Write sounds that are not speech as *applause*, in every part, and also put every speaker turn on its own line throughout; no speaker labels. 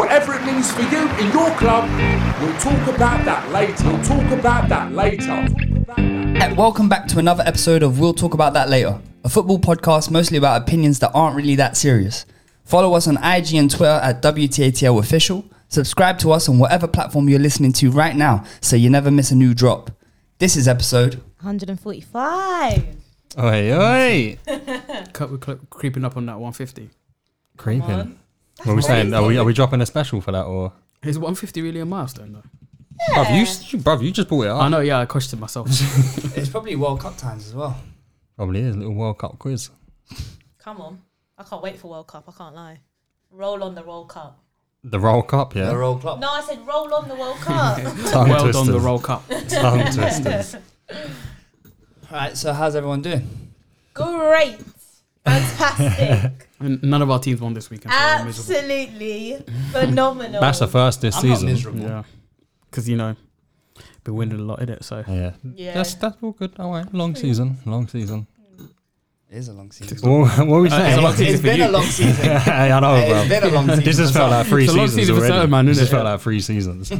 Whatever it means for you in your club, we'll talk about that later. We'll talk about that later.
Welcome back to another episode of We'll Talk About That Later, a football podcast mostly about opinions that aren't really that serious. Follow us on IG and Twitter at WTATL Official. Subscribe to us on whatever platform you're listening to right now so you never miss a new drop. This is episode
145.
Oi, oi.
Cut, we're cl- creeping up on that 150.
Creeping. What are we saying? Are we, are we dropping a special for that or?
Is 150 really a milestone, though?
Bruv, you, s- you, bruv, you just brought it up.
I know, yeah, I questioned myself.
It's probably World Cup times as well.
Probably is. Little World Cup quiz.
Come on. I can't wait for World Cup. I can't lie. Roll on the World Cup.
*laughs* The Roll Cup,
*laughs*
yeah.
World Cup.
No, I said roll on the World Cup. *laughs*
Tongue
well done,
twisters.
the Roll Cup.
Tongue
*laughs*
twisters.
All right, so how's everyone doing?
Great.
*laughs*
Fantastic.
And none of our teams won this weekend. so
Ah.
we're miserable.
Absolutely phenomenal.
That's the first this season.
Yeah. Because, you know, been winning a lot in it, so.
Yeah.
Yeah.
That's, that's all good. All right. Long season. Long season.
It is a long season.
*laughs* what what were we
*laughs* it's a long
saying?
season
It's
for
been
you.
a long season.
Hey, I know,
*laughs* It's
bro.
been a long season.
*laughs* This has felt like three
It's a long
seasons
season for
already.
certain, man,
this
isn't
has
it?
felt like three
*laughs*
seasons.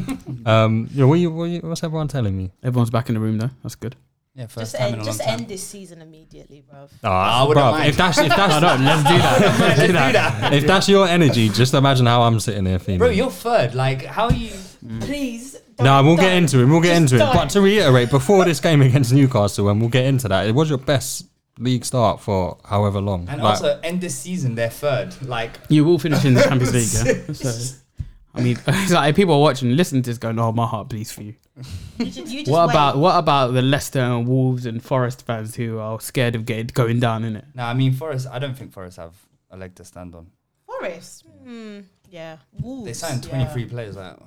um, yeah, what you, what you, what's everyone telling me?
Everyone's back in the room, though. That's good. *laughs*
Yeah, first
Just
time in
end,
a
just
long time.
end this season immediately, bruv.
Oh,
Ah, wouldn't
bruv,
mind.
If that's
*laughs*
if that's let's do that. let's do that. If that's your energy, just imagine how I'm sitting here feeling.
Bro, you're third. Like, how are you?
Please.
No,
don't-
we'll
don't.
get into it. We'll get
Just
into it.
don't.
But to reiterate, before this game against Newcastle, and we'll get into that, it was your best league start for however long.
And
Like,
also, end this season, they're third. Like,
You will finish in the Champions League, yeah? So, I mean, *laughs* it's like, if people are watching, listen to this going, oh, my heart bleeds for you.
You ju- you just
What
wait.
about what about the Leicester and Wolves and Forest fans who are scared of getting going down in it?
No, I mean Forest. I don't think Forest have a leg to stand on.
Forest? Hmm. yeah. Wolves.
They signed
yeah.
23 players. Like,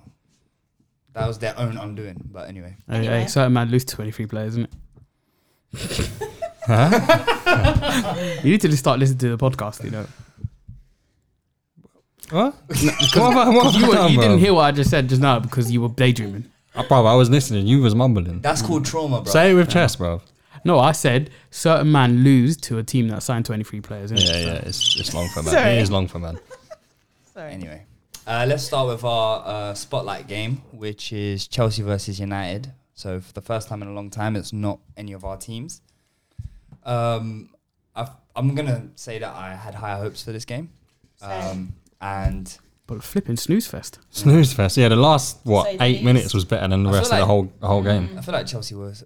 that was their own undoing. But anyway,
Hey,
Anyway.
hey, certain man lose twenty three players, isn't it? you need to just start listening to the podcast, you know. *laughs*
what? what have I, what have
You,
I
were-
done,
you
bro?
didn't hear what I just said just now because you were daydreaming.
Uh, bro, I was listening. You was mumbling.
that's called trauma, bro.
Say it with chest, bro.
No, I said certain man lose to a team that signed twenty three players. Innit?
Yeah, yeah. It's it's long for man.
Sorry.
It is long for man.
Anyway, uh, let's start with our uh, spotlight game, which is Chelsea versus United. So for the first time in a long time, it's not any of our teams. Um, I've, I'm gonna say that I had higher hopes for this game, um, and
But flipping snooze fest.
Snooze fest. Yeah, the last what
Say the
eight
least.
minutes was better than the
I feel
rest of the
like- Mm.
whole whole game.
I feel like Chelsea was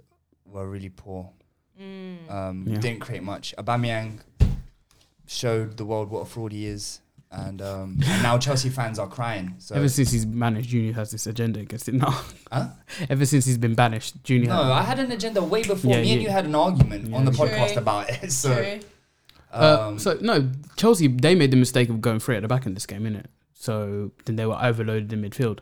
were really poor.
Hmm.
Um,
Yeah.
Didn't create much. Aubameyang showed the world what a fraud he is, and, um, and now Chelsea fans are crying. So
Ever since he's managed, Junior has this agenda against *laughs* it now.
Huh?
Ever since he's been banished, Junior.
no, I had an agenda way before.
Yeah,
Me and
you-
you had an argument on the
True.
podcast about it. *laughs* So
True.
Um,
Uh, so no, Chelsea they made the mistake of going free at the back in this game, innit? So then they were overloaded in midfield.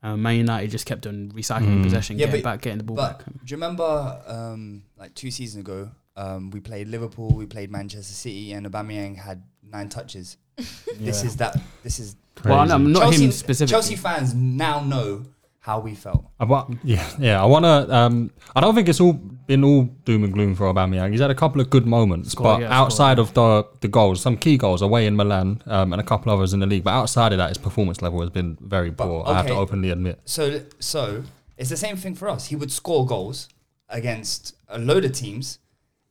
Um, Man United just kept on recycling possession,
Yeah,
getting
but-
back, getting the ball
but
back.
do you remember um, like two seasons ago? Um, we played Liverpool, we played Manchester City, and Aubameyang had nine touches.
*laughs*
This is that. This is
Well, no, not
Chelsea,
him specifically.
Chelsea fans now know how we felt.
I wa- yeah, yeah. I want to. Um, I don't think it's all been all doom and gloom for Aubameyang. He's had a couple of good moments,
Score,
but
yeah, score.
outside of the the goals, some key goals away in Milan um, and a couple others in the league. But outside of that, his performance level has been very poor. I have to
okay.
openly admit.
So so it's the same thing for us. He would score goals against a load of teams,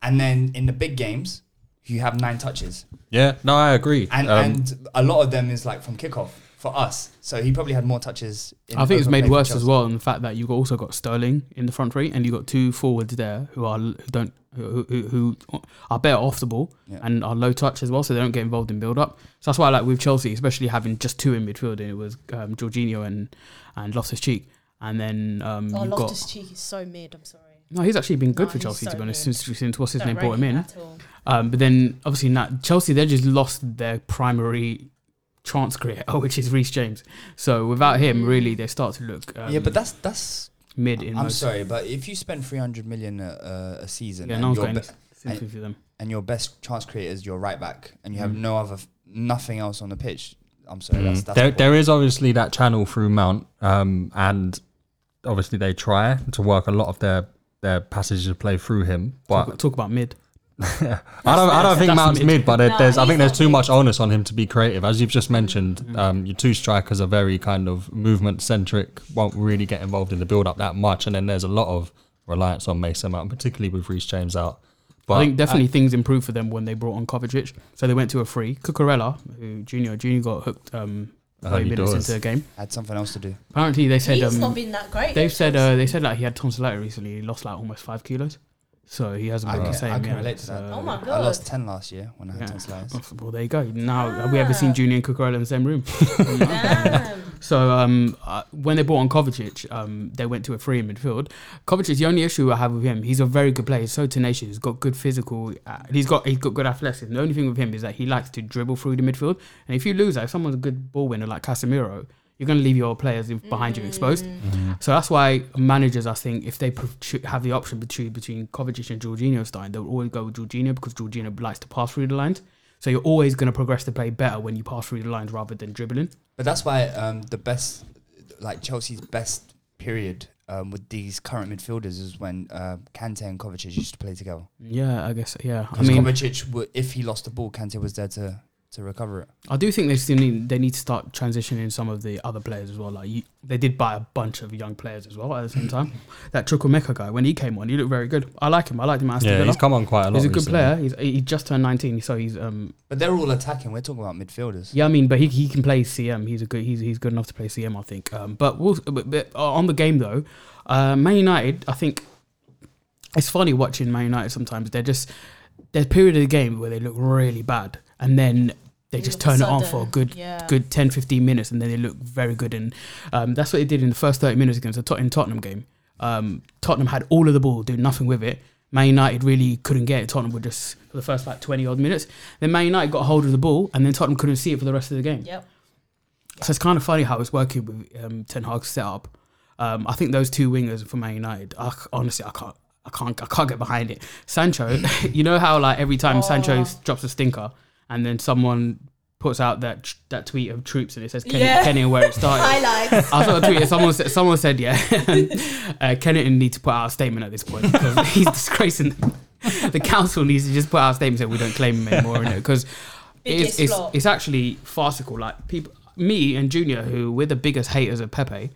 and then in the big games, you have nine touches,
Yeah, no, I agree.
and
Um,
and a lot of them is like from kickoff for us. So he probably had more touches. In
I think it's
open
made
play for
worse as
Chelsea.
well in the fact that you've also got Sterling in the front three, and you've got two forwards there who are who don't who, who, who are better off the ball
Yeah.
and are low touch as well, so they don't get involved in build up. So that's why, like with Chelsea, especially having just two in midfield, and it was um, Jorginho and and Loftus Cheek, and then um,
Oh,
you've got
Loftus Cheek is so mid. I'm sorry.
No, he's actually been good
No,
for
he's
Chelsea
so
to be honest.
good.
Since since what's his
Don't
name brought
rate
him in.
at all.
Um, but then obviously not Chelsea. They just lost their primary chance creator, *laughs* which is Reece James. So without him,
Mm.
really, they start to look um,
yeah, but that's that's.
mid in.
I'm
most.
sorry, but if you spend 300 million a, a- a season,
Yeah,
and
no one's
your
got
be-
any sympathy for them.
and your best chance creator is your right back, and you have
Mm.
no other f- nothing else on the pitch. I'm sorry, that's, that's
mm, there,
poor.
there is obviously that channel through Mount, um, and obviously they try to work a lot of their their passages of play through him. But
Talk, talk about mid.
I don't, I don't
that's-
think
that's
Mount's
mid.
mid, but there,
No,
there's I
he's
think there's
not
too
mid.
much onus on him to be creative, as you've just mentioned. Um, your two strikers are very kind of movement centric, won't really get involved in the build up that much, and then there's a lot of reliance on Mason Mount, particularly with Reece James out. But
I think definitely things improved for them when they brought on Kovacic. So they went to a free. Cucurella, who Junior Junior got hooked um,
Oh,
30
he
minutes
does.
into the game.
had something else to do.
Apparently they said
He's
um,
not been that great.
they've said uh, they said like he had tonsillitis recently. He lost like almost five kilos, so he hasn't
I
been the
can,
same.
I can
yeah.
relate to that.
So-
Oh my
I
god.
lost 10 last year when I had
Yeah.
10 slides.
Well, there you go. Now have we ever
Ah.
seen Junior and Cucurella in the same room?
Damn.
*laughs* So um, uh, when they brought on Kovacic, um, they went to a three in midfield. Kovacic, the only issue I have with him, he's a very good player. He's so tenacious. He's got good physical. Uh, he's got he's got good athleticism. The only thing with him is that he likes to dribble through the midfield. And if you lose that, if someone's a good ball winner like Casemiro, you're going to leave your players in- behind you exposed.
Mm.
Mm-hmm.
So that's why managers, I think, if they pro- should have the option between between Kovacic and Jorginho Stein, they'll always go with Jorginho because Jorginho likes to pass through the lines. So you're always going to progress the play better when you pass through the lines rather than dribbling.
But that's why um, the best, like Chelsea's best period um, with these current midfielders is when uh, Kante and Kovacic used to play together.
Yeah, I guess. Yeah, I
Because
mean,
Kovacic, w- if he lost the ball, Kante was there to, to recover it.
I do think they still need they need to start transitioning some of the other players as well. Like you, they did buy a bunch of young players as well at the same *laughs* time. that Chukwuemeka guy, when he came on, he looked very good. I like him. I liked him. At Aston
yeah,
Villa.
he's come on quite a lot.
He's a good
recently.
player. He's, he just turned 19, so he's um
But they're all attacking. We're talking about midfielders.
yeah. I mean, but he, he can play CM. He's a good he's he's good enough to play CM. I think. Um, but we'll, but, but on the game though, uh, Man United. I think it's funny watching Man United sometimes. They're just there's a period of the game where they look really bad, and then they
All
just
of a
turn it on for a
sudden,
good
yeah.
good 10, 15 minutes, and then they look very good. And um, that's what they did in the first thirty minutes against the Tottenham Tottenham game. Um, Tottenham had all of the ball, do nothing with it. Man United really couldn't get it. Tottenham were just for the first like twenty odd minutes. Then Man United got hold of the ball, and then Tottenham couldn't see it for the rest of the game.
Yep.
So it's kind of funny how it's working with um, Ten Hag's setup. Um, I think those two wingers for Man United. I, c- honestly, I can't, I can't, I can't get behind it. Sancho, *laughs* you know how like every time Sancho s- drops a stinker, and then someone puts out that tr- that tweet of troops and it says Kenny,
Yeah.
Kenny and where it started. *laughs*
*laughs* Highlights.
I saw a tweet. Someone said, someone said, yeah, *laughs* uh, Kennington need to put out a statement at this point because *laughs* he's disgracing them. The council needs to just put out a statement saying we don't claim him anymore, you
*laughs*
because it's,
Biggest
it's
flop.
it's actually farcical. Like people, me and Junior, who we're the biggest haters of Pepe,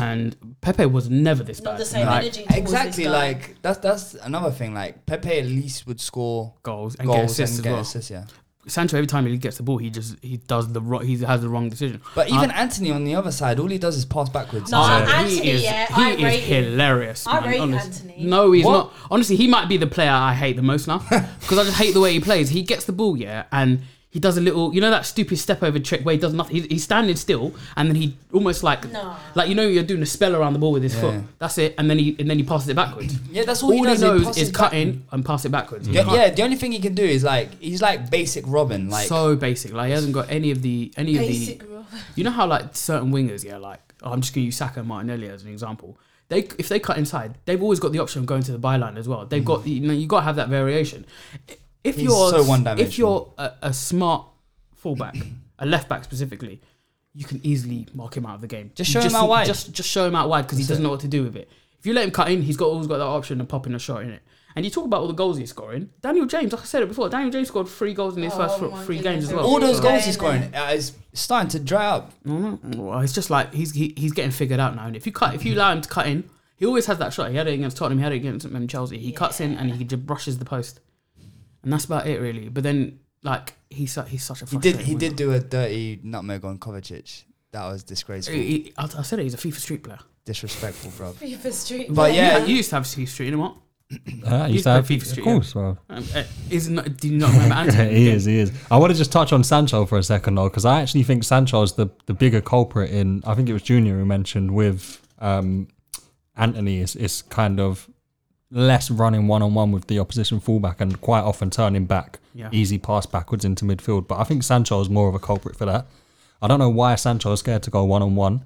and Pepe was never this
Not
bad.
the same
Like,
energy. towards
Exactly,
this guy.
like that's that's another thing. Like Pepe at least would score
Goals and get assists as well.
yeah.
Sancho, every time he gets the ball, he just he does the wrong, he has the wrong decision.
But even
Uh,
Anthony on the other side, all he does is pass backwards.
No,
Oh,
Uh, Anthony,
he is,
yeah,
he
I
is
rate him.
hilarious.
I
man,
rate
honest.
Anthony.
No, he's
What?
not. Honestly, he might be the player I hate the
*laughs*
most now because I just hate the way he plays. He gets the ball, yeah, and he does a little, you know, that stupid step over trick where he does nothing. He's, he's standing still, and then he almost like,
No.
like you know, you're doing a spell around the ball with his foot. That's it, and then he and then he passes it backwards.
Yeah, that's all
All
he
he
does, he
knows
passes
is
back-
cut in and pass it backwards.
Yeah, yeah, the only thing he can do is like he's like basic Robin, like
so basic. Like he hasn't got any of the any
Basic
of the.
Robin.
You know how like certain wingers, yeah, like oh, I'm just gonna use Saka and Martinelli as an example. They if they cut inside, they've always got the option of going to the byline as well. They've got the, you know you got to have that variation. If
Mm. He's
you're
so one-dimensional.
if you're a, a smart
*clears throat*
fullback, a left back specifically, you can easily mark him out of the game.
Just
You
show him out wide.
Just just show him out wide because he doesn't know what to do with it. If you let him cut in, he's got always got that option of popping a shot in it. And you talk about all the goals he's scoring. Daniel James, like I said it before, Daniel James scored three goals in his
Oh
first fr-
my
three
goodness,
games as
they're
well.
all those
Yeah,
goals he's
yeah.
scoring uh, is starting to dry up.
No, no. Mm-hmm. Well, it's just like he's he, he's getting figured out now. And if you cut, if you allow him to cut in, he always has that shot. He had it against Tottenham. He had it against um, Chelsea. He cuts in and he just brushes the post, and that's about it really. But then like he's su- he's such a
He did
frustrating
he
winger.
did do a dirty nutmeg on Kovacic. That was disgraceful,
He- he- I, I said it. He's a FIFA Street player.
disrespectful, bro.
FIFA Street.
But yeah,
you used to have FIFA Street. You know what?
Uh, I
He's
used to have,
played FIFA Street,
of course. Well,
Um, uh, is not, do you
*laughs*
not remember Anthony?
he is, he is. I want to just touch on Sancho for a second though, because I actually think Sancho is the, the bigger culprit in. I think it was Junior who mentioned with um, Anthony is is kind of less running one on one with the opposition fullback and quite often turning back,
Yeah.
easy pass backwards into midfield. But I think Sancho is more of a culprit for that. I don't know why Sancho is scared to go one on one.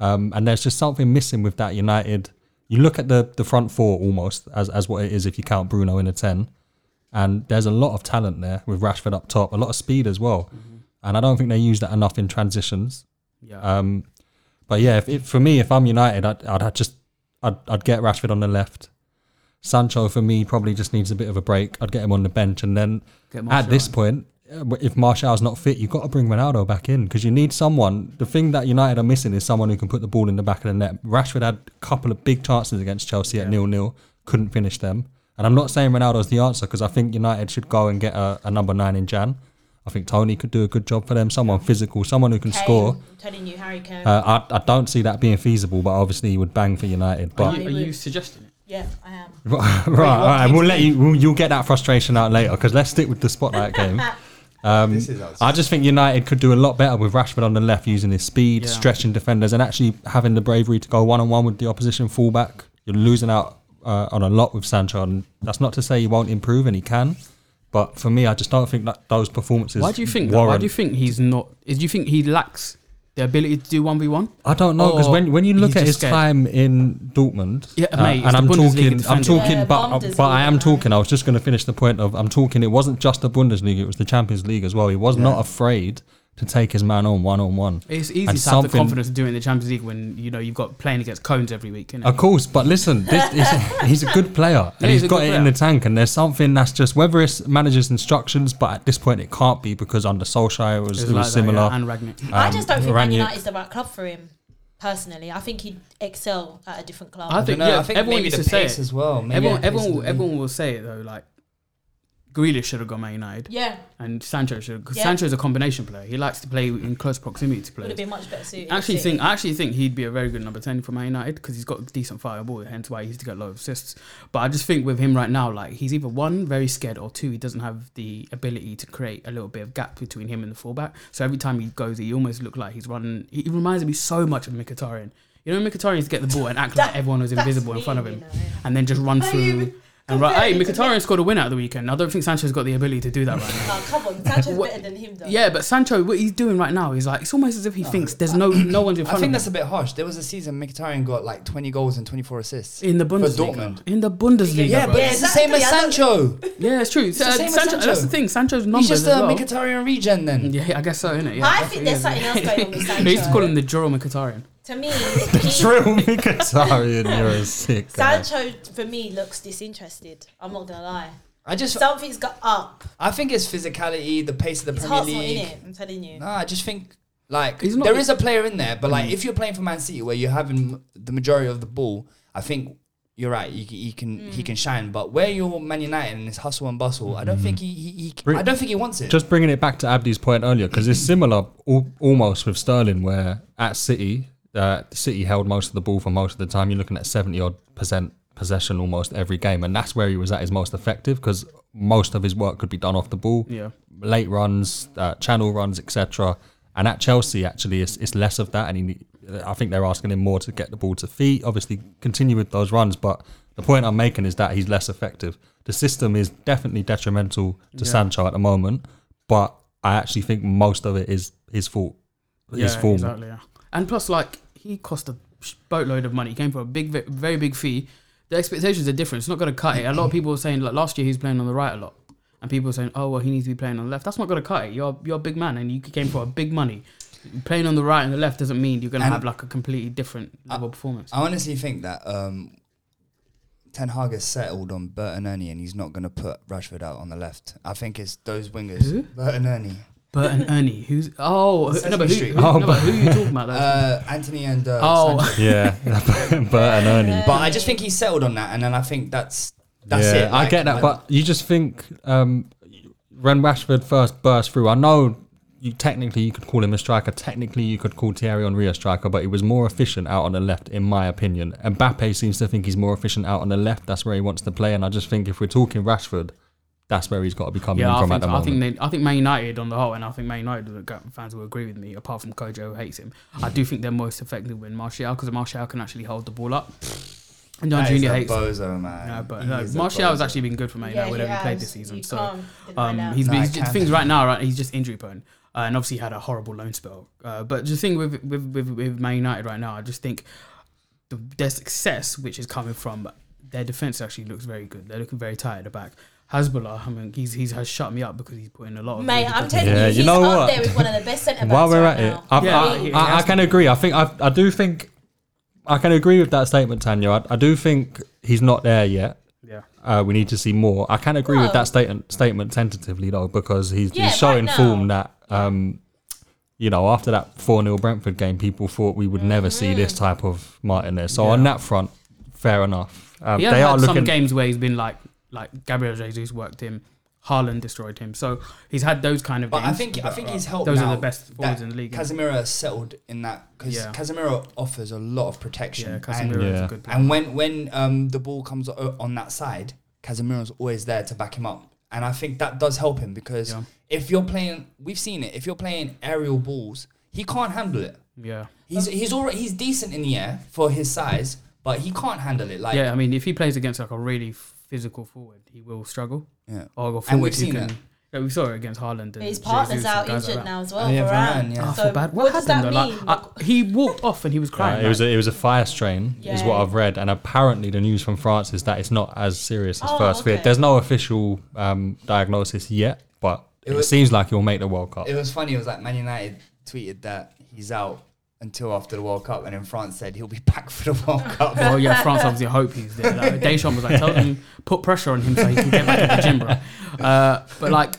Um, and there's just something missing with that United. You look at the the front four almost as as what it is if you count Bruno in a ten, and there's a lot of talent there with Rashford up top, a lot of speed as well, and I don't think they use that enough in transitions.
Yeah.
Um, but yeah, if, if for me, if I'm United, I'd, I'd have just I'd, I'd get Rashford on the left. Sancho for me probably just needs a bit of a break. I'd get him on the bench, and then
Get
at this
Martial
point, uh, if Martial's not fit, you've got to bring Ronaldo back in because you need someone. The thing that United are missing is someone who can put the ball in the back of the net. Rashford had a couple of big chances against Chelsea at nil nil, couldn't finish them. And I'm not saying Ronaldo's the answer because I think United should go and get a, a number nine in Jan. I think Tony could do a good job for them. Someone physical, someone who can
Kane,
score.
I'm telling you, Harry Kane.
Uh, I, I don't see that being feasible, but obviously he would bang for United.
Are
But
you, are you suggesting it?
yeah, I am.
*laughs* right, all right, we'll let you. We'll, you'll get that frustration out later because let's stick with the spotlight
*laughs*
game. Um,
this is outside.
I just think United could do a lot better with Rashford on the left, using his speed,
Yeah.
stretching defenders, and actually having the bravery to go one on one with the opposition fullback. You're losing out uh, on a lot with Sancho, and that's not to say he won't improve, and he can. But for me, I just don't think that those performances.
Why do you think? that?
Warrant.
Why do you think he's not? Is do you think he lacks the ability to do one v one?
I don't know because
Or
when, when you
he's
look at
just
his
scared?
time in Dortmund, uh,
Yeah, mate, he's
and
the
I'm
Bundesliga
talking, I'm
defender.
talking,
Yeah,
but
Bundesliga,
but I am
man.
talking. I was just going to finish the point of I'm talking. It wasn't just the Bundesliga; it was the Champions League as well. He was not afraid to take his man on one on one.
It's
And
easy to have the
something-
confidence of doing it in the Champions League when you know you've got playing against cones every week. innit?
Of course, but listen,
*laughs*
this is, he's a good player and
Yeah,
he's
he's a
got it
good
in the
player.
tank. And there's something that's just whether it's manager's instructions, but at this point it can't be because under Solskjaer it was,
It's
it was
like that, yeah,
similar. Um,
and Ragnick.
I just don't think Man
Ranieri-
United is the right club for him. Personally, I think he'd excel at a different club.
I think,
dunno,
yeah,
I think
everyone
maybe
used
the
to say
pace
it.
as well. Maybe
everyone,
the pace
everyone,
of
will-
the
everyone will say it though. Like Grealish should have gone Man United,
yeah,
and Sancho should. Because
Yeah.
Sancho's a combination player. He likes to play in close proximity to
would have
players.
been much better suited.
I actually
to City.
think I actually think he'd be a very good number ten for Man United because he's got decent fireball, hence why he used to get a lot of assists. But I just think with him right now, like he's either one very scared or two he doesn't have the ability to create a little bit of gap between him and the fullback. So every time he goes, he almost looks like he's running. He he reminds me so much of Mkhitaryan. You know, when Mkhitaryan used to get the ball and act like
That-
everyone was
that's
invisible in
me,
front of him,
you know.
and then just run
Are you
through. And right, hey,
comparing it to
Mkhitaryan
him?
scored a winner at the weekend. I don't think Sancho's got the ability to do that right now.
Oh, come on, Sancho's
*laughs* What-
better than him though.
Yeah, but Sancho, what he's doing right now is like it's almost as if he
Oh,
thinks there's no no one's in
I think
front of him.
that's a bit harsh. There was a season Mkhitaryan got like 20 goals and 24 assists
In the
for
Bundesliga.
Dortmund.
In the Bundesliga.
Yeah,
Yeah,
but
Yeah,
it's the same as
exactly,
Sancho.
yeah, it's true.
the
Uh,
same as
Sancho,
Sancho.
That's the thing. Sancho's numbers
He's just a
as well.
Mkhitaryan regen then.
Yeah, I guess so, isn't it? Yeah,
I
that's
think
what he
there's something
is.
else going on
*laughs*
with
They used to call him
Sancho.
the Juro Mkhitaryan.
to
*laughs*
me, he-
Drill *laughs* Mkhitaryan, you're a sick guy.
Sancho for me looks disinterested. I'm not gonna lie.
I just,
Something's got up.
I think it's physicality, the pace of the
His
Premier
heart's not in
League.
it. I'm telling you.
No, I just think like
He's not-
e-
there is a player in there, but like
Mm.
if you're playing for Man City where you're having the majority of the ball, I think you're right. You, can- you can he can shine, but where you're Man United and it's hustle and bustle, I don't think he, he, he
Bri-
I don't think he wants it.
Mm-hmm. Just bringing it back to Abdi's point earlier, because it's similar al- almost with Sterling, where at City, uh, City held most of the ball for most of the time. You're looking at 70 odd percent possession almost every game, and that's where he was at his most effective because most of his work could be done off the ball.
Yeah.
Late runs, uh, channel runs, etc. And at Chelsea, actually, it's, it's less of that, and he, need- I think they're asking him more to get the ball to feet. Obviously, continue with those runs, but the point I'm making is that he's less effective. The system is definitely detrimental to Sancho at the moment, but I actually think most of it is his fault. His
yeah,
form.
Exactly, yeah. And plus, like, he cost a sh- boatload of money. He came for a big, ve- very big fee. The expectations are different. It's not going to cut it. A lot of people were saying, like, last year he was playing on the right a lot. And people were saying, oh, well, he needs to be playing on the left. That's not going to cut it. You're, you're a big man and you came for a big money. Playing on the right and the left doesn't mean you're going to
And-
have, like, a completely different level of performance.
I honestly think that um, Ten Hag has settled on Burton Ernie, and he's not going to put Rashford out on the left. I think it's those wingers,
Who?
Burton Ernie,
But *laughs* and Ernie, who's oh who- no,
Sesame
but who,
Street.
who,
Oh,
no, but who are you talking about?
*laughs*
Though?
uh, Anthony, and uh,
oh,
*laughs*
Sancho.
Yeah, Bert and Ernie.
But I just think he's settled on that, and then I think that's that's
yeah,
it.
I get that,
like-
but you just think um, when Rashford first burst through. I know you technically you could call him a striker. Technically, you could call Thierry Henry a striker, but he was more efficient out on the left, in my opinion. Mbappe seems to think he's more efficient out on the left. That's where he wants to play, and I just think if we're talking Rashford, that's where he's got to be coming
yeah,
in
I
from
think,
at the
I
moment.
think they, I think Man United on the whole, and I think Man United fans will agree with me. Apart from Kojo, who hates him. I do think they're most effective when Martial because Martial can actually hold the ball up. John
That is
Junior
a
hates.
bozo, man.
No, but
He
no,
is a
Martial has
bozo.
actually been good for Man
Yeah,
United
he
whenever he played
has.
this season.
You
so
can't deny
um,
that.
he's,
No,
he's-
I
the
can't.
things right now, right? He's just injury prone, uh, and obviously had a horrible loan spell. Uh, but the thing with with, with with Man United right now, I just think the, their success, which is coming from their defense, actually looks very good. They're looking very tight at the back. Hasbullah, I mean, he's he's has shut me up because he's put in a lot of.
Mate,
really
I'm
good-
telling
Yeah,
you,
you
he's
know
up
what?
there with one of the best centre backs.
While we're
right
at it,
now.
I've-
Yeah,
I,
he
I, I
has
can
been.
agree. I think I, I do think I can agree with that statement, Tanya. I, I do think he's not there yet.
Yeah.
Uh, we need to see more. I can agree with
No.
that statement statement tentatively though, because he's,
Yeah,
he's showing
right now.
form that um, you know after that four 0 Brentford game, people thought we would never see
Mm.
this type of Martinez. So on that front, fair enough. Um,
He
they
has
are
had
looking.
some games where he's been like like Gabriel Jesus worked him, Haaland destroyed him. So he's had those kind of.
But
games, uh,
I think I think he's helped.
Those
now
are the best forwards
that
in the league.
Casemiro has settled in that because
Yeah.
Casemiro offers a lot of protection.
yeah,
and,
Casemiro is
Yeah.
a good player.
and when when um, the ball comes o- on that side, Casemiro's always there to back him up, and I think that does help him because
Yeah.
if you're playing, we've seen it. If you're playing aerial balls, he can't handle it.
yeah.
He's he's already he's decent in the air for his size, but he can't handle it. Like
yeah, I mean, if he plays against like a really physical forward, he will struggle.
Yeah.
Or a
And we've
forward who
seen
can.
it.
Yeah, we saw it against Haaland. And
His partner's
Jesus and
out
guys
injured
like that.
now as well.
Oh, yeah,
Varane.
Varane, yeah.
I
So
feel bad. What,
does that
happened though?
mean?
Like, I, he walked off and he was
uh,
crying.
it was a,
like,
it was a fire strain, is what
Yeah.
I've read, and apparently the news from France is that it's not as serious as
Oh,
first
okay.
feared. There's no official um, diagnosis yet, but it,
was-
seems like he'll make the World Cup.
it was funny. It was like Man United tweeted that he's out until after the World Cup, and then France said he'll be *laughs* back for the
*laughs*
World Cup.
oh yeah, France obviously hope he's there. Like, Deschamps was like, tell him put pressure on him so he can get back to the gym, bro. Uh, but like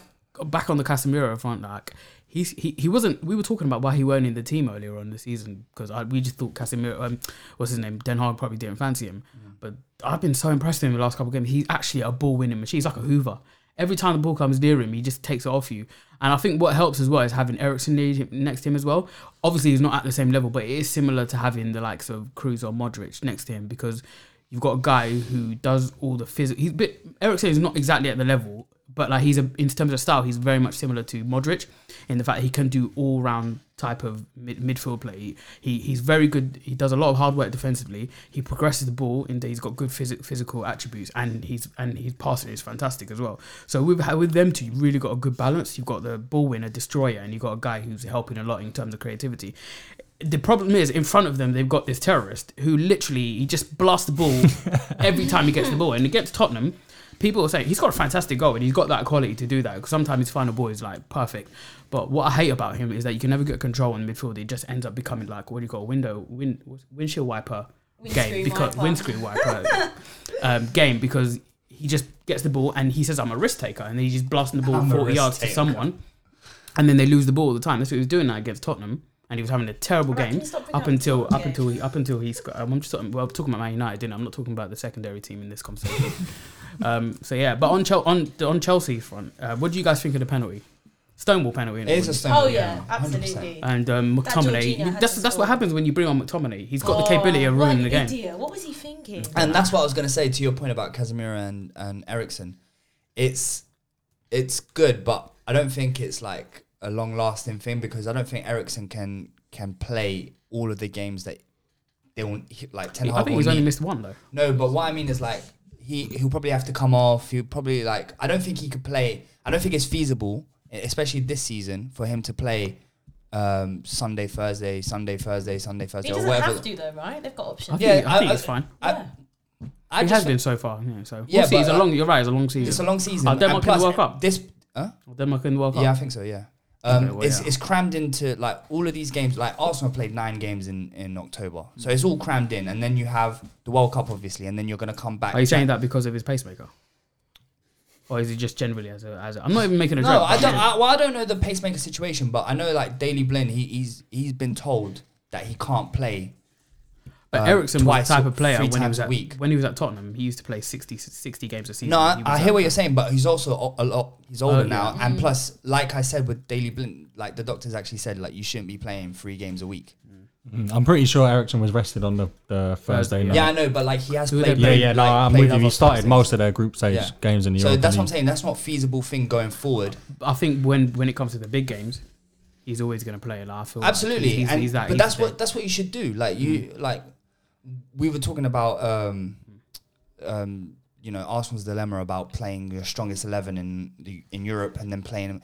back on the Casemiro front, like. He's, he, he wasn't. We were talking about why he weren't in the team earlier on the season because we just thought Casemiro, um, what's his name, Den Hag probably didn't fancy him. But I've been so impressed with him the last couple of games. He's actually a ball winning machine. He's like a Hoover. Every time the ball comes near him, he just takes it off you. And I think what helps as well is having Ericsson next to him as well. Obviously, he's not at the same level, but it is similar to having the likes of Cruz or Modric next to him because you've got a guy who does all the physical. He's a bit Ericsson is not exactly at the level, but like he's a, in terms of style, he's very much similar to Modric in the fact he can do all round type of mid- midfield play. He he's very good. He does a lot of hard work defensively. He progresses the ball, and he's got good phys- physical attributes, and he's and his passing is fantastic as well. So with ha- with them two, you've really got a good balance. You've got the ball winner, destroyer, and you've got a guy who's helping a lot in terms of creativity. The problem is in front of them they've got this terrorist who literally he just blasts the ball every time he gets the ball, and against Tottenham people are saying he's got a fantastic goal and he's got that quality to do that because sometimes his final ball is like perfect. But what I hate about him is that you can never get control in midfield. It just ends up becoming like what do you call a window win, what's- windshield wiper game
Windscreen
because
wiper. *laughs*
windscreen wiper um, game because he just gets the ball and he says I'm a risk taker and then he's just blasting the ball
I'm a
40
risk
yards to
taker.
someone and then they lose the ball all the time. That's what he was doing now against Tottenham. And he was having a terrible
Alright,
game
can you stop bringing
up
up
until up
Tottenham?
until he up until he's. Um, I'm just talking, well, I'm talking about Man United, didn't I? I'm not talking about the secondary team in this conversation. Um, so yeah, but on Chel- on on Chelsea's front, uh, what do you guys think of the penalty? Stonewall penalty. innit,
It is
wasn't
a
it?
stone.
Oh
wall,
yeah,
100%.
absolutely.
And um,
That Jorginho
McTominay.
had
That's
to
that's
score.
what happens when you bring on McTominay. He's got
Oh,
the capability of
what
ruining
an
the game.
Idiot. What was he thinking?
And that's what I was going to say to your point about Casemiro and and Ericsson. It's it's good, but I don't think it's like a long lasting thing because I don't think Ericsson can can play all of the games that they want. Like Ten Hag
I think
will
he's only
need.
missed one though.
No, but what I mean is like he he'll probably have to come off. He'll probably like I don't think he could play. I don't think it's feasible, e, especially this season, for him to play um, Sunday, Thursday, Sunday, Thursday, Sunday,
he
Thursday, or
doesn't
whatever.
have to though, right? They've got
I
options.
think, I think it's fine.
I,
Yeah.
I
It
just
has been so far. Yeah, so
Yeah,
we'll see. It's
but,
a long.
uh,
You're right. It's a long season.
It's a long season.
Are
and
Oh, Denmark in the
plus,
World Cup?
This, huh?
Oh, Denmark in the World Cup.
Yeah, I think so. Yeah. Um,
Okay, well,
it's,
yeah.
it's crammed into like all of these games. Like Arsenal played nine games in, in October, so it's all crammed in, and then you have the World Cup, obviously, and then you're gonna come back.
Are you saying that because of his pacemaker? Or is it just generally as a, as a I'm not even making a joke.
No, I
but
don't.
yeah.
I, well, I don't know the pacemaker situation, but I know like Daily Blind, he, he's he's been told that he can't play.
But
um,
Ericsson was
twice
the type
or
of player
three
when he
times
was
a
at
week.
when he was at Tottenham. He used to play 60, 60 games a season.
No, I,
He was
I
like-
hear what you're saying, but he's also o- a lot. He's
Oh,
older
yeah.
now, and plus, like I said with Daily Blind, like the doctors actually said, like you shouldn't be playing three games a week.
Mm, I'm pretty sure Ericsson was rested on the, the Thursday
Thursday,
night.
Yeah, I know, but like he has
Who they
played.
Yeah, yeah, no,
like,
I'm
played
with you.
other
He started
classes.
most of their group stage
Yeah.
games in the
So
Europa
that's what I'm
League.
saying. That's not feasible thing going forward.
I think when when it comes to the big games, he's always going to play. Like, I feel like
Absolutely,
he's, he's,
and,
he's that.
but
he's
that's
that-
what that's what you should do. Like you, like we were talking about um, um, you know Arsenal's dilemma about playing your strongest eleven in the, in Europe and then playing him.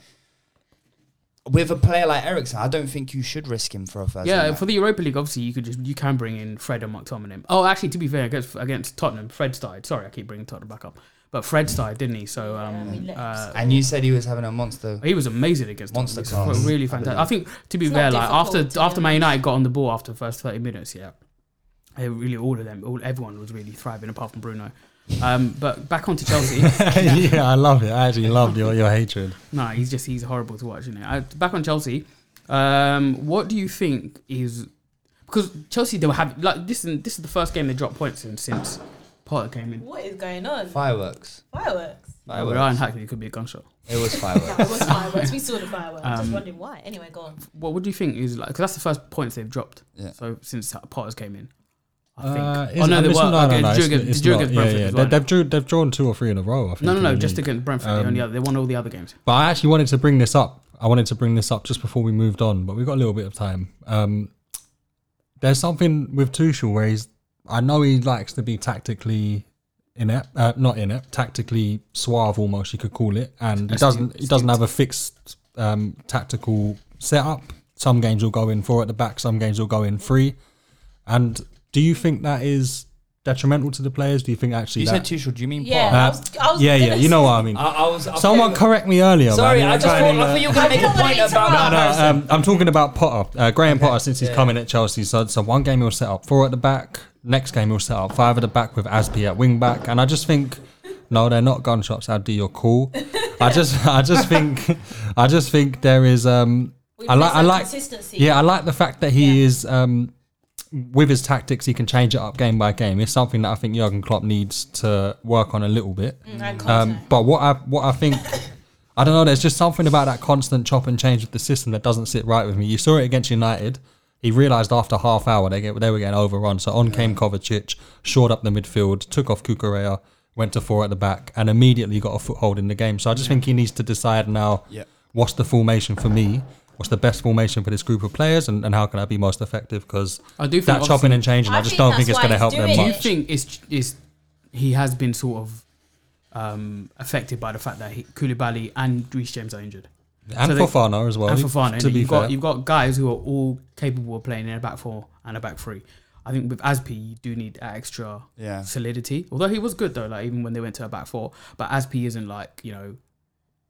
With a player like Ericsson, I don't think you should risk him for a first.
Yeah,
line.
for the Europa League, obviously you could just you can bring in Fred and McTominay. Oh, actually, to be fair, against against Tottenham, Fred started. Sorry, I keep bringing Tottenham back up, but Fred started, didn't he? So
Yeah, we
um,
let him
uh,
and you said he was having a monster.
he was amazing against
Monster
Tottenham. He's
class.
really fantastic. I think to be
It's not
fair, like after
difficult to
after
be
Man
honest.
United got on the ball after the first thirty minutes, yeah, it really all of them, all everyone was really thriving apart from Bruno. Um, but back onto
*laughs*
Chelsea.
*laughs*
*laughs*
yeah, I love it. I actually loved your, your hatred.
No, he's just he's horrible to watch. Isn't it? I, back on Chelsea, um, what do you think is because Chelsea they were having like this? Is, this is the first game they dropped points in since Potter came in.
What is going on?
Fireworks.
Fireworks.
Like, we're
Fireworks.
unhacked. It could be a gunshot.
It was
That
fireworks. *laughs*
was fireworks. We saw the fireworks. I'm just wondering why. Anyway, go on.
What would you think is like? Because that's the first points they've dropped.
Yeah.
So since Potter's came in, I think.
*laughs* Uh,
oh
is-
no,
um,
they
it's- no,
were
no,
against
no, it's-
Jurgen-
it's
Jurgen
not. Yeah,
Brentford
yeah.
as
They,
well,
they've, drew, they've drawn two or three in a row. I think,
no, no,
in
no,
the
just
league.
against Brentford.
Um,
they, only, they won all the other games.
But I actually wanted to bring this up. I wanted to bring this up just before we moved on, but we've got a little bit of time. Um, there's something with Tuchel where he's. I know he likes to be tactically inept, uh, not inept, tactically suave almost you could call it, and he doesn't. He doesn't have a fixed um, tactical setup. Some games will go in four at the back. Some games will go in three. And do you think that is detrimental to the players? Do you think actually
you
that?
said Tuchel. Do you mean
Yeah.
Potter?
Uh,
I was- I was
yeah, yeah,
gonna
you know what I mean.
I, I was. I
Someone
thought-
correct me earlier. man.
Sorry,
You
I
were
just
trying to,
thought, I thought you were going to make a
didn't want
point
to
about
interrupt.
that.
no, no, um, I'm talking about Potter, uh, Graham Potter. Since he's coming at Chelsea, so at some one game he'll set up four at the back. Next game he'll set up five at the back with Aspi at wing back, and I just think, no, they're not gunshots. Abdi, you're cool. I just, I just
*laughs*
think, I just think there is. Um,
We've
I like,
missed
I
that
like,
consistency.
yeah, I like the fact that he is. Um, with his tactics, he can change it up game by game. It's something that I think Jurgen Klopp needs to work on a little bit.
Mm, And
Um,
contact.
but what I what I think, I don't know. There's just something about that constant chop and change with the system that doesn't sit right with me. You saw it against United. He realised after half hour they get they were getting overrun. So on came Kovacic, shored up the midfield, took off Kukurea, went to four at the back, and immediately got a foothold in the game. So I just think he needs to decide now.
Yeah.
What's the formation for me? What's the best formation for this group of players, and, and how can I be most effective? Because
I do think
that chopping and changing, I,
I
just
think
don't
that's
think it's
why
going to
he's
help them
doing
Do you
it.
much.
think is is he has been sort of um, affected by the fact that he, Koulibaly and Reece James are injured?
And
So they-
Fofana as well.
and Fofana.
To
innit?
be
you've
fair,
got you've got guys who are all capable of playing in a back four and a back three. I think with Aspi, you do need that extra
Yeah.
solidity. Although he was good though, like even when they went to a back four. But Aspi isn't like you know,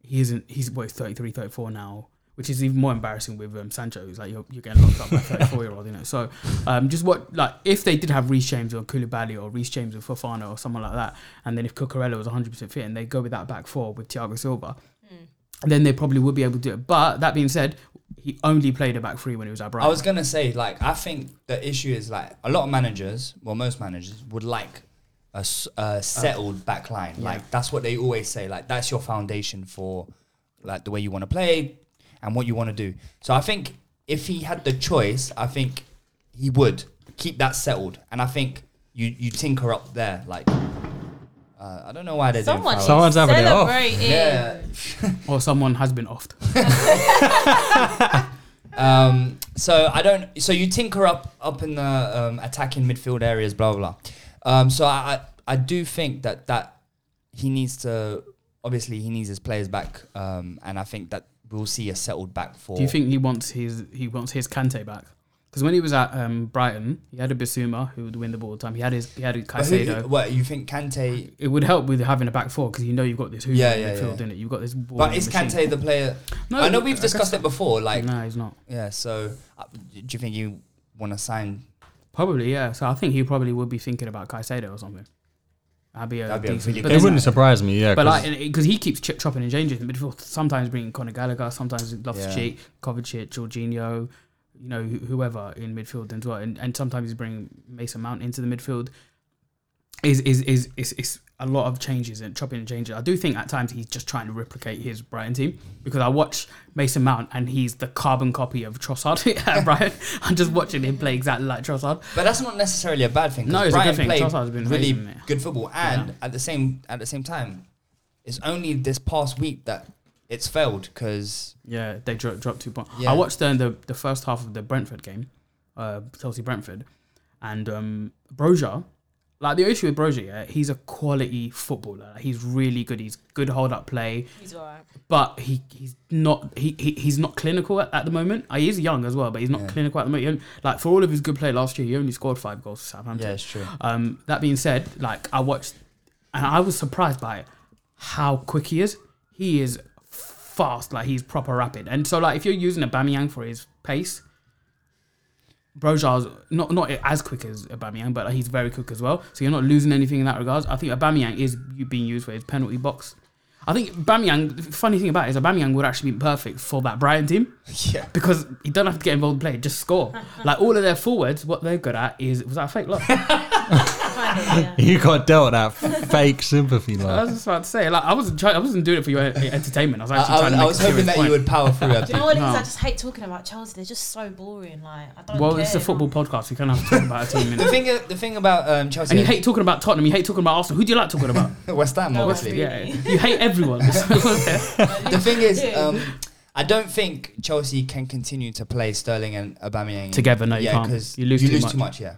he isn't. He's what, he's 33, 34 now, which is even more embarrassing with um, Sancho. Who's like you're, you're getting locked up by a thirty four year old, you know. So um, just what like if they did have Reece James or Koulibaly or Reece James or Fofana or someone like that, and then if Cucurella was one hundred percent fit and they go with that back four with Thiago Silva,
Hmm.
then they probably would be able to do it. But that being said, he only played a back three when he was at Brighton.
I was gonna say, like, I think the issue is like a lot of managers, well, most managers would like a, s- a settled back line. Like that's what they always say. Like that's your foundation for like the way you want to play and what you want to do. So I think if he had the choice, I think he would keep that settled. And I think you you tinker up there. Like uh, I don't know why they're doing
Someone
fouls.
is
Someone's having it off.
celebrating.
Yeah.
or someone has been offed.
Um, so I don't. So you tinker up up in the um, attacking midfield areas, blah blah. blah. Um, so I, I I do think that that he needs to obviously he needs his players back, um, and I think that we'll see a settled back for.
Do you think he wants his he wants his Kante back? Because when he was at um, Brighton, he had a Basuma who would win the ball all the time. He had his he had a
But who,
Caicedo.
what you think Kante?
It would help with having a back four because you know you've got this who
Yeah,
in
yeah,
the field,
yeah.
innit? You've got this. Ball
But is Kante the player?
No,
I know
I
we've
guess
discussed it before. Like
No, he's not.
yeah. So uh, do you think you want to sign?
Probably yeah. So I think he probably would be thinking about Caicedo or something. That'd be a,
That'd be a
decent-
really
but
good
It
then-
wouldn't surprise me. Yeah,
But
'cause-
like, because he keeps chip chopping and changing in the midfield, sometimes bringing Conor Gallagher, sometimes Loftus Cheek, Kovacic, Jorginho, you know, wh- whoever in midfield as well, and, and sometimes he's bringing Mason Mount into the midfield. Is is is is, is a lot of changes and chopping and changing. I do think at times he's just trying to replicate his Brighton team because I watch Mason Mount and he's the carbon copy of Trossard *laughs* at Brighton. I'm just watching him play exactly like Trossard.
But that's not necessarily a bad thing. 'cause
No, it's a good
Brighton
thing.
played
Trossard's been
really
amazing, mate.
good football, and at the same at the same time, it's only this past week that it's failed because
Yeah, they dro- dropped two points.
Yeah.
I watched the, the the first half of the Brentford game, uh, Chelsea Brentford, and um, Broja um, Like the issue with Brozier, yeah, he's a quality footballer. Like, he's really good. He's good hold up play,
He's alright.
but he, he's not he, he he's not clinical at, at the moment. Uh, He's young as well, but he's not clinical at the moment. He only- like for all of his good play last year, he only scored five goals for
*laughs*
Southampton.
Yeah, it's true.
Um, that being said, like I watched, and I was surprised by how quick he is. He is fast, like he's proper rapid. And so, like if you're using a Bamiyang for his pace, Brojar's not not as quick as Aubameyang, but he's very quick as well. So you're not losing anything in that regards. I think Aubameyang is being used for his penalty box. I think Aubameyang. The funny thing about it is Aubameyang would actually be perfect for that Brighton team. Yeah. Because he do not have to get involved in play, just score. like all of their forwards, what they're good at is was that a fake look?
Kind of, yeah.
You got dealt that fake sympathy
I
line.
was just about to say, like, I wasn't trying, I wasn't doing it for your entertainment. I was actually
I, I, was-
trying to
I
make
was
a serious
hoping that
point.
you would power through. I
*laughs*
Do you know
think.
what it is? I just hate talking about Chelsea. They're just so boring. Like I don't
Well,
care.
it's a football podcast. You can't have to talk about a team.
the *laughs*
innit?
thing, the thing about um, Chelsea,
and you hate talking about Tottenham. You hate talking about Arsenal. Who do you like
*laughs*
talking about?
West Ham,
No,
obviously.
really.
yeah, you
*laughs*
hate everyone. *laughs* yeah,
The thing is,
Yeah.
um, I don't think Chelsea can continue to play Sterling and Aubameyang
Together, no, you
yeah,
can't.
because
You lose too much.
too much. Yeah,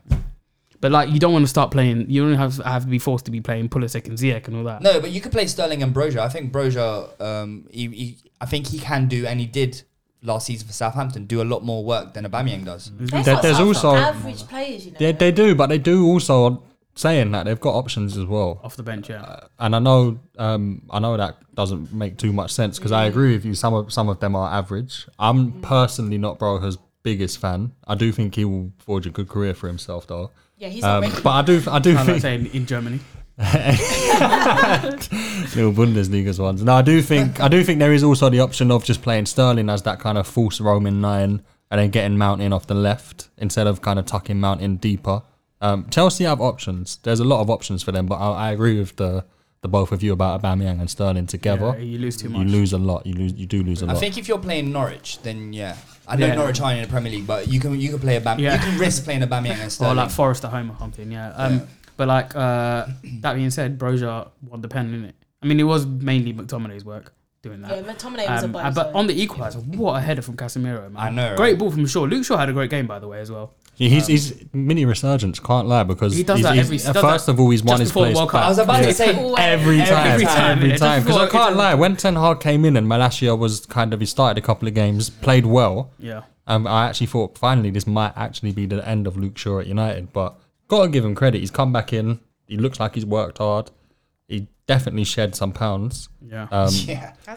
but like, you don't want to start playing. You don't have have to be forced to be playing Pulisic and Ziyech and all that.
no, but you could play Sterling and Brozier. I think Brozier, um, he, he, I think he can do, and he did last season for Southampton, do a lot more work than Aubameyang does.
Mm-hmm.
They've
There-
got
there's
some
also-
average players. You know.
They, they do, but they do also saying that they've got options as well.
Off the bench, yeah.
And I know, um, I know that doesn't make too much sense because I agree with you. Some of some of them are average.
Mm-hmm.
I'm personally not Broha's biggest fan. I do think he will forge a good career for himself though.
yeah, he's not
Um,
regular.
but I do, I do
I'm
think
not saying in Germany.
little Bundesliga's ones. No, I do think I do think there is also the option of just playing Sterling as that kind of false Roman nine, and then getting Mount in off the left instead of kind of tucking Mount in deeper. Um, Chelsea have options. There's a lot of options for them, but I, I agree with the the both of you about Aubameyang and Sterling together.
Yeah, you lose too
You
much.
lose a lot. You lose. You do lose a
I
lot.
think if you're playing Norwich, then yeah, I know
Yeah.
Norwich aren't in the Premier League, but you can you can play Aubameyang.
Yeah.
You can risk playing Aubameyang
*laughs*
and
or
Sterling.
like Forest at home or something. Yeah. Um, But like uh, that being said, Brozier won the pen, didn't it? I mean, it was mainly McTominay's work doing that.
Yeah, McTominay was a
Um,
buzz,
uh, But
though.
on the equaliser, what a header from Casemiro, man!
I know, *laughs*
Great
right?
ball from Shaw. Luke Shaw had a great game, by the way, as well.
Yeah, he's, he's mini resurgence. Can't lie because
He does
he's-
that
he's-
every- he
uh,
does
First
that
of all, he's
just
won his
before the
place.
World Cup.
I was
back.
about
Yeah.
to say
Always.
Every time,
Every
every
time,
time,
innit? Just
Because I
thought it
can't
was-
lie, when Ten Hag came in and Malacia was kind of he started a couple of games, played well.
Yeah.
Um, I actually thought finally this might actually be the end of Luke Shaw at United, but gotta give him credit. He's come back in. He looks like he's worked hard. He definitely shed some pounds.
*laughs* Yeah.
Um,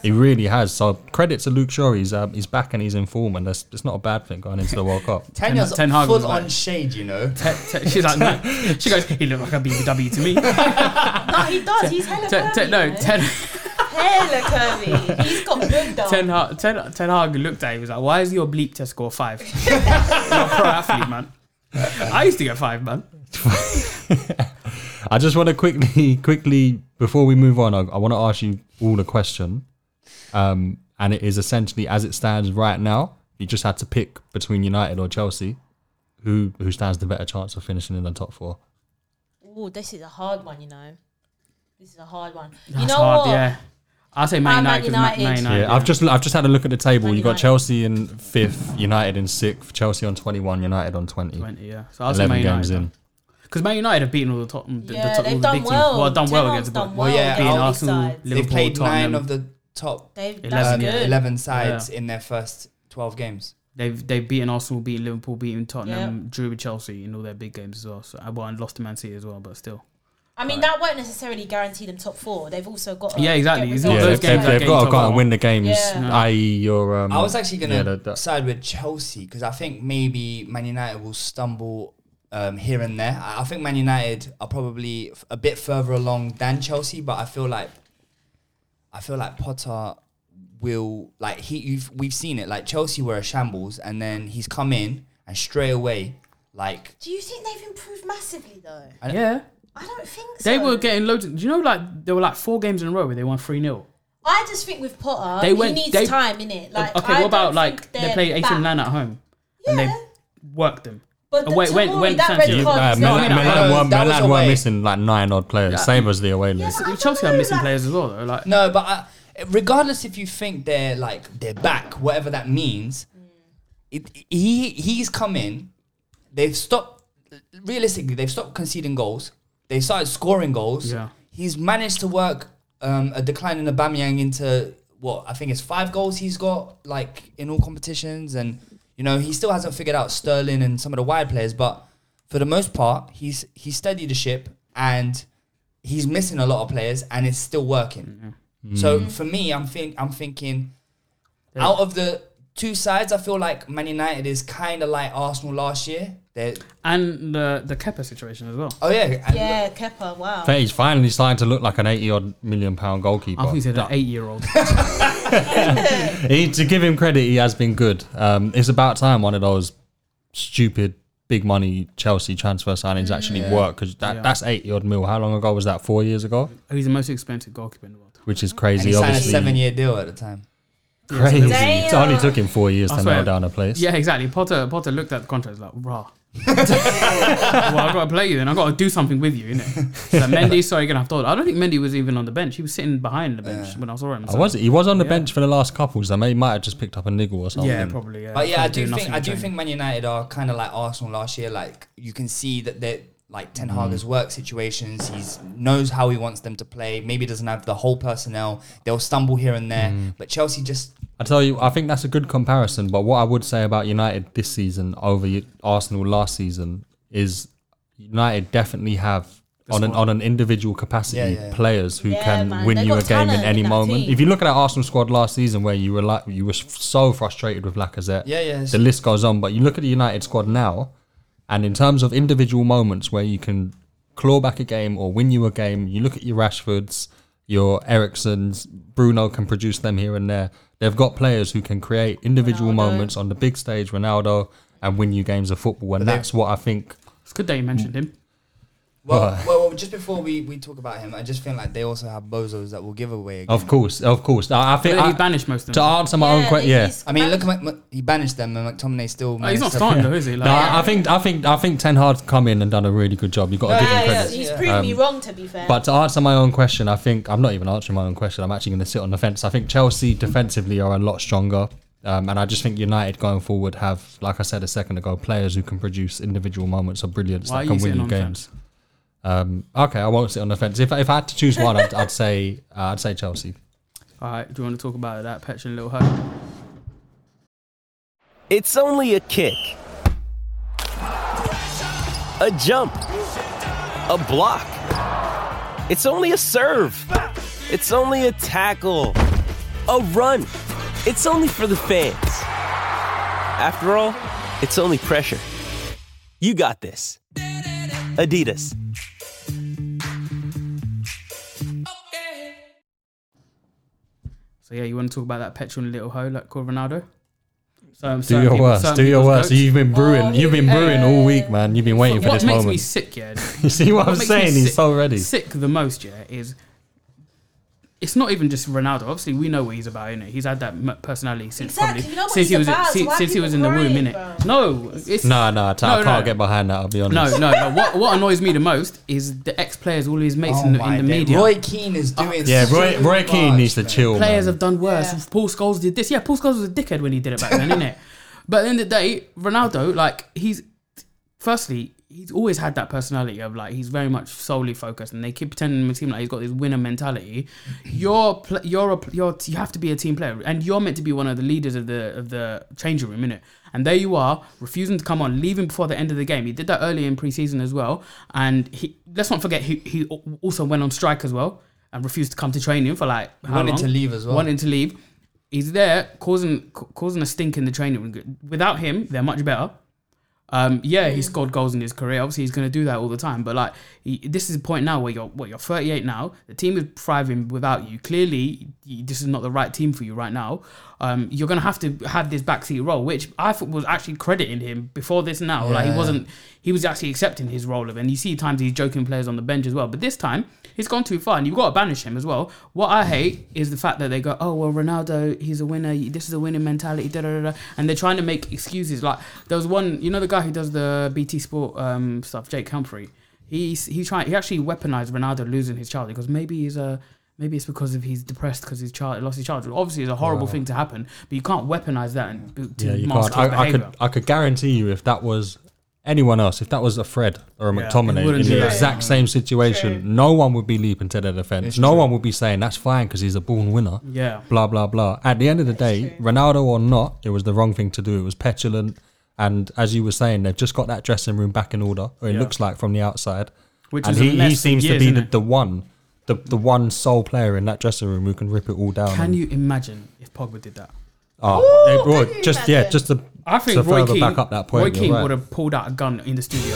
He really has. So credit to Luke Shaw. He's um, he's back and he's in form, and that's it's not a bad thing going into the World Cup.
Tanya's
Ten Hag was
full
like-
on shade, you know.
Te- te- she's like, no. she goes, he looked like a BBW to me.
no, he does.
*laughs*
He's hella
Te-
curvy.
te- no,
you know?
ten,
hella curvy. He's got good though.
ten, Hag, ten, ten Hag looked at him. He was like, why is your bleep to score five? *laughs* You're a pro athlete, man. I used to get five, man.
I just want to quickly, *laughs* quickly before we move on, I, I want to ask you all a question, um, and it is essentially as it stands right now. You just had to pick between United or Chelsea, who who stands the better chance of finishing in the top four?
Oh, this is a hard one, you know. This is a hard one.
That's
you know
hard,
what?
yeah. I'll say Man
Ah, Man
United. 'cause Ma- Man
United.
United.
Yeah, I've just I've just had a look at the table.
Man
You got
United.
Chelsea in fifth, United in sixth, Chelsea on twenty one, United on 20.
20, yeah. So I'll say Man
Eleven games
United.
in.
Because Man United have beaten all the top, the, the
Yeah,
top all
they've
the
done
big
well.
teams. Well, done well
Ten
against
Hag's
the
done
bottom.
well
Well, yeah,
against
Beating
I'll-
big
Arsenal,
sides.
They
Liverpool,
played nine
Tottenham.
of the top
They've, that's
um,
Eleven.
good.
11 sides in their first 12 games.
They've they've beaten Arsenal, beaten Liverpool, beaten Tottenham, drew with Chelsea in all their big games as well. So I well, and lost to Man City as well, but still.
I mean, that won't necessarily guarantee them top four. They've also got. to
Yeah, exactly.
get
It's not
Yeah,
results.
those
they've,
games
they've,
are
they've
getting
got to
top
go
four.
and win the games,
Yeah.
i.e. your. Um,
I was actually going to
yeah, the- the-
side with Chelsea because I think maybe Man United will stumble um, here and there. I, I think Man United are probably f- a bit further along than Chelsea, but I feel like I feel like Potter will like he you've, we've seen it like Chelsea were a shambles and then he's come in and straight away like
Do you think they've improved massively though?
Yeah.
I don't think so.
They were getting loads of, do you know like there were like four games in a row where they won 3 0.
I just think with Potter,
They went-
he needs
they-
time in it. Like,
okay,
I
what about
don't
like
think
they
they're
played 8 and
back.
9 at home and they
Yeah.
worked them.
But
Oh,
the
wait, when-
Tomori,
when
that
Sanchez-
red
You-
card
uh,
was
Milan,
not-
Milan, were-
That was
Milan were
away.
missing like nine odd players, same as the away league.
I don't
Chelsea are
know,
missing
like-
players as well though. Like
No, but I, regardless if you think they're like they're back, whatever that means, it, he he's come in. They've stopped. Realistically, they've stopped conceding goals. They started scoring goals.
Yeah.
He's managed to work um, a decline in Aubameyang into what I think it's five goals he's got like in all competitions, and you know he still hasn't figured out Sterling and some of the wide players, but for the most part he's he's steadied the ship and he's missing a lot of players and it's still working. So for me, I'm think I'm thinking out of the two sides, I feel like Man United is kind of like Arsenal last year. They're,
And the the Kepa situation as well.
oh yeah, and
Yeah, Kepa, wow.
But he's finally starting to look like an 80 odd million pound goalkeeper.
I think he said an eight year old.
He, to give him credit, he has been good. Um, it's about time one of those stupid big money Chelsea transfer signings actually work because that,
Mm, Yeah.
that's 80 odd mil. How long ago was that? Four years ago?
Oh, He's the most expensive goalkeeper in the world.
Which is
and
crazy,
he signed a
obviously.
seven-year deal at the time.
crazy.
Damn.
It only took him four years
I
to
swear.
nail down a place.
Yeah, exactly. Potter Potter looked at the contract like,
*laughs*
rah. well, I've got to play you then. I've got to do something with you, innit?
*laughs*
So Mendy, sorry, you're going to have to order. I don't think Mendy was even on the bench. He was sitting behind the bench when I saw him.
I
so-
was. He was on the
Yeah.
bench for the last couple, so he might have just picked up a niggle or something.
Yeah, probably. Yeah,
But yeah, I
Probably
do think
nothing
I
to
do
change.
think Man United are kind of like Arsenal last year. Like you can see that they are like Ten Hag has worked situations. He's knows how he wants them to play. Maybe doesn't have the whole personnel. They'll stumble here and there. But Chelsea just
I tell you, I think that's a good comparison. But what I would say about United this season over U- Arsenal last season is United definitely have on an, on an individual capacity
Yeah, yeah, yeah.
players who
Yeah,
can
man,
win
they
you a
got
game in
talent
any
in that
moment.
team.
If you look at that Arsenal squad last season, where you were like you were so frustrated with Lacazette,
Yeah, yeah, it's-
the list goes on. But you look at the United squad now, and in terms of individual moments where you can claw back a game or win you a game, you look at your Rashfords, your Ericssons, Bruno can produce them here and there. They've got players who can create individual moments on the big stage, Ronaldo, and win you games of football. And that's what I think.
it's good that you mentioned him.
Mm.
well,
Right.
well, well, just before we, we talk about him, I just feel like they also have bozos that will give away. Again.
Of course, of course. I, I think
But he
I,
banished most of
to
them.
answer my own question, yeah.
I mean, look, at Mc- Mc- he banished them, and McTominay still.
Oh,
managed
he's not
to-
starting though, is he?
*laughs*
Like,
No, I, I think I think I think Ten Hag's come in and done a really good job. You've got to give him
Yeah,
credit. Um,
he's, he's proved me wrong, to be fair.
But to answer my own question, I think I'm not even answering my own question. I'm actually going to sit on the fence. I think Chelsea defensively are a lot stronger. Um, and I just think United going forward have, like I said a second ago, players who can produce individual moments of brilliance
Why
that
are you
can win
sitting
you
on the
games. Um, okay, I won't sit on the fence. If, if I had to choose one, I'd, I'd say uh, I'd say
*laughs*
Chelsea.
All right, do you want to talk about that Petr and Little Herb?
It's only a kick, a jump, a block. It's only a serve. It's only a tackle, a run. It's only for the fans. After all, it's only pressure. You got this. Adidas.
So yeah, you want to talk about that Petr and Little Ho, like called Ronaldo? So, um,
Do
certain
your
people-
worst.
certain
Do your
people's
worst.
goats.
You've been brewing. You've been brewing all week, man. You've been waiting for
What
this
makes me
moment.
sick, yeah.
*laughs* You see what, I'm
makes me
saying? He's
sick-
so ready.
Sick the most, yeah, is it's not even just Ronaldo. Obviously, we know what he's about, innit? He's had that m- personality since
Exactly,
probably
you know what
since he
he's
was
about, so
since,
why
since he
people
was in the room,
crying,
innit? No, it's
No, no, I t- I
No,
can't
no.
get behind that. I'll be honest.
no, no, no. What what annoys me the most is the ex players, all his mates
Oh
in the,
my
in the
day.
media. Oh.
Roy Keane is doing.
Yeah, Roy,
so
Roy Keane
much,
needs to
man.
chill.
players
man.
have done worse.
Yeah.
Paul Scholes did this. Yeah, Paul Scholes was a dickhead when he did it
*laughs*
back then, innit? But at the end of the day, Ronaldo, like, he's firstly, he's always had that personality of like he's very much solely focused, and they keep pretending in the team like he's got this
*clears throat*
winner mentality. You're pl- you're a pl- you're you have to be a team player, and you're meant to be one of the leaders of the of the changing room, innit? And there you are, refusing to come on, leaving before the end of the game. He did that early in preseason as well, and he let's not forget he he al- also went on strike as well. And refused to come to training for like how
Wanted
long?
to leave as well.
Wanted to leave. He's there causing ca- causing a stink in the training room. Without him, they're much better. Um, yeah, he scored goals in his career. Obviously, he's going to do that all the time. But like, he, this is the point now where you're what you're 38 now. The team is thriving without you. Clearly, y this is not the right team for you right now. Um, you're going to have to have this backseat role, which I thought was actually crediting him before this. Now, like, he wasn't. He was actually accepting his role of, and you see times he's joking players on the bench as well. But this time, he's gone too far, and you've got to banish him as well. What I hate is the fact that they go, "Oh well, Ronaldo, he's a winner. This is a winning mentality." Da da da. da," And they're trying to make excuses. Like there was one, you know, the guy who does the BT Sport um, stuff, Jake Humphrey. He's he tried. He actually weaponized Ronaldo losing his child because maybe he's a. Maybe it's because of he's depressed because his child lost his child. Obviously, it's a horrible thing to happen, but you can't weaponize that and, to
Yeah, you
mask
can't.
his
I, I
behavior.
could. I could guarantee you, if that was anyone else, if that was a Fred or a
Yeah. It
McTominay in
wouldn't
the
be that.
exact same situation, no one would be leaping to their defense.
It's
no
true.
one would be saying that's fine because he's a born winner.
Yeah.
Blah blah blah. At the end of the day, Ronaldo or not, it was the wrong thing to do. It was petulant, and as you were saying, they've just got that dressing room back in order, or it
Yeah.
looks like from the outside.
Which
and
is a
he,
mess
he
for
seems
years,
to be
isn't
the,
it?
the one, the the one sole player in that dressing room who can rip it all down.
Can
and-
you imagine if Pogba did that?
Oh, eh, well, just yeah, just to,
I think
to
Roy
further
Keane,
back up that point.
Roy
you're
Keane
right.
would have pulled out a gun in the studio.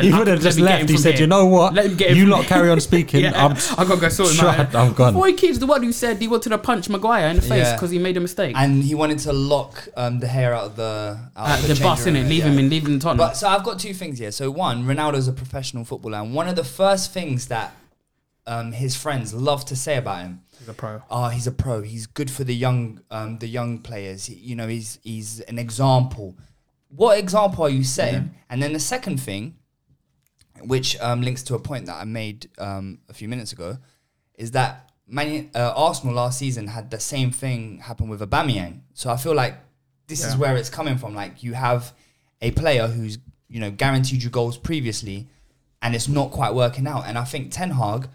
He would have just left. He said, "You know what?
Let him get him
you
from
lot
here."
carry on speaking.
*laughs* Yeah,
I'm
I gotta go sort him
Shut up,
out.
I'm gone.
Roy Keane's the one who said he wanted to punch Maguire in the face
Yeah.
because he made a mistake.
And he wanted to lock um, the hair out of the out
Uh,
of
the
change
bus,
room,
innit? Leave him in- leave him in Tottenham.
But so I've got two things here. So one, Ronaldo's a professional footballer, and one of the first things that um, his friends love to say about him
He's a pro.
Oh, he's a pro. He's good for the young, um, the young players. He- you know, he's he's an example. What example are you setting? And then the second thing, which um, links to a point that I made um, a few minutes ago, is that Man- uh, Arsenal last season had the same thing happen with Aubameyang. So I feel like this is
Yeah.
where it's coming from. Like you have a player who's you know guaranteed you goals previously, and it's not quite working out. And I think Ten Hag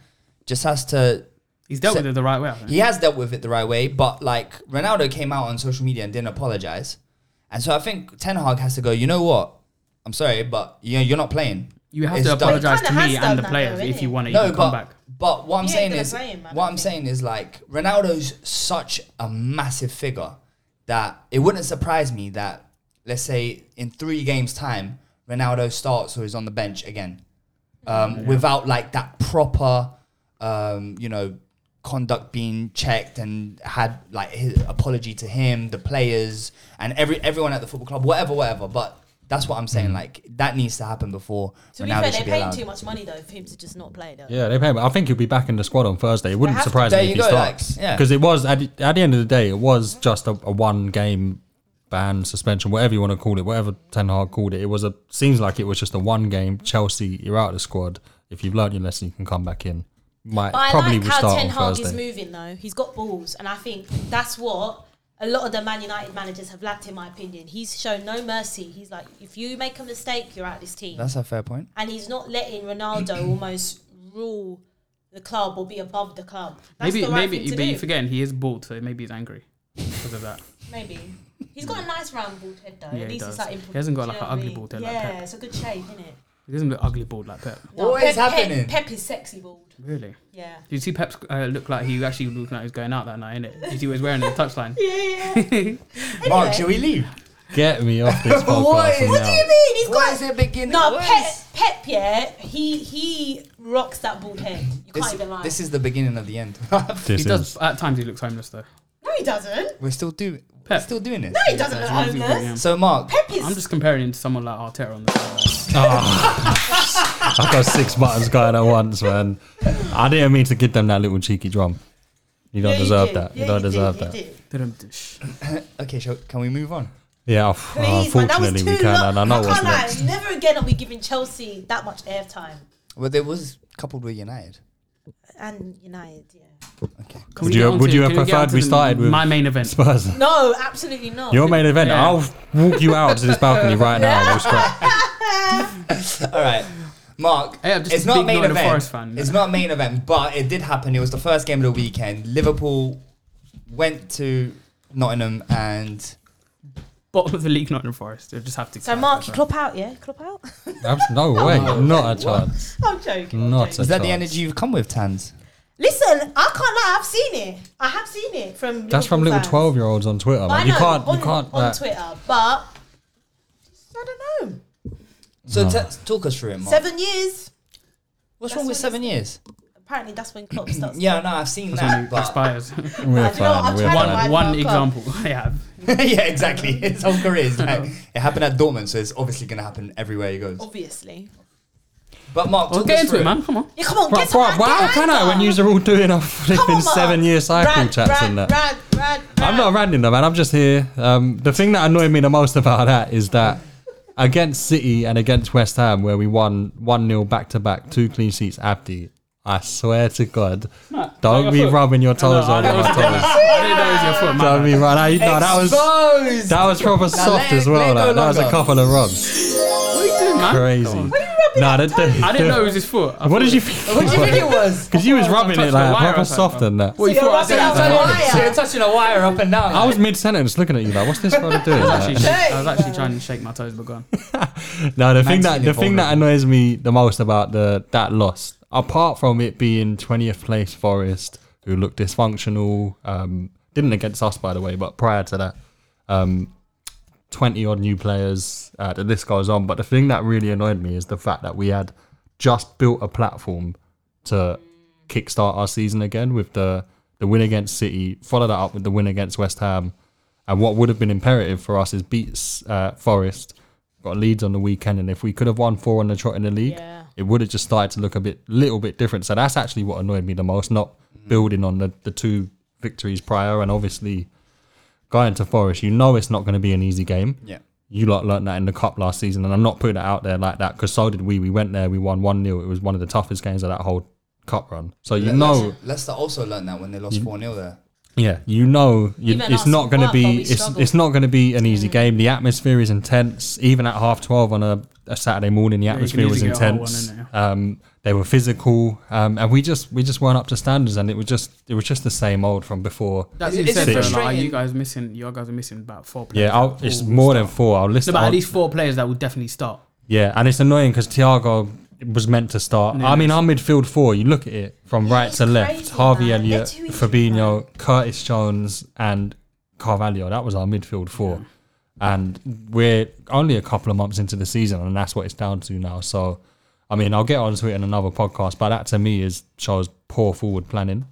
just has to.
He's dealt
set-
with it the right way. I think.
he has dealt with it the right way, but like Ronaldo came out on social media and didn't apologize, and so I think Ten Hag has to go. You know what? I'm sorry, but you know, you're not playing.
You have
It's
to
done."
apologize
He
to
kinda has
me and
done
the
that
players
though,
if you
innit?
want to
No,
even
but
come back.
but what I'm
You ain't
saying
gonna
is
blame him, I
what
don't
I'm
think.
saying is like Ronaldo's such a massive figure that it wouldn't surprise me that let's say in three games time Ronaldo starts or is on the bench again um, without like that proper um, you know conduct being checked and had like his apology to him the players and every everyone at the football club whatever whatever but that's what I'm saying
Mm.
like that needs to happen before
To be
Ronaldo
fair,
should
they
be
pay him
allowed.
too much money though for him to just not play. Though.
Yeah, they pay him. I think he'll be back in the squad on Thursday. It wouldn't
have to.
surprise
There
me if
you
he
go, like,
starts
yeah.
because it was at the, at the end of the day, it was just a, a one game ban, suspension, whatever you want to call it, whatever Ten Hag called it. It was a seems like it was just a one game. Chelsea, you're out of the squad. If you've learned your lesson, you can come back in. Might
But I
probably
like
will
how
start
Ten
on
Hag
Thursday.
is moving though. He's got balls, and I think that's what a lot of the Man United managers have lacked, in my opinion. He's shown no mercy. He's like, if you make a mistake, you're out of this team.
that's a fair point
and he's not letting
*clears throat*
Ronaldo almost rule the club or be above the club. That's
maybe,
the right
maybe,
thing to
but
do.
you forgetting he is bald, so maybe he's angry because of that.
Maybe. He's got a nice round bald head though.
Yeah,
At
he
least
does.
it's like
He
imp-
hasn't got,
do you
like,
know what
an
I
ugly
mean?
bald head like
Yeah,
Pep.
it's a good shape, isn't it?
He doesn't look ugly bald like Pep.
What is happening?
Pep, Pep is sexy bald.
Really?
Yeah.
Do you see Pep's uh, look like he actually looked like he was going out that night, innit? Did you see what he was wearing in the touchline?
Yeah, yeah.
Oh,
Mark should we leave
Get me
*laughs*
off this podcast.
What is-
now.
What do
I mean, he's
Why
got
is it beginning?
No,
Why
Pep,
is-
Pep, yeah, he he rocks that bald head. You
This,
can't even lie.
this is the beginning of the end. *laughs*
This
He does. At times he looks homeless though.
no, he doesn't.
We're still doing. We're
Pep.
still doing this.
No, he doesn't look
Sometimes he really
homeless.
am.
So Mark,
Pep is.
I'm just comparing him to someone like Arteta on the side.
I've got six buttons going at once, man. I didn't mean to give them that little cheeky drum. You don't
Yeah, you
deserve
did.
that.
Yeah,
you don't
did,
deserve
you
that.
did.
Didn't-
okay, shall, can we move on?
Yeah, oh,
Please, man, that was
unfortunately
too
we can,
long.
and I know
I
what's
can't lie,
next.
Never again are we giving Chelsea that much airtime
Well, there was coupled with United. *laughs*
and United. Yeah.
Can
Would
get
you-
on
would
to-
you have
can get
preferred
on to
we
the-
started with-
my
*laughs*
main event?
Spurs.
No, absolutely not.
Your main event.
Yeah.
I'll walk you out to this balcony right now. and we'll scrap.
All right, Mark.
Hey, I'm just
it's
a
not
big
main
Nottingham
event.
Forest fan.
It's not main event, but it did happen. It was the first game of the weekend. Liverpool went to Nottingham and
Bottom of the league, Nottingham Forest. They'll just have to.
so, Mark, you clop out, yeah? Clop out? *laughs*
Abs- No way.
Oh,
Not a chance.
I'm joking. I'm
Not
joking.
a
is that the
chance.
energy you've come with, Tans?
Listen, I can't lie. I've seen it. I have seen it from.
That's from little
fans.
twelve-year-olds on Twitter.
But I
Man. You
know,
can't.
on,
You can't. uh,
on
like-
Twitter, but I don't know.
So t- talk us through it, Mark.
Seven years.
What's
That's
wrong with
what
seven years?
Apparently, that's when Klopp
*clears throat*
starts.
Yeah, no, I've seen that.
*laughs*
But
Expires.
We're
Like, you know,
fine.
I'm
We're
trying to
fine.
buy-
one one
World Cup.
example *laughs* I have.
*laughs* yeah, exactly. His whole career is like, *laughs* it happened at Dortmund, so it's obviously going to happen everywhere he goes.
Obviously.
Oh. But Mark,
Well,
talk
get
us
into
through
it, man. Come on.
Yeah, come on,
Bro,
get
bro,
on.
Wow, can I? When you're all doing a flipping seven-year cycle chats and that.
Rad, rad, rad.
I'm not ranting though, man. I'm just here. Um, the thing that annoyed me the most about that is that against City and against West Ham, where we won 1 0 back to back, two clean sheets, Abdi. I swear to God, don't
your
be
foot.
rubbing your toes
I
on
didn't
your
know
toes.
it was your foot, man.
Don't be rubbing. No, that was
Exposed!
that was proper soft
let
as
it- let
well.
it go
Like, that was a
longer.
couple of rubs.
man.
crazy. Nah, that, that,
I didn't know it was his foot. I
What
thought
did you
it-
think?
What do you think
*laughs*
it *laughs* was?
Because you was rubbing
Touched
it
the
like
wire
proper
outside,
soft
bro.
and that.
What you thought I said it was like-
So you're touching a wire up and down.
I was mid sentence looking at you like, what's this brother doing?
I
Like,
was actually- I was actually trying to shake my toes, but gone.
No, the thing that
Maxine
the thing that
Volvo.
annoys me the most about the that loss, apart from it being twentieth place Forest, who looked dysfunctional, um, didn't against us by the way, but prior to that, um, twenty odd new players. Uh, the list goes on. But the thing that really annoyed me is the fact that we had just built a platform to kickstart our season again with the the win against City, follow that up with the win against West Ham, and what would have been imperative for us is beats uh, Forest, got Leeds on the weekend, and if we could have won four on the trot in the league,
Yeah.
it would have just started to look a bit little bit different. So that's actually what annoyed me the most, not building on the the two victories prior, and obviously going to Forest, you know it's not going to be an easy game
yeah.
you lot learned that in the cup last season, and I'm not putting it out there like that because so did we. We went there, we won one 0 It was one of the toughest games of that whole cup run. So you
Le-
know,
Leicester also learned that when they
Mm.
lost 4 0 there.
yeah, you know, you,
Even
it's
us,
not going to
what, but
be
we
it's,
struggled.
it's not going to be an easy game. The atmosphere is intense. Even at half twelve on a, a Saturday morning, the
can
atmosphere was
easily get a hot
intense.
one, innit?
um, they were physical, um, and we just we just weren't up to standards, and it was just it was just the same old from before.
That's
Is- is
it,
it
said, though, like,
frustrating?
you guys missing. You guys are missing about four players.
yeah, I'll,
that
it's
will
more
start.
than four. I'll list.
No, but
I'll-
at least four players that will definitely start.
Yeah, and it's annoying because Thiago was meant to start. I mean, our midfield four, you look at it from right
it's
to left
crazy,
Harvey
man. They're
Elliott,
too easy,
Fabinho, Curtis Jones, and Carvalho. That was our midfield four. And we're only a couple of months into the season, and that's what it's down to now. So, I mean, I'll get onto it in another podcast, but that to me is shows poor forward planning.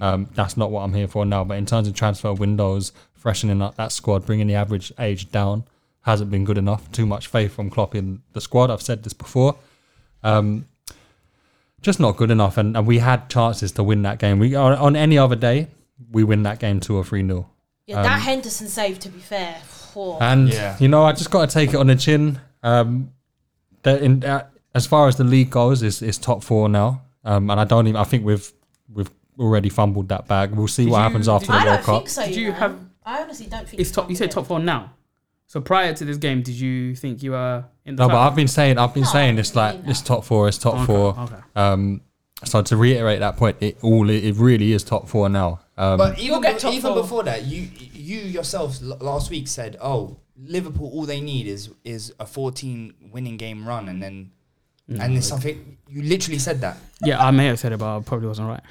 Um, that's not what I'm here for now. But in terms of transfer windows, freshening up that squad, bringing the average age down hasn't been good enough. Too much faith from Klopp in the squad. I've said this before. Um, just not good enough. And, and we had chances to win that game. We on, on any other day, we win that game two or three nil.
Yeah,
Um,
that Henderson save, to be fair. Poor.
And
Yeah.
you know, I just got to take it on the chin. Um, that in uh, as far as the league goes, it's, it's top four now. Um, and I don't even. I think we've we've already fumbled that bag. We'll see what
you-
happens after the
I
World
don't
Cup.
think so.
Did
you
you
know.
have-
I honestly don't think
It's top. You said top four now. So prior to this game, did you think you were in the?
No, but
club?
I've been saying, I've been
No,
saying it's like
really
it's top four, it's top four.
okay.
Um, so to reiterate that point, it all it really is top four now. Um,
But even,
get
be-
top
even
four.
before that, you you yourself l- last week said, "Oh, Liverpool, all they need is is a 14 winning game run, and then
Mm.
and it's something." You literally said *laughs* that.
Yeah, I may have said it, but I probably wasn't right.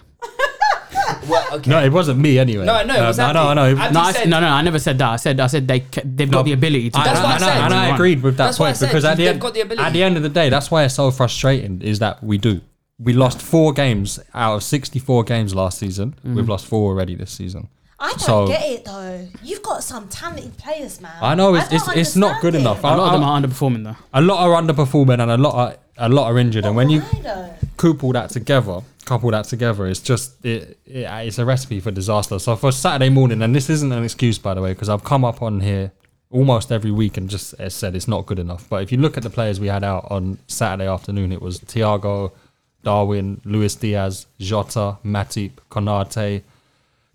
Well, okay.
no, it wasn't me anyway. Um,
No, no, it was
I know, I know.
Andy. Andy
No, I,
said-
said, no, no, I never said that. I said, I said they ca- they've
No,
got the ability to.
I-
do
That's
it.
what I
and
said.
And I agreed with that
That's what I
point
said.
because at the,
They've
end,
got the ability.
at the end of the day, that's why it's so frustrating is that we do. We lost four games out of 64 games last season.
Mm-hmm.
We've lost four already this season.
I don't
So-
get it though. You've got some talented players, man.
I know it's,
don't
it's, it's not good
understand
enough.
it.
A lot of them are underperforming though.
a lot are underperforming and a lot are, a lot are injured. and when you
Why though?
couple that together, couple that together, it's just it, it it's a recipe for disaster. So for Saturday morning, and this isn't an excuse by the way, because I've come up on here almost every week and just as said it's not good enough. But if you look at the players we had out on Saturday afternoon, it was Thiago, Darwin, Luis Diaz, Jota, Matip, Konate,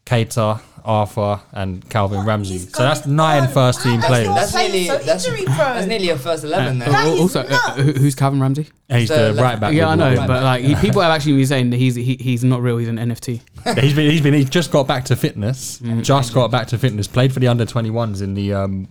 Keita, Arthur, and Calvin Ramsey.
is
So that's
going
nine
on?
first
Why
team
does your
players.
that's
Players
nearly
so
that's,
injury prone.
that's nearly a first eleven there.
That is
also, uh,
nuts.
who- who's Calvin Ramsey?
He's the
the
right back.
Yeah, I
we
know,
brought in.
but like he, people have actually been saying that he's he, he's not real. He's an NFT.
he's been he's been he's just got back to fitness.
Mm-hmm.
Just got back to fitness. Played for the under twenty ones in the um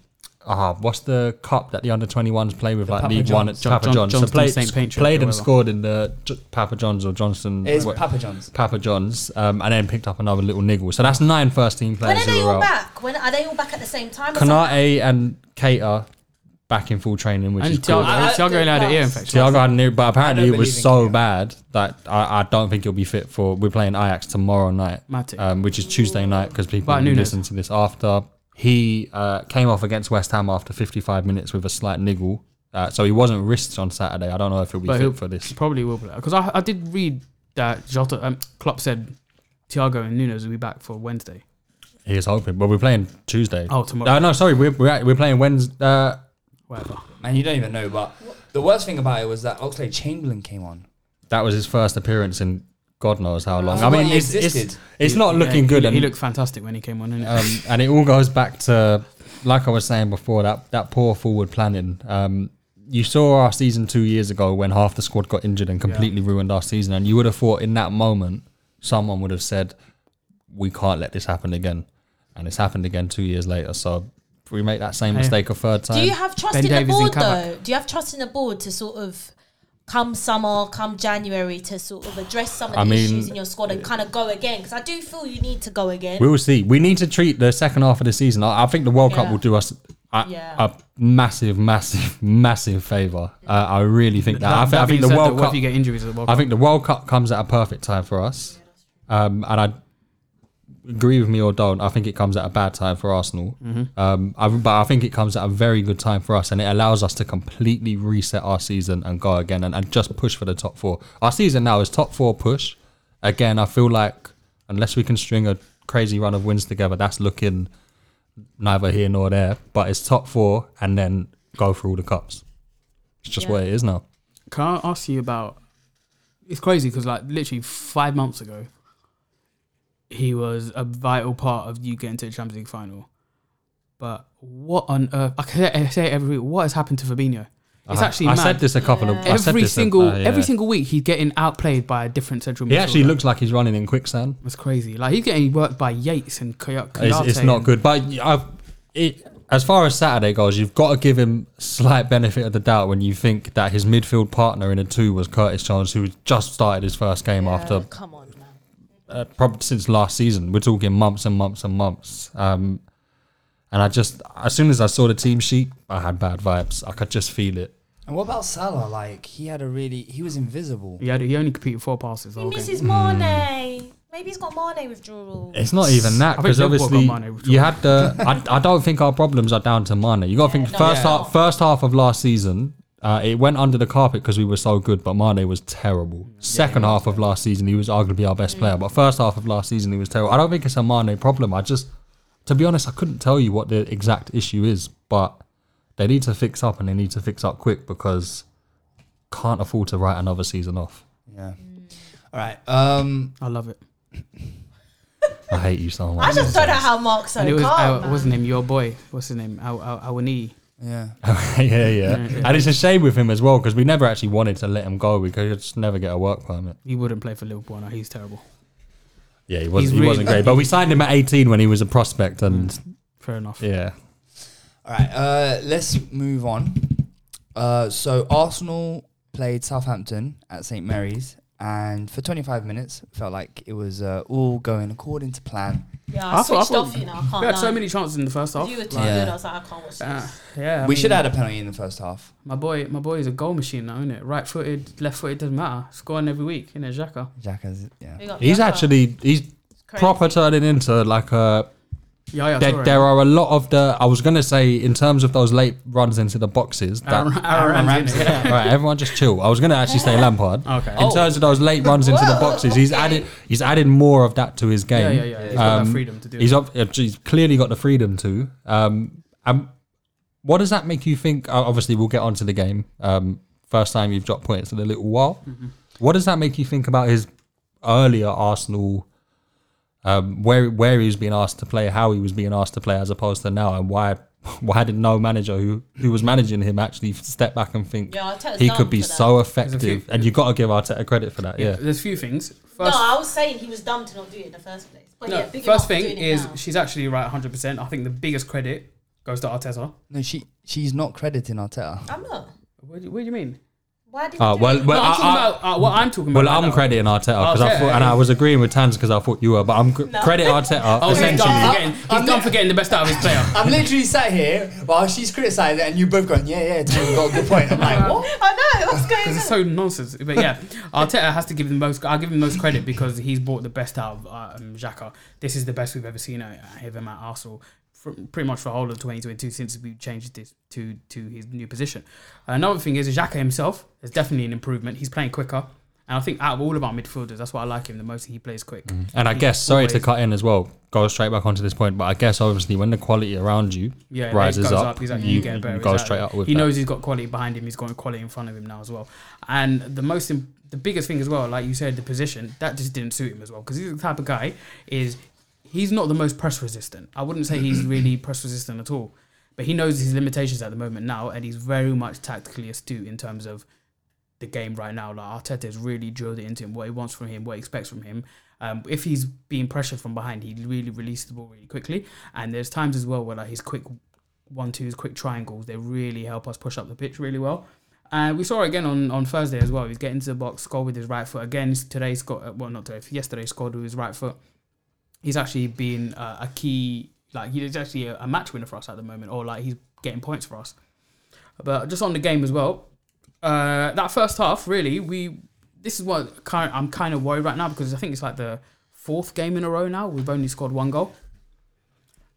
ah what's the cup that the under twenty ones play with like
Papa
League One at
John's.
Papa
John-
John's. so
Johnston
played
St. Patrick's
played
or
and
whatever.
scored in the J- Papa John's or Johnston.
It's
what-
Papa John's.
Papa John's, um, and then picked up another little niggle. So that's nine first team
When
players
are they
who are
all
out.
back? When are they all back at the same time? or something?
Kanate and Keita back in full training, which
And
is cool.
Thiago, Thiago only had an ear infection.
Thiago had an ear, but apparently
I
it
don't
was
believe in
so
Keita.
bad that I, I don't think he'll be fit for. We're playing Ajax tomorrow night,
Matic.
um, which is Tuesday night because people
But
will be
Nunes.
listening to this after. He uh, came off against West Ham after 55 minutes with a slight niggle, uh, so he wasn't risked on Saturday. I don't know if he'll be
But he'll-
fit for this.
Probably will play because I, I did read that Jota um, Klopp said Thiago and Nunes will be back for Wednesday.
He is hoping, but we're playing Tuesday.
Oh, tomorrow.
No, no, sorry, we're we're, at- we're playing Wednesday. Uh,
Whatever.
Man, you don't even know. But the worst thing about it was that Oxley Chamberlain came on.
that was his first appearance in God knows how long.
Oh,
I
Well,
mean,
he
it's it's,
existed.
it's not looking
Yeah,
good.
He,
and
he looked fantastic when he came on. Innit?
um, and it all goes back to like I was saying before that that poor forward planning. Um, you saw our season two years ago when half the squad got injured and completely ruined our season, and you would have thought in that moment someone would have said, "We can't let this happen again," and it's happened again two years later. So if we make that same
Hey.
mistake a third time.
Do you have trust
Ben
in
Davies
the
and
board
Kabak.
though? Do you have trust in the board to sort of come summer, come January to sort of address some of the
I mean-
issues in your squad and kind of go again? Because I do feel you need to go again.
We will see. We need to treat the second half of the season. I, I think the World Cup
Yeah.
will do us a,
Yeah.
a massive, massive, *laughs* massive favour. Uh, I really think that.
That-
I, thi-
that
I think
being
the
said,
World
though, what
Cup.
if you get injuries at the World
I
Cup?
think the World Cup comes at a perfect time for us. Um, and I agree with me or don't. I think it comes at a bad time for Arsenal.
Mm-hmm.
Um, I, but I think it comes at a very good time for us, and it allows us to completely reset our season and go again and, and just push for the top four. Our season now is top four push. Again, I feel like unless we can string a crazy run of wins together, that's looking neither here nor there. But it's top four, and then go through all the cups. It's just
Yeah.
what it is now.
Can I ask you about? It's crazy because like literally five months ago, he was a vital part of you getting to the Champions League final. But what on earth? I can I say it every week. What has happened to Fabinho? It's
I-
actually
Uh-huh. I
mad.
said this a couple of I said
every
this a-
single
uh,
every
yeah.
single week he's getting outplayed by a different central.
He actually
midfielder.
looks like he's running in quicksand.
It's crazy. Like he's getting worked by Yates and Koy-
It's,
Koyate
it's not
and-
good. But I've, it, as far as Saturday goes, you've got to give him slight benefit of the doubt when you think that his midfield partner in a two was Curtis Jones, who just started his first game
Uh,
after
come on, man.
uh, probably since last season. We're talking months and months and months. Um, and I just, as soon as I saw the team sheet, I had bad vibes. I could just feel it.
And what about Salah? Like he had a really he was invisible.
He, had, he only completed four passes. Oh, the
He
whole game.
misses Mane. Maybe he's got Mane withdrawal.
It's not even that
I
because
think Liverpool
obviously
got Mane, which
you had the. I, I don't think our problems are down to Mane. You got to think
no,
first
yeah.
half first half of last season. Uh, it went under the carpet because we were so good, but Mane was terrible. Second half of last season, he was arguably our best player, but first half of last season, he was terrible. I don't think it's a Mane problem. I just, to be honest, I couldn't tell you what the exact issue is, but they need to fix up and they need to fix up quick because can't afford to write another season off.
Yeah.
Mm.
All right. Um
I love it.
I hate you so much.
I just don't know how Mark's so
And it was
calm.
uh,
man.
wasn't him your boy. What's his name? Al Al Awani.
yeah.
yeah, *laughs* yeah, And it's a shame with him as well because we never actually wanted to let him go. We could just never get a work permit.
He wouldn't play for Liverpool. No, he's terrible.
Yeah, he
He's
wasn't.
really- Mm.
he wasn't great. But we signed him at 18 when he was a prospect, and
Fair enough.
yeah,
All right. Uh let's move on. Uh so Arsenal played Southampton at St Mary's and for 25 minutes felt like it was uh, all going according to plan.
yeah, I, switched off. You know, I can't.
we had so
lie.
many chances in the first half.
You were too
Yeah.
good. I was like, I can't watch this.
Uh, yeah, I
we
mean,
should have had a penalty in the first half.
My boy, my boy is a goal machine now, isn't it? Right footed, left footed doesn't matter. Scoring every week, you know, Xhaka.
Xhaka's yeah.
Big up
he's
Xhaka.
actually he's
Crazy.
proper turning into like a.
Yaya
There,
Toure.
there are a lot of the. I was gonna say in terms of those late runs into the boxes. That,
Aaron, Aaron,
Aaron
Ramsey. *laughs*
Ramsey.
Yeah.
All right, everyone just chill. I was going to actually say Lampard.
Okay. Oh,
In terms of those late runs into the boxes, he's added he's added more of that to his
yeah,
game. Uh,
yeah, yeah. He's got that freedom to do.
um, He's,
it.
ob- uh, he's clearly got the freedom to. Um, um, what does that make you think? Uh, obviously, we'll get onto the game. Um, first time you've dropped points in a little while.
Mm-hmm.
What does that make you think about his earlier Arsenal? Um, where where he was being asked to play, how he was being asked to play, as opposed to now, and why *laughs* why did no manager who who was managing him actually step back and think
Yeah, Arteta's
he
dumb
could be
for that.
so
a few-
effective? and you got to give Arteta credit for that. Yeah,
There's a few things.
No,
First,
I was saying he was dumb to not do it in the first place. But
no,
yeah, big
first
enough for
thing
doing it
is
now.
she's actually right 100%. I think the biggest credit goes to Arteta.
No, she she's not crediting Arteta.
I'm not.
What do you, what do you mean?
Why did
Oh,
you do
well,
it?
well,
No,
I-
I'm talking
I-
about uh, what I'm talking about.
Well, I'm
now.
crediting Arteta because I
Arteta,
thought, and
yeah.
I was agreeing with Tans because I thought you were, but I'm cr- credit
*laughs*
Arteta
Oh, he's
essentially.
done for getting, he's
I'm
done
not-
for getting the best out of his player.
I'm literally sat here while she's criticising it, and you both going, yeah, yeah, Tim, you got a good point. I'm
*laughs*
like, what?
*laughs* I know. What's going
Because
on?
it's so nonsense. But yeah, Arteta has to give him most. I give him most credit because he's brought the best out of um, Xhaka. This is the best we've ever seen out of him at Arsenal. fr- Pretty much for the whole of 2022 since we changed this to to his new position. Another thing is Xhaka himself is definitely an improvement. He's playing quicker, and I think out of all of our midfielders, that's why I like him the most. He plays quick.
Mm. And I
He
guess, sorry to
always-
cut in as well, go straight back onto this point, but I guess obviously when the quality around you
yeah, it
rises
goes
up,
up. Exactly.
you,
You, get
you
better.
go
exactly.
straight up with
He
that.
knows he's got quality behind him. He's got quality in front of him now as well. And the most, im- the biggest thing as well, like you said, the position that just didn't suit him as well because he's the type of
*clears throat*
guy is he's not the most press resistant. I wouldn't say he's really press resistant at all. But he knows his limitations at the moment now, and he's very much tactically astute in terms of the game right now. Like Arteta's really drilled it into him, what he wants from him, what he expects from him. Um, if he's being pressured from behind, he really releases the ball really quickly. And there's times as well where like his quick one twos, quick triangles, they really help us push up the pitch really well. And we saw it again on, on Thursday as well. He's getting to the box, scored with his right foot again. Today, scored uh, well not today, yesterday scored with his right foot. He's actually been uh, a key, like he's actually a, a match winner for us at the moment, or like he's getting points for us. But just on the game as well, uh, that first half really we this is what kind I'm kind of worried right now because I think it's like the fourth game in a row now we've only scored one goal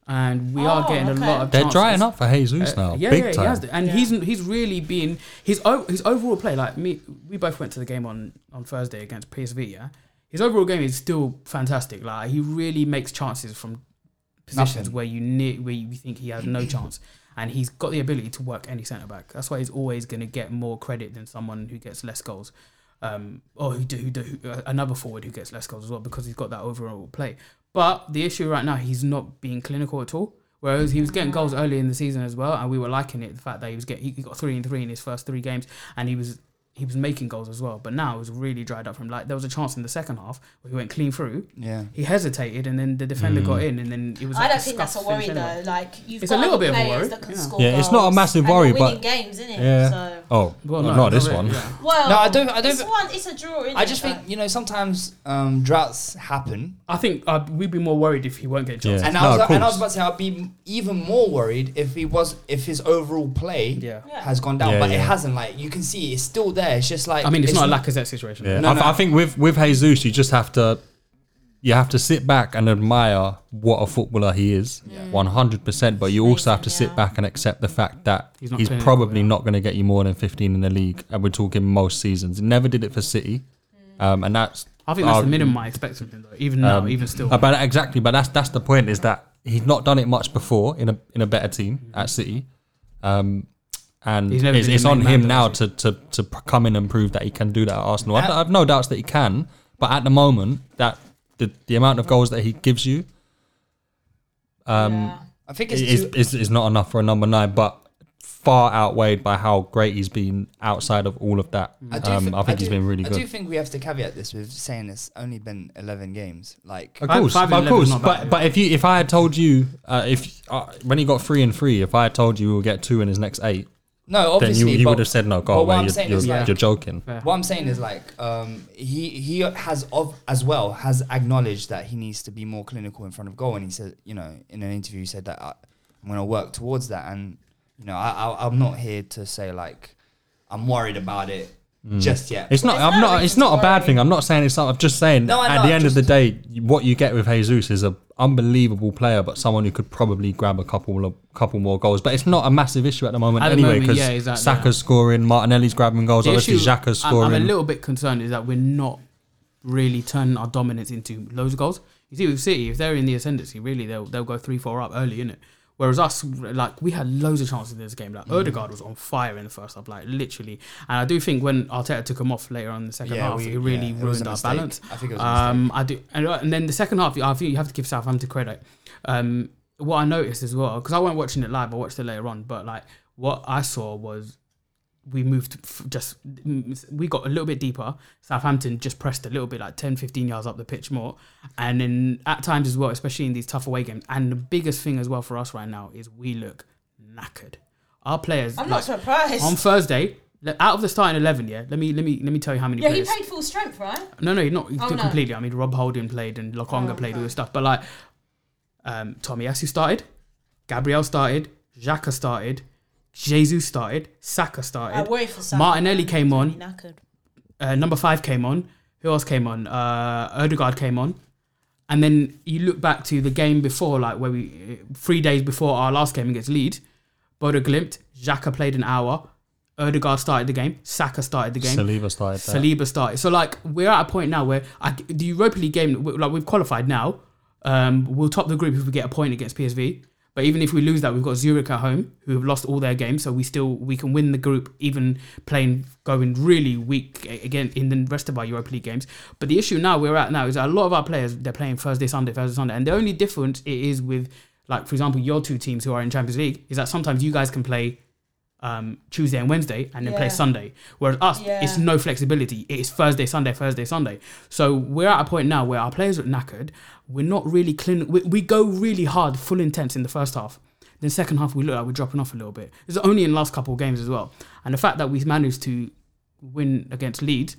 and we are
Oh,
getting a
okay.
lot of
They're
chances. Uh,
drying up for Jesus now,
yeah
big
yeah
time.
he has and he's he's really been his o- his overall play like me we both went to the game on on Thursday against PSV yeah his overall game is still fantastic like he really makes chances from positions
Nothing.
where you ne- where you think he has no chance, and he's got the ability to work any centre back. That's why he's always going to get more credit than someone who gets less goals, um, or who do, who do who, uh, another forward who gets less goals as well because he's got that overall play. But the issue right now, he's not being clinical at all. Whereas he was getting goals early in the season as well, and we were liking it the fact that he was getting he he got three and three in his first three games, and he was. He was making goals as well, but now it's really dried up from like there was a chance in the second half where he went clean through.
Yeah.
He hesitated and then the defender
Mm.
got in and then it was
I
like
don't think that's a
scuffed
worry
finish anyway.
though. Like you've
It's
got
a little
other
bit of a
players
worry,
that can
yeah.
score
Yeah, it's not a
goals
massive
and
worry,
you're winning
but
games, isn't it?
yeah.
So.
Oh,
Well,
not,
no,
this
not
one.
really, yeah.
Well,
No, I don't- I don't-
This one, it's a draw. Isn't
I
it?
just
Like,
think you know sometimes um, droughts happen,
I think uh, we'd be more worried if he won't get chances.
Yeah.
and
No,
I was
of
and I was
course.
about to say I'd be m- even more worried if he was if his overall play
Yeah.
Yeah.
has gone down,
Yeah,
but it
yeah.
hasn't. Like you can see, it's still there. It's just like
I mean, it's, not a Lacazette situation.
Yeah,
No,
I, th-
no.
I think with with Jesus, you just have to you have to sit back and admire what a footballer he is, one hundred percent. But you also have to sit back and accept the fact that he's,
He's not clinical,
probably not going to get you more than fifteen in the league, and we're talking most seasons. He never did it for City, um, and that's
Mm. I think that's
our-
the minimum I expect from him, though. Even now, even still.
uh, but exactly, but that's that's the point is that he's not done it much before in a in a better team at City, um, and
He's never
it's,
been
it's
the
on
main man
him
though,
now
has
to, to to p- come in and prove that he can do that at Arsenal. I've,
At-
I've no doubts that he can, but at the moment that the, the amount of goals that he gives you
um,
yeah.
I think it's,
is,
too,
is is not enough for a number nine, but. Far outweighed by how great he's been outside of all of that. I, um,
thi-
I think he's
do-
been really
I
good.
do think we have to caveat this with saying it's only been eleven games. Like
Of
Five-
course,
five
of
and 11
course.
is not
But
bad.
but if you if I had told you uh, if uh, when he got three and three, if I had told you we'll get two in his next eight,
no,
then
obviously
you, you
but-
would have said no.
but
God,
what
away,
I'm
you're,
saying
you're,
is like-
you're joking.
Fair.
What I'm saying is like um, he he has of as well has acknowledged that he needs to be more clinical in front of goal, and he said you know in an interview he said that I, I'm going to work towards that, and you know I, I I'm not here to say like I'm worried about it just yet.
Mm. It's not.
There's
I'm
no
not.
reason
It's not
to
a bad
worry.
thing. I'm not saying it's not. I'm just saying.
No, I
at
know,
the
I
end of
just-
the day, what you get with Jesus is a unbelievable player, but someone who could probably grab a couple of couple more goals. But it's not a massive issue at the moment
At the
anyway.
moment,
Because
yeah, exactly,
Saka's scoring, Martinelli's grabbing goals.
The
obviously,
issue
Xhaka's
I'm-
scoring.
I'm, a little bit concerned is that we're not really turning our dominance into loads of goals. You see, with City, if they're in the ascendancy, really, they'll they'll go three, four up early, innit? Whereas us, like we had loads of chances in this game. Like
Mm.
Odegaard was on fire in the first half, like literally. And I do think when Arteta took him off later on in the second
Yeah,
half,
we-
it really
yeah, it was
ruined
a
our
mistake.
balance.
I think it was a
um, I do, and, and then the second half, I think you have to give Southampton credit. Um, what I noticed as well, because I wasn't watching it live, I watched it later on, but like what I saw was we moved f- just we got a little bit deeper southampton just pressed a little bit like 10 15 yards up the pitch more and then at times as well especially in these tough away games and the biggest thing as well for us right now is we look knackered our players
I'm not surprised. *laughs*
on thursday le- out of the starting 11 yeah let me let me let me tell you how many
yeah, he
players
played full strength, right?
no, no, not
Oh, no. Oh,
completely. I mean, Rob Holding played and Lokonga played all this stuff, but like, um, Tommy Asu started, Gabriel started, Xhaka started, Jesus started, Saka started,
I worry Uh, for Saka.
Martinelli came on,
Knackered.
uh, number five came on. Who else came on? Uh, Odegaard came on. And then you look back to the game before, like where we three days before our last game against Leeds, Bodo glimped. Xhaka played an hour. Odegaard started the game. Saka started the game.
Saliba started that.
Saliba started. So like we're at a point now where I, the Europa League game, we- like we've qualified now. Um, we'll top the group if we get a point against PSV. But even if we lose that, we've got Zurich at home, who have lost all their games. So we still we can win the group, even playing going really weak a- again in the rest of our Europa League games. But the issue now we're at now is that a lot of our players they're playing Thursday, Sunday, Thursday, Sunday, and the only difference it is with like for example, your two teams who are in Champions League, is that sometimes you guys can play um, Tuesday and Wednesday and then play
Yeah.
Sunday. Whereas us, it's
Yeah.
no flexibility. It is Thursday, Sunday, Thursday, Sunday. So we're at a point now where our players are knackered. We're not really clean. We, we go really hard, full intense in the first half. Then second half, we look like we're dropping off a little bit. It's only in the last couple of games as well. And the fact that we've managed to win against Leeds,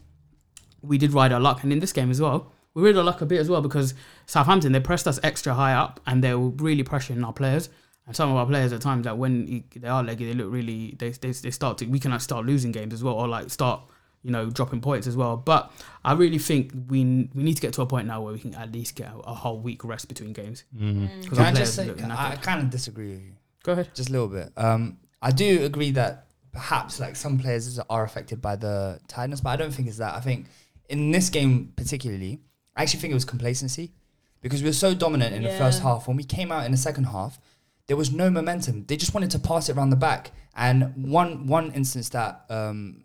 we did ride our luck. And in this game as well, we rode our luck a bit as well because Southampton, they pressed us extra high up and they were really pressuring our players. And some of our players at times, that when he- they are leggy, they look really, they, they, they start to, we can like start losing games as well or like start, you know, dropping points as well. But I really think we we need to get to a point now where we can at least get a, a whole week rest between games.
Mm. Can
'Cause our
I
players
just say,
look knackered.
I kind of disagree with you.
Go ahead.
Just a little bit. Um, I do agree that perhaps like some players are affected by the tiredness, but I don't think it's that. I think in this game particularly, I actually think it was complacency because we were so dominant in the first
Yeah.
half. When we came out in the second half, there was no momentum. They just wanted to pass it around the back. And one one instance that um,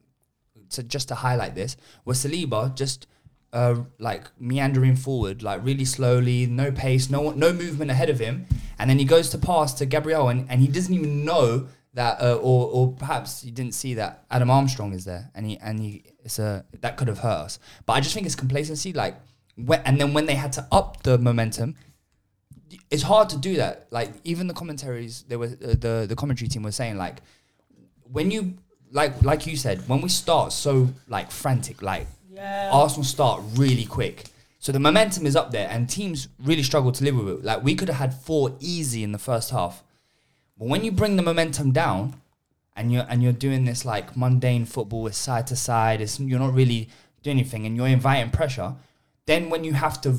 to just to highlight this was Saliba just uh, like meandering forward, like really slowly, no pace, no no movement ahead of him, and then he goes to pass to Gabriel, and, and he doesn't even know that, uh, or or perhaps he didn't see that Adam Armstrong is there, and he and he it's a that could have hurt us. But I just think it's complacency, like when, and then when they had to up the momentum, it's hard to do that. Like even the commentaries, there were uh, the the commentary team was saying like when you like like you said when we start so like frantic like
Yeah.
Arsenal start really quick. So the momentum is up there, and teams really struggle to live with it. Like we could have had four easy in the first half, but when you bring the momentum down, and you're and you're doing this like mundane football, it's side to side, it's you're not really doing anything, and you're inviting pressure. Then when you have to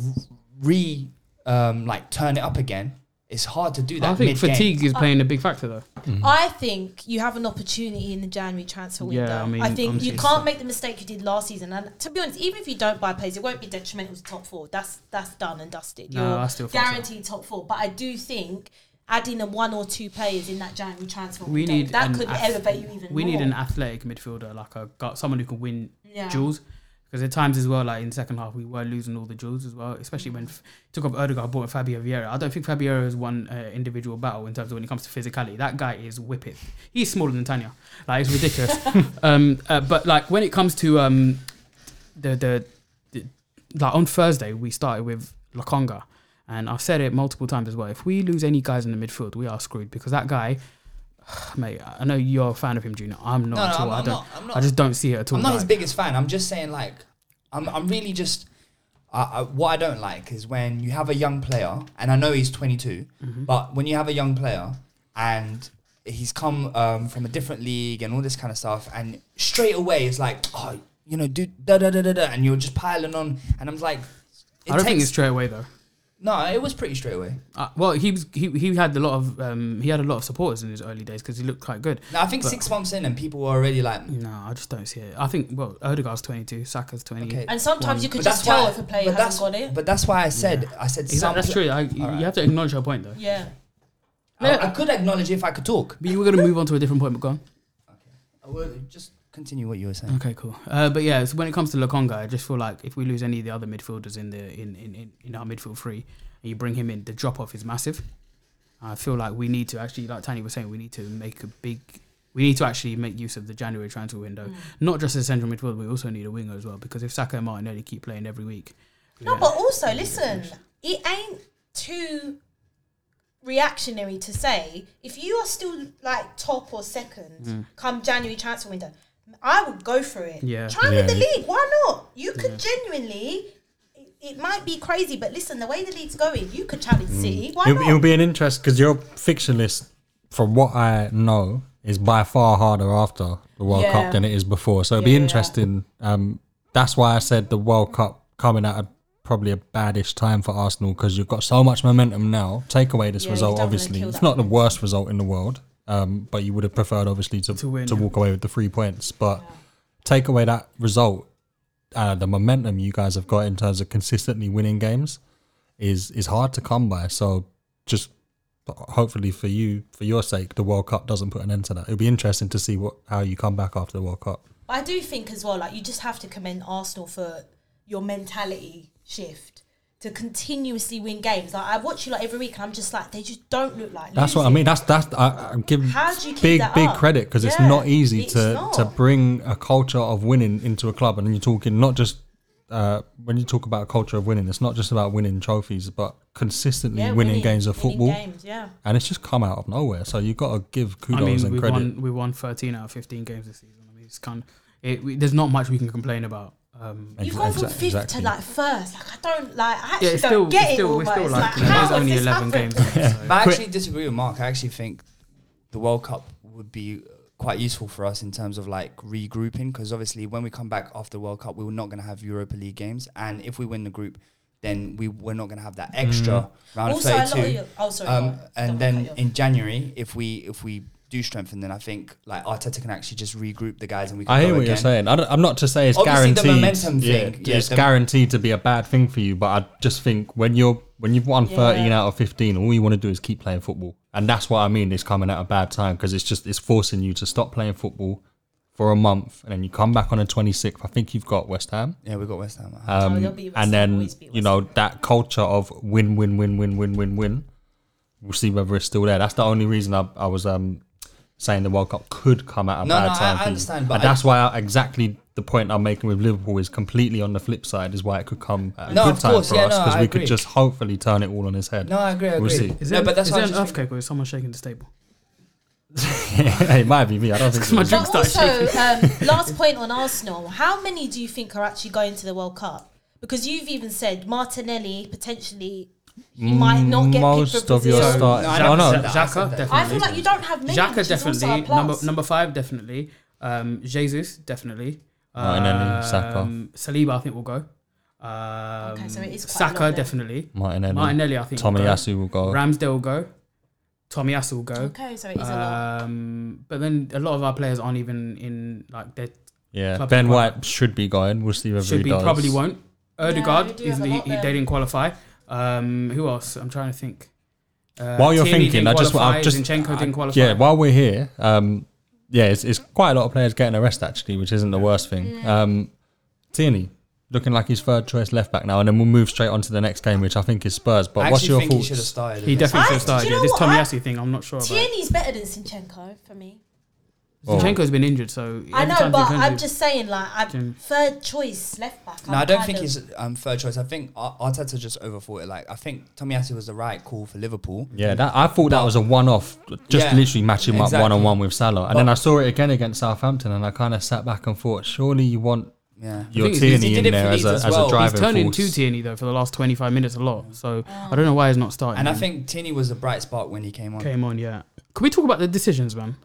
re um, like turn it up again, it's hard to do that.
I think
mid-game. Uh,
fatigue is playing a big factor though.
I think you have an opportunity in the January transfer window.
Yeah, I mean,
think you
honestly,
can't make the mistake you did last season. And to be honest, even if you don't buy players, it won't be detrimental to top four. That's that's done and dusted.
No, I still think so.
guaranteed top four. But I do think adding a one or two players in that January transfer
We
window
need
that
an
could
ath-
elevate you even
We
more.
need an athletic midfielder, like a got someone who can win
Yeah.
duels. Because at times as well, like in the second half, we were losing all the duels as well. Especially when f- took off Erdogan, bought in Fabio Vieira. I don't think Fabio has won uh, individual battle in terms of when it comes to physicality. That guy is whip it. He's smaller than Tanya. Like it's
*laughs*
ridiculous. um, uh, but like when it comes to um, the, the the like on Thursday we started with Lakonga, and I've said it multiple times as well. If we lose any guys in the midfield, we are screwed because that guy, *sighs* mate. I know you're a fan of him, Junior. I'm not
No, no,
at
I'm-
all. I
I'm
don't.
not- I'm not-
I just don't see it at all.
I'm not his
like-
biggest fan. I'm just saying, like, I'm, I'm really just. I, I, what I don't like is when you have a young player, and I know he's 22,
Mhm.
but when you have a young player and he's come um, from a different league and all this kind of stuff, and straight away it's like, oh, you know, dude, da da da da da, and you're just piling on, and I'm like,
I don't think it's straight away though.
No, it was pretty straight away.
Uh, well, he was he, he had a lot of um, he had a lot of supporters in his early days because he looked quite good.
No, I think
But-
six months in, and people were already like,
no, I just don't see it. I think well, Odegaard's 22, Saka's 20,
And sometimes you
could
can just tell if a player hasn't
but that's,
got it.
but that's why I said, I said,
Exactly,
some
that's
pla-
true. I, you, you have to acknowledge her point, though.
Yeah.
I, I could acknowledge if I could talk.
But you were going to move on to a different point, but go on.
I will just continue what you were saying.
Okay, cool. Uh, but yeah, so when it comes to Lokonga, I just feel like if we lose any of the other midfielders in the in, in, in, in our midfield three, and you bring him in, the drop off is massive. I feel like we need to actually, like Tanya was saying, we need to make a big. We need to actually make use of the January transfer window,
Mm.
not just as a central midfielder. We also need a winger as well because if Saka and Martinelli keep playing every week,
No, but also listen, it ain't too reactionary to say if you are still like top or second
Mm.
come January transfer window, I would go for it.
Yeah.
Try and win
Yeah,
the
you-
league. Why not? You could
Yeah.
genuinely. it- It might be crazy, but listen, the way the league's going, you could challenge
Mm.
City. Why
It'll,
not?
it'll be an interest because your fiction list, from what I know, is by far harder after the World
Yeah.
Cup than it is before. So it'll be interesting. Um, that's why I said the World Cup coming at a, probably a baddish time for Arsenal because you've got so much momentum now. Take away this
Yeah, you
result,
don't wanna
obviously,
kill
it's
that
not the worst result in the world, um, but you would have preferred obviously to to,
win, yeah.
walk away with the three points. But take away that result, uh, the momentum you guys have got in terms of consistently winning games is is hard to come by. So just hopefully for you, for your sake, the World Cup doesn't put an end to that. It'll be interesting to see what how you come back after the World Cup.
But I do think as well, like you just have to commend Arsenal for your mentality shift. to continuously win games. Like I watch you like every week, and I'm just like, they just don't look like.
That's what I
losing.
mean. That's that's I, I'm giving
How do you keep
big
that
big
up?
credit because it's
Yeah,
not easy
it's
to
not.
to bring a culture of winning into a club. And you're talking not just uh, when you talk about a culture of winning, it's not just about winning trophies, but consistently
Yeah,
winning,
winning-
games of
winning
football.
games, yeah.
and it's just come out of nowhere. So you've got to give kudos
I mean,
and
we
credit.
won we won 13 out of 15 games this season. I mean, it's kind of, it, we, there's not much we can complain about. Um,
You've gone from fifth to like first. Like I don't like. I actually
it's
don't
still-
get
it's
it
still- we're
almost.
still
like,
like,
how
there's
has
only
this
11
happened?
games. so-
But I actually disagree with Mark. I actually think the World Cup would be quite useful for us in terms of like regrouping because obviously when we come back after the World Cup, we were not going to have Europa League games, and if we win the group, then we we're not going to have that extra
Mm.
round
Also, a lot
of
of
thirty-two. Um,
your- oh, sorry, go on.
and
Don't
then
mind that,
in January, if we if we do strengthen, then I think like Arteta can actually just regroup the guys and we. Can
I hear
go
what
again.
you're saying. I don't, I'm not to say it's
Obviously, the
guaranteed.
momentum
yeah,
thing, yeah,
it's
the-
guaranteed to be a bad thing for you. But I just think when you're when you've won 13
Yeah.
out of 15, all you want to do is keep playing football, and that's what I mean. It's coming at a bad time because it's just it's forcing you to stop playing football for a month, and then you come back on the 26th. I think you've got West Ham.
Yeah, we got West Ham.
Um,
they'll be West Ham,
and then
always be
you know that culture of win, win, win, win, win, win, win. We'll see whether it's still there. That's the only reason I, I was um, saying the World Cup could come at a
No,
bad
no, I-
time.
I
for you.
understand, but
and
I-
that's why I, exactly the point I'm making with Liverpool is completely on the flip side. Is why it could come at a
No,
good
of
time
course,
for
yeah,
us
no,
because
I
we
agree.
could just hopefully turn it all on his head.
No, I agree, I
We'll
agree.
see.
Is
No,
there,
but that's
is
what I
there
was
an
just
earthquake or is someone shaking this table?
*laughs* it might be me. I don't think.
My
it is.
drink
But
started
also,
shaking. *laughs*
um, last point on Arsenal. How many do you think are actually going to the World Cup? Because you've even said Martinelli potentially you might not get picked
Mm, Most
for
of your
Brazil.
start.
No, I
Oh, No,
don't-
no,
I said
Xhaka,
that.
definitely.
I feel like you don't have many.
Xhaka
which is also
definitely.
a plus.
Number number five definitely. Um, Jesus definitely.
Martinelli, Saka.
Um, Saliba, I think will go. Um,
Okay, so it is quite a lot
Saka
there.
definitely.
Martinelli.
Martinelli, I think. will go.
Tomiyasu will go.
Ramsdale will go. Tomiyasu will go.
Okay, so it is a lot.
Um, but then a lot of our players aren't even in like they
Yeah,
Club
Ben
requirement.
White should be going. We'll see whether
should
he
be
does.
probably won't.
we
Erdegaard
do
is
have a
he,
lot
he,
there.
they didn't qualify. Um, who else? I'm trying to think. Uh,
while you're
Tierney
thinking,
didn't
I just,
qualify,
I just,
Zinchenko didn't qualify.
yeah. While we're here, um, yeah, it's, it's quite a lot of players getting a rest actually, which isn't the worst thing. Um, Tierney looking like his third choice left back now, and then we'll move straight on to the next game, which I think is Spurs. But
I
what's
actually
your
think he
thoughts?
should have started.
He
against-
I-
definitely should have
do
started.
you know
Yeah, this
what? I-
Tomiyasu thing, I'm not sure about.
Tierney's better than Sinchenko for me.
Oh.
Zinchenko's been injured, so
I
every
know,
time
but
Zinchenko-
I'm just saying, like, I'm
Tierney.
third choice left back.
No,
I'm
I don't
kind
think
of-
he's um, third choice. I think Ar- Arteta just overthought it. Like I think Tomiyasu was the right call for Liverpool.
Yeah, that, I thought that was a one-off, just
Yeah,
literally matching him up
exactly.
one-on-one with Salah, and
But-
then I saw it again against Southampton, and I kind of sat back and thought, surely you want
Yeah.
your
thing is, he
Tierney in
did it for
there as
Leeds
a,
as
as
well.
a
He's
driving
he's turning
force.
to Tierney though for the last 25 minutes a lot. So I don't know why he's not starting.
And I
man.
think Tierney was a bright spark when he came on.
came on, yeah. Can we talk about the decisions, man?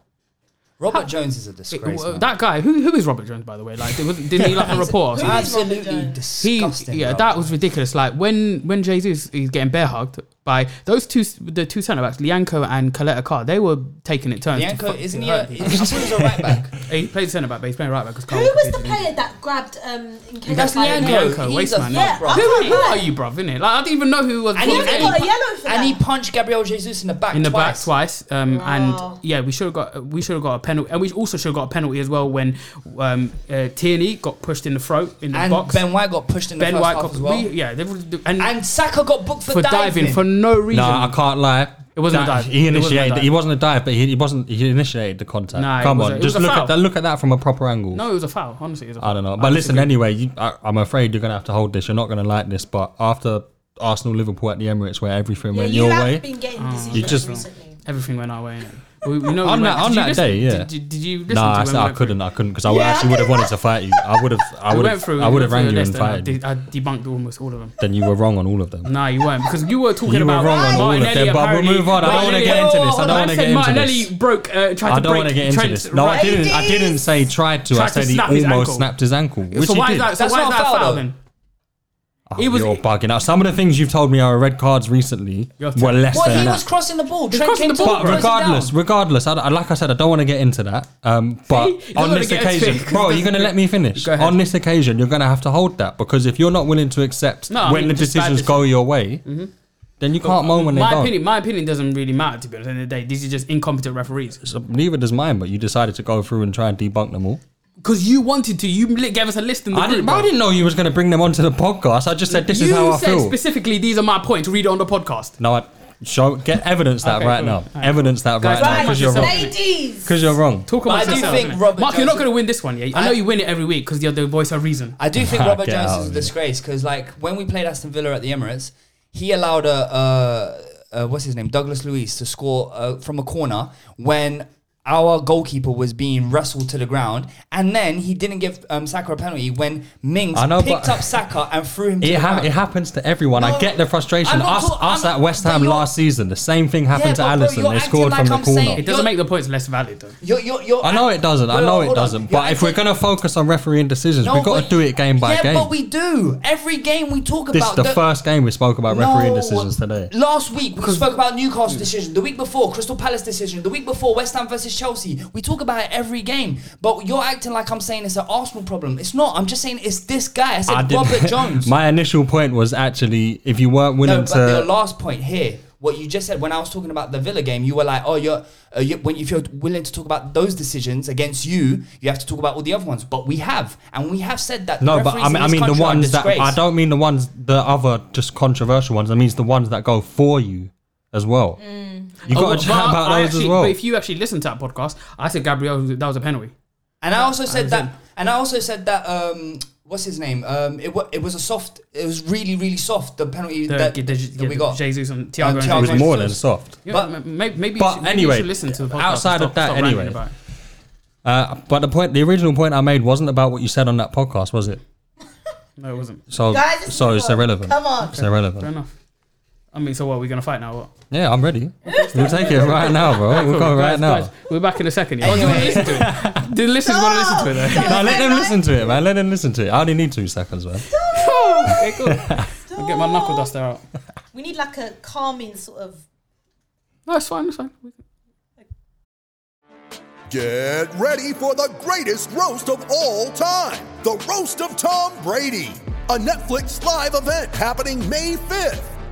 Robert Jones is a disgrace.
Well,
man.
that guy, who who is Robert Jones by the way? Like, did- didn't
*laughs*
he like a report? Or something?
absolutely
He,
disgusting.
yeah,
bro.
that was ridiculous. Like when when Jesus is getting bear hugged by those two, the two centre backs, Lianco and Coletta Carr, they were taking it turns. to
Bianco,
fuck-
isn't he? A,
hurt
I thought he was a right
*laughs*
back.
people. he plays centre back, but he's playing right back because
Who was the player that grabbed um? Nketiah
That's
by the
Lianco.
neck?
Lianco,
He's
waste
a
man.
fuck,
Yeah,
bro.
I
Who,
can't
who are
lie.
you, bruv? Innit? Like I didn't even know who was.
And he,
Yeah,
and
they
he
got a
pu-
yellow for
and
that.
he punched Gabriel Jesus in the back.
in the
twice.
back twice. Um,
Wow.
And yeah, we should have got we should have got a penalty, and we also should have got a penalty as well when um, uh, Tierney got pushed in the throat in the
And
box.
Ben White got pushed in the
Ben
first
White
half
got
as well.
we, yeah, they, were- and,
and Saka got booked for,
for diving, for no reason.
No, I can't lie.
It wasn't a
That-
dive.
He
It wasn't a
initiated.
dive.
He wasn't a dive, but he, he wasn't. He initiated the contact.
Nah, it
Come
was
on,
a- it was
just
a
look
foul.
at that. Look at that from a proper angle.
no, it was a foul. Honestly, it was a foul.
I don't know. But listen,
disagree.
anyway, you, I, I'm afraid you're gonna have to hold this. You're not gonna like this, but after Arsenal Liverpool at the Emirates, where everything
Yeah,
went
you
your
have
way,
been getting
Oh.
decisions
You just-
recently.
everything went our way. innit? We, we know
On
we
that-
went-
on
did you
that
listen-
day, yeah.
Did, did, did you listen
no,
to
I,
when we
said I
went through?
couldn't. I couldn't because I
Yeah,
actually
I
would have
did
wanted
that.
to fight you. I would have. I
*laughs* We
would
went
have.
through.
I
we
would
went
have
through
rang
the
you and
list and I
fighted. you.
did- I debunked almost all of them.
Then you were wrong on all of them.
No, you weren't because you were talking
You were
about
wrong on all of
Martinelli
them, but we'll
apparently-
move on. I don't wanna
Martinelli-
get into this. I
Hold
don't
on,
wanna get
said
into
Martinelli
this.
broke. Uh, tried
I
to
don't want to
break
get into
Trent's
this. No, I
right-
didn't. I didn't say tried to. I
Tried to
said he
snap his
almost
ankle.
snapped his ankle, which
So
he
why is
did.
that? So
That's
why is
not
that
a foul,
foul
though.
then?
Oh,
It was-
you're bugging out. Some of the things you've told me our red cards recently
You're
were less
Well,
than
he
that.
was crossing the ball. Trent
crossing
came to
the ball,
him,
But
bro.
crossed it
regardless,
down.
regardless, I, I- like I said, I don't want to get into that.
*laughs*
Um, but
He's not
on
gonna
this
get into
occasion,
it 'cause
bro,
the-
you're going to let me finish.
Go ahead.
On this occasion, you're going to have to hold that because if you're not willing to accept
No, I
when the
mean, just bad Mm-hmm.
decisions go your way, then you can't moan when they
My
don't.
opinion, my opinion doesn't really matter to be honest. At the end of the day, these are just incompetent referees.
So neither does mine, but you decided to go through and try and debunk them all.
Because you wanted to. You li- gave us a list in the
I
group.
didn't,
bro.
I didn't know you was going to bring them onto the podcast. I just said this
you
is how I
said
feel.
specifically, these are my points. Read it on the podcast.
no, I, show get evidence that
Okay,
right now.
cool.
Evidence that right,
Guys,
now because you're wrong.
Ladies!
Because you're wrong.
Talk about
But I do
yourself.
think Robert
Mark, you're not
Johnson-
going to win this one, yeah? I
I-
know you win it every week because you're the voice of reason.
*laughs*
I do think
Get
Robert Jones
out
is
of
a
here.
disgrace because, like, when we played Aston Villa at the Emirates, he allowed a, uh uh what's his name, Douglas Luiz, to score uh, from a corner when our goalkeeper was being wrestled to the ground, and then he didn't give um, Saka a penalty when Mings
I know,
picked
but-
up Saka and threw him. To
It,
the
ha-
ground.
it happens to everyone.
No,
I get the frustration.
I'm not
Us,
talk-
us
I'm-
at West
but
Ham
you're-
last season, the same thing happened
Yeah, but
to
bro,
Allison.
you're
They scored from
acting like
the
I'm
corner.
saying-
It doesn't
You're-
make the points less valid, though.
You're, you're, you're
I know it doesn't. I
Wait,
know
wait,
it
hold on.
doesn't.
You're
But if we're
acting-
going to focus on refereeing decisions,
No,
we've got to
but-
do it game by
yeah,
game.
but we do. Every game we talk
this is
about
the first game we spoke about refereeing decisions today.
Last week we spoke about Newcastle decision. The week before Crystal Palace decision. The week before West Ham versus Chelsea. We talk about it every game. But you're acting like I'm saying it's an Arsenal problem. It's not. I'm just saying it's this guy. I said
I didn't- *laughs*
Robert Jones.
My initial point was actually if you weren't willing
no, but
to.
your last point here. What you just said when I was talking about the Villa game, you were like, "Oh, you're, uh, you when if you're willing to talk about those decisions against you, you have to talk about all the other ones." But we have, and we have said that.
No, but
referees
I mean,
in
I
this
mean the
country are a
ones that I
disgrace.
don't mean the ones the other just controversial ones. I mean the ones that go for you as well.
Mm.
You
Oh,
got
but
to chat about
I
those
actually-
as well.
But if you actually listen to that podcast, I said Gabriel, that was a penalty.
And I also said that. And I also said that. Um, what's his name? Um, it, wa- it was a soft. It was really, really soft. The penalty
The,
that,
the,
that we got.
Jesus and
Um,
Thiago.
Thiago
it was
Alexis
more
Sanchez.
than
*laughs*
soft.
but
But-
maybe, maybe,
but
you should, maybe you
anyway,
should listen to the podcast. and
outside of
stop-
that,
stop ranting
anyway.
about it.
Uh, but the point, the original point I made wasn't about what you said on that podcast, was it?
No, it wasn't.
So,
Guys, it's
so it's
football.
irrelevant.
Come on.
it's
Fair
irrelevant.
enough. I mean, so what? Are we going to fight now? What?
Yeah, I'm ready. We'll take it right now, bro. We'll go
Guys,
right now.
guys, we're back in a second. Yeah. Oh, do you want to listen to it? The listeners want to listen
Oh,
to
*laughs*
it, though.
No, eh? let them listen to it, man. Let them listen to it. I only need two seconds, man.
okay, cool. I'll get my knuckle duster out.
We need like a calming sort of.
No, it's fine, it's fine.
Get ready for the greatest roast of all time the Roast of Tom Brady, a Netflix live event happening May 5th.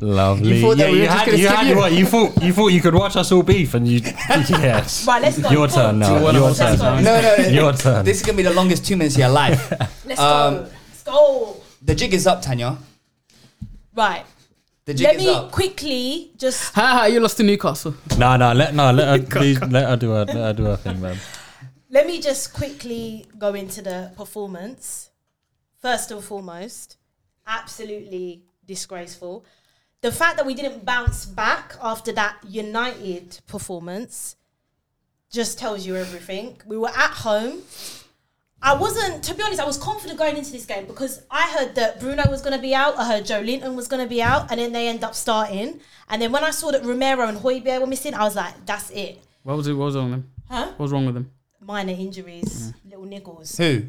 Lovely.
You thought that
yeah,
we were
you
just
had,
gonna
you
skip
had
you?
what you thought. You thought you could watch us all beef,
*laughs*
and you *laughs* yes.
Right, let's go.
Your turn now.
Two, one
Your
of us
turn.
has gone.
no, no,
Your turn.
*laughs* This is gonna be the longest two minutes of your life.
*laughs*
Let's
Um,
go. Let's go.
the jig is up, Tanya.
Right.
The jig
Let
is
me
up.
quickly just.
Ha ha, you lost to Newcastle.
*laughs*
No, no, let no, let her, please, let her do her, let her do her thing, man.
Let me just quickly go into the performance. First and foremost, absolutely disgraceful. The fact that we didn't bounce back after that United performance just tells you everything. We were at home. I wasn't, to be honest, I was confident going into this game because I heard that Bruno was going to be out. I heard Joe Linton was going to be out. And then they end up starting. And then when I saw that Romero and Hoybier were missing, I was like, that's it.
What was, it, what was wrong with them?
Huh?
What was wrong with them?
minor injuries, little niggles.
Who?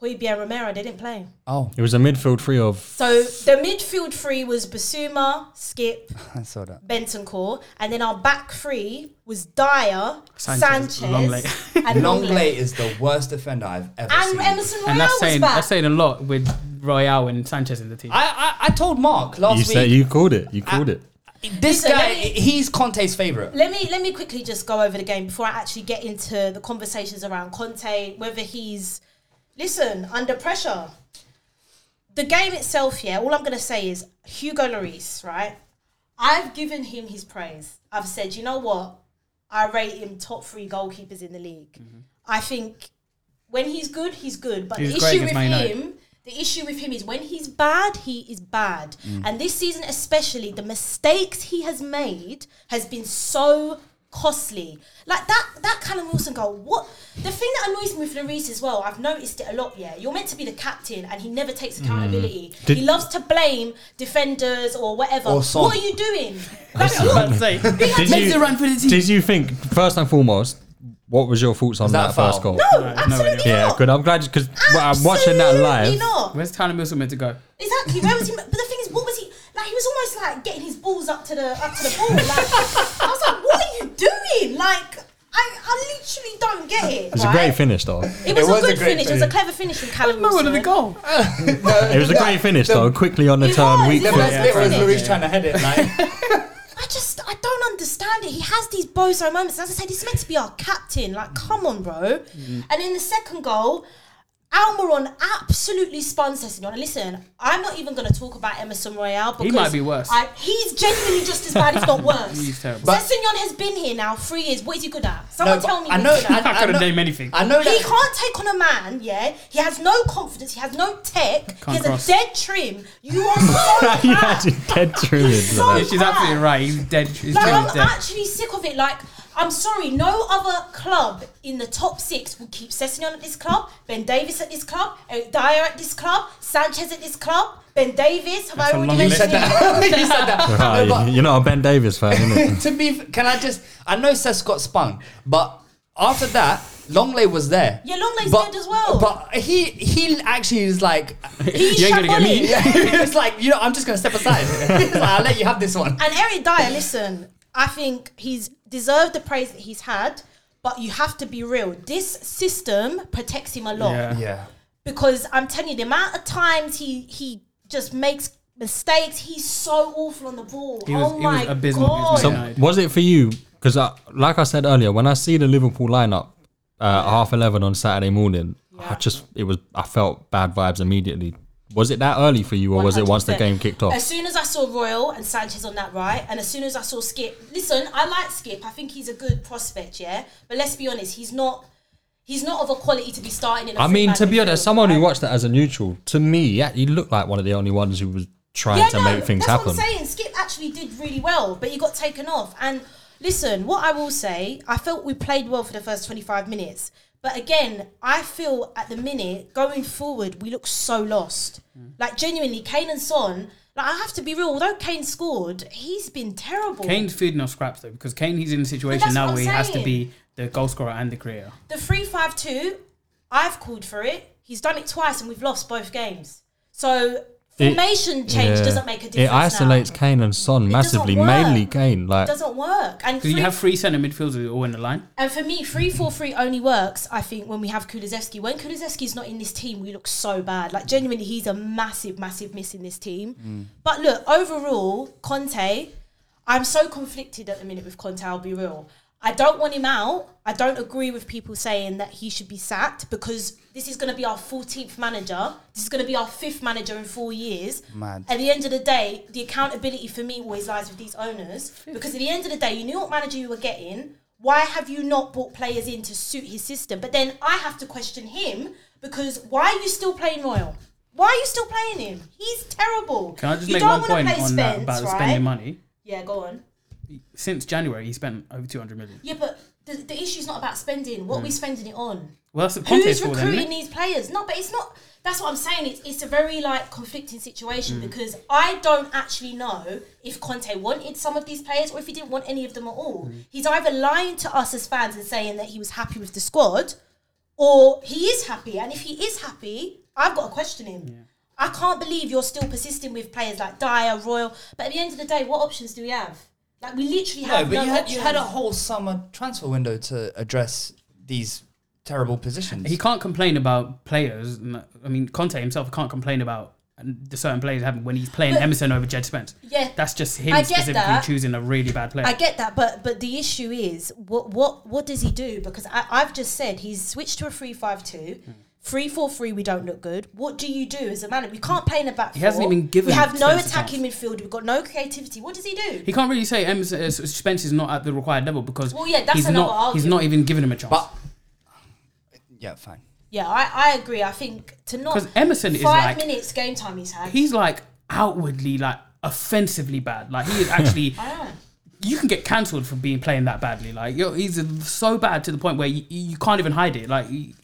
Hoybier Romero, they didn't play.
Oh,
It was a midfield three of
So the midfield three was Basuma, Skip,
I saw that.
Bentoncourt, and then our back three was Dyer,
Sanchez,
Sanchez,
Longley.
and
Longley
Longley.
is the worst defender I've ever
And
seen.
Emerson
And
Royale
that's
was
saying
back.
that's saying a lot with Royale and Sanchez in the team.
I, I I told Mark last
you
week.
said you called it. You called it.
this
Listen,
guy,
let me-
he's Conte's favorite.
let me let me quickly just go over the game before I actually get into the conversations around Conte, whether he's listen under pressure. The game itself, yeah. All I'm gonna say is Hugo Lloris, right? I've given him his praise. I've said, you know what? I rate him top three goalkeepers in the league. I think when he's good, he's good. But
Mm-hmm. He's
the
great
issue
against
with
Man United.
him, the issue with him is when he's bad, he is bad.
Mm.
And this season, especially, the mistakes he has made has been so costly. Like that, that Callum Wilson goal. What the thing that annoys me with Lloris as well. I've noticed it a lot. Yeah, you're meant to be the captain, and he never takes accountability.
Mm. Did-
he loves to blame defenders or whatever.
Or Son.
what are you doing? Like, you're-
*laughs* Did
Makes
you,
it run for the team.
did you think first and foremost? What was your thoughts on
that
that,
a
first
foul?
goal?
no,
no
absolutely
idea.
Yeah,
not.
good. I'm glad because I'm watching that
Absolutely
live.
Not.
*laughs* Where's Callum Wilson meant to go?
Exactly. Where was he? But the thing was almost like getting his balls up to the up to the ball. Like, I was like, "What are you doing?" Like, I, I literally don't get it.
It's a
right?
great finish, though.
It was, a good finish. It was a clever finish from Callum. No, the
goal.
It was a great finish, though. Quickly on the
It
turn,
was,
weak
it
foot. *laughs*
was, it was.
Luis trying to head it. Like,
I just I don't understand it. He has these bozo moments. As I said, he's meant to be our captain. Like, come on, bro. And in the second goal, Almiron absolutely spun Sessignon. And listen, I'm not even going to talk about Emerson Royale because
might be worse.
I, he's genuinely just as bad, if *laughs* not worse.
He's terrible. But-
Sessignon has been here now three years. What is he good at? Someone
No,
tell
but
me.
I
what
know-
he's good at.
I
I couldn't
know-
name anything.
I know
He
that.
can't take on a man, yeah? He has no confidence, he has no tech, he has
cross.
a dead trim. You *laughs* are so
You
bad.
had you dead
He's so
through it.
She's
bad.
absolutely right. He's dead. His
Like,
team
I'm
is dead.
actually sick of it. Like, I'm sorry, no other club in the top six will keep Sessignon at this club, Ben Davis at this club, Eric Dyer at this club, Sanchez at this club, Ben Davis. Have I already
long
He
mentioned
said
him?
that. he said that. No, but-
You're not a Ben Davis fan, innit?
to be, can I just? I know Sess got spun, but after that, Longley was there.
Yeah, Longley's
But-
dead as well.
But he he actually is like,
He's
*laughs* You ain't gonna get me.
shambolic.
*laughs* it's like you know, I'm just gonna step aside. *laughs* It's like, I'll let you have this one.
And Eric Dyer, listen, I think he's deserved the praise that he's had, but you have to be real. This system protects him a lot.
Yeah.
Yeah.
because I'm telling you, the amount of times he he just makes mistakes, he's so awful on the ball.
He was-
oh
he
my
was abysmal. He
god!
was
So
Yeah. *laughs*
was it for you? Because I, like I said earlier, when I see the Liverpool lineup uh, at half eleven on Saturday morning, I just it was I felt bad vibes immediately. Was it that early for you, or was it once the
100%.
game kicked off?
As soon as I saw Royal and Sanchez on that right, and as soon as I saw Skip, listen, I like Skip. I think he's a good prospect, yeah. But let's be honest, he's not. He's not of a quality to be starting in. I
I mean, to be honest, someone who watched that as a neutral, to me, yeah, he looked like one of the only ones who was trying to make things
that's
happen.
What I'm saying Skip actually did really well, but he got taken off. And listen, what I will say, I felt we played well for the first 25 minutes, but again, I feel at the minute going forward we look so lost. Like genuinely, Kane and Son. Like I have to be real. Although Kane scored, he's been terrible.
Kane's feeding off scraps though, because Kane he's in a situation
that's
now
what
where he
I'm
has to
saying.
be the goal scorer and the creator.
The three five two, I've called for it. He's done it twice, and we've lost both games. So
It-
formation change
Yeah.
doesn't make a difference.
It
now.
isolates Kane and Son massively,
doesn't work.
mainly Kane.
It
*laughs* Like
doesn't work. And
Because you
three-
have three centre midfielders all in the line.
And for me, three four three only works, I think, when we have Kulizevsky. When Kulizevsky's not in this team, we look so bad. Like, genuinely, he's a massive, massive miss in this team.
Mm.
But look, overall, Conte, I'm so conflicted at the minute with Conte, I'll be real. I don't want him out. I don't agree with people saying that he should be sacked because this is going to be our 14th manager. This is going to be our fifth manager in four years.
Mad.
At the end of the day, the accountability for me always lies with these owners because at the end of the day, you knew what manager you were getting. Why have you not brought players in to suit his system? But then I have to question him because why are you still playing Royal? Why are you still playing him? He's terrible.
Can I just
you
make
don't
one
want
point
to
on
play
that
Spence,
about
right?
spending money?
Yeah, go on.
Since January, he spent over two hundred million.
Yeah, but the, the issue's not about spending. What are we spending it on?
Well, that's Hmm. the
Who's
Conte's fault, then.
recruiting
isn't it?
these players? No, but it's not. That's what I'm saying. It's, it's a very like conflicting situation
Hmm.
because I don't actually know if Conte wanted some of these players or if he didn't want any of them at all.
Hmm.
He's either lying to us as fans and saying that he was happy with the squad, or he is happy. And if he is happy, I've got to question him. I can't believe you're still persisting with players like Dyer, Royal. But at the end of the day, what options do we have? Like we literally
No,
have
but
no
you had you had a
options.
whole summer transfer window to address these terrible positions.
He can't complain about players. and- I mean, Conte himself can't complain about the certain players having when he's playing
But-
Emerson over Jed Spence.
Yeah.
that's just him
I get
specifically
that.
choosing a really bad player.
I get that, but but the issue is what what what does he do? Because I, I've just said he's switched to a three five two.
Hmm.
Three four three, we don't look good. What do you do as a manager? We can't play in a back.
He hasn't
four.
even given
We have no
Spence a
attacking midfield. We've got no creativity. What does he do?
he can't really say Emerson, uh, Spence is not at the required level because
Well, yeah, that's
he's
another
not. He's not even giving him a chance.
but yeah, fine.
yeah, I, I agree. I think to not
'Cause Emerson
five
is like-
minutes game time he's had.
he's like outwardly like offensively bad. Like he is
*laughs*
actually. You can get cancelled for being playing that badly. Like you're, he's so bad to the point where you, you can't even hide it. Like you-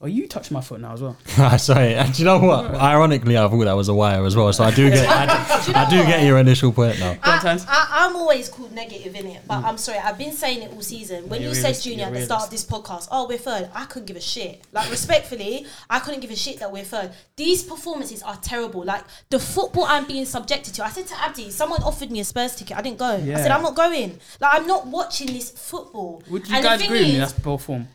Oh, you touched my foot now as well.
Sorry. And do you know
*laughs*
what? Ironically, I thought that was a wire as well. So I do get, I,
Do you
do- I
know
do
what?
get your initial point now.
I, I'm always called negative in it, but
Mm.
I'm sorry. I've been saying it all season. When
You're
you said
realist-
Junior
you're
at the
realist.
start of this podcast, oh we're third, I couldn't give a shit. Like respectfully, I couldn't give a shit that we're third. These performances are terrible. Like the football I'm being subjected to. I said to Abdi, someone offered me a Spurs ticket. I didn't go. I said
Yeah.
I'm not going. Like I'm not watching this football.
Would you
And the
guys
thing
agree with me?
is,
That's poor form.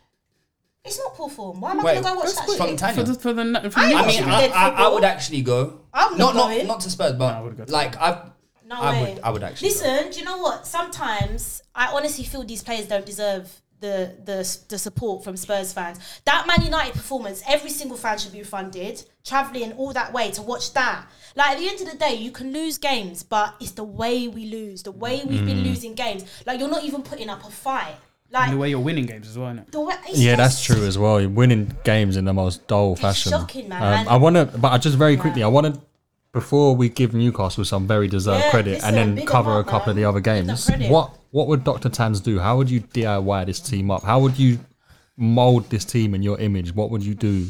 It's not poor form. Why am I
Wait,
going to go watch
that's
that
what-
shit?
Tanya.
For the, for the, for
I
me,
I
ain't
mean,
watching
I,
dead
I, I
football.
would actually go.
I'm not going.
Not, not to Spurs, but like I,
No
I
way.
would, I would actually.
Listen, do you know what? Sometimes I honestly feel these players don't deserve the the the support from Spurs fans. That Man United performance, every single fan should be refunded. Traveling all that way to watch that. Like at the end of the day, you can lose games, but it's the way we lose, the way we've been
Mm.
losing games. Like you're not even putting up a fight. Like
the way you're winning games as well, innit?
the way. it's
Yeah,
just-
that's true as well. You're winning games in the most dull fashion.
shocking, man.
Um, I want to, but I just very quickly, I want to, before we give Newcastle some very deserved
Yeah,
credit
listen,
and then
big
cover
them
a
up,
couple of
man.
the other
Big them
games,
credit.
what what would Dr. Tans do? How would you DIY this team up? How would you mold this team in your image? What would you do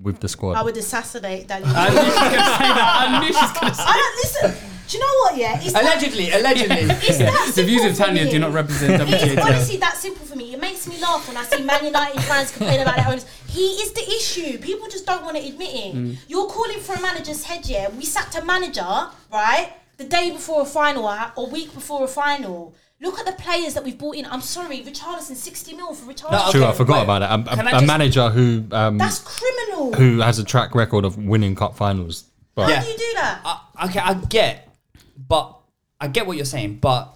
with the squad?
I would assassinate
*laughs*
Danny.
I knew she was gonna say that.
I
*laughs*
knew she was gonna
say that. listen, do you know what? Yeah, it's like-
Allegedly, allegedly.
*laughs*
It's that
the views of Tanya do
me.
not represent
It's honestly
WTTL.
that simple for me. It makes me laugh when I see Man United fans complain about their owners. He is the issue. People just don't want to admit it.
Mm.
You're calling for a manager's head, yeah? We sacked a manager, right? The day before a final uh, or week before a final. Look at the players that we've brought in. I'm sorry, Richarlison, 60 mil for Richarlison.
It's True, I forgot about that. Um,
Can I
A, a,
just-
manager who um,
That's criminal.
who has a track record of winning cup finals.
How
But
do you do that?
okay, I get, but I get what you're saying. But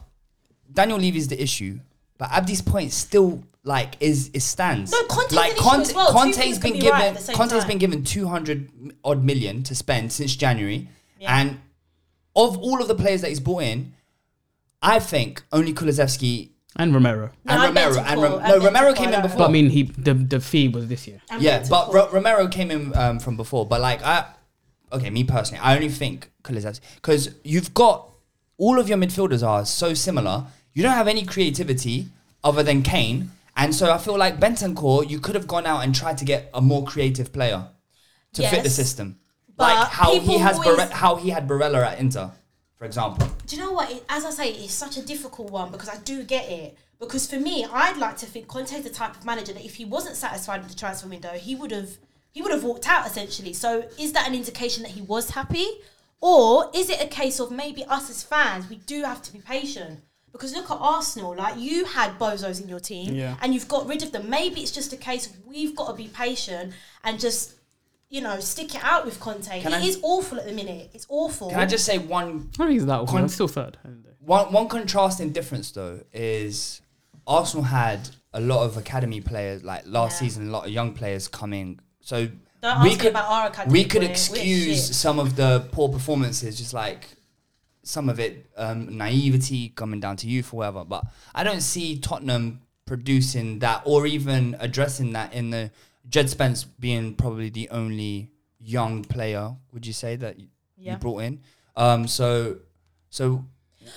Daniel Levy's the issue. But Abdi's point still like is it stands.
No, Conte's
like
an issue as well. Two things
Conte's
can
been
be right
given
at the same
Conte's
time.
been given two hundred odd million to spend since January,
Yeah.
and of all of the players that he's brought in, I think only Kulusevski
And Romero.
and Romero and Rom- no Romero came in before.
But I mean, he the, the fee was this year.
yeah, but Ro- Romero came in um, from before. But like, I okay, me personally, I only think Kulusevski because you've got all of your midfielders are so similar. You don't have any creativity other than Kane, and so I feel like Bentancur, you could have gone out and tried to get a more creative player to fit the
Yes,
system,
but
like how he
people
has
always-
Barre- how he had Barella at Inter, for example.
do you know what? It, as I say, it's such a difficult one because I do get it. Because for me, I'd like to think Conte's the type of manager that if he wasn't satisfied with the transfer window, he would have he would have walked out essentially. So is that an indication that he was happy, or is it a case of maybe us as fans we do have to be patient? Because look at Arsenal, like you had bozos in your team
Yeah.
and you've got rid of them. Maybe it's just a case of we've got to be patient and just you know stick it out with Conte. It
Can
is
I-
awful at the minute. It's awful.
Can I just say one?
I don't think it's that awful.
Con-
I'm still third.
One one contrasting difference though is Arsenal had a lot of academy players like last season, a lot of young players coming. So
Don't ask me about our academy,
we could
boy. We're
excuse
shit.
some of the poor performances, just like some of it um, naivety coming down to youth or whatever. But I don't see Tottenham producing that or even addressing that in the Jed Spence being probably the only young player. Would you say that you
Yeah.
you brought in? Um, so so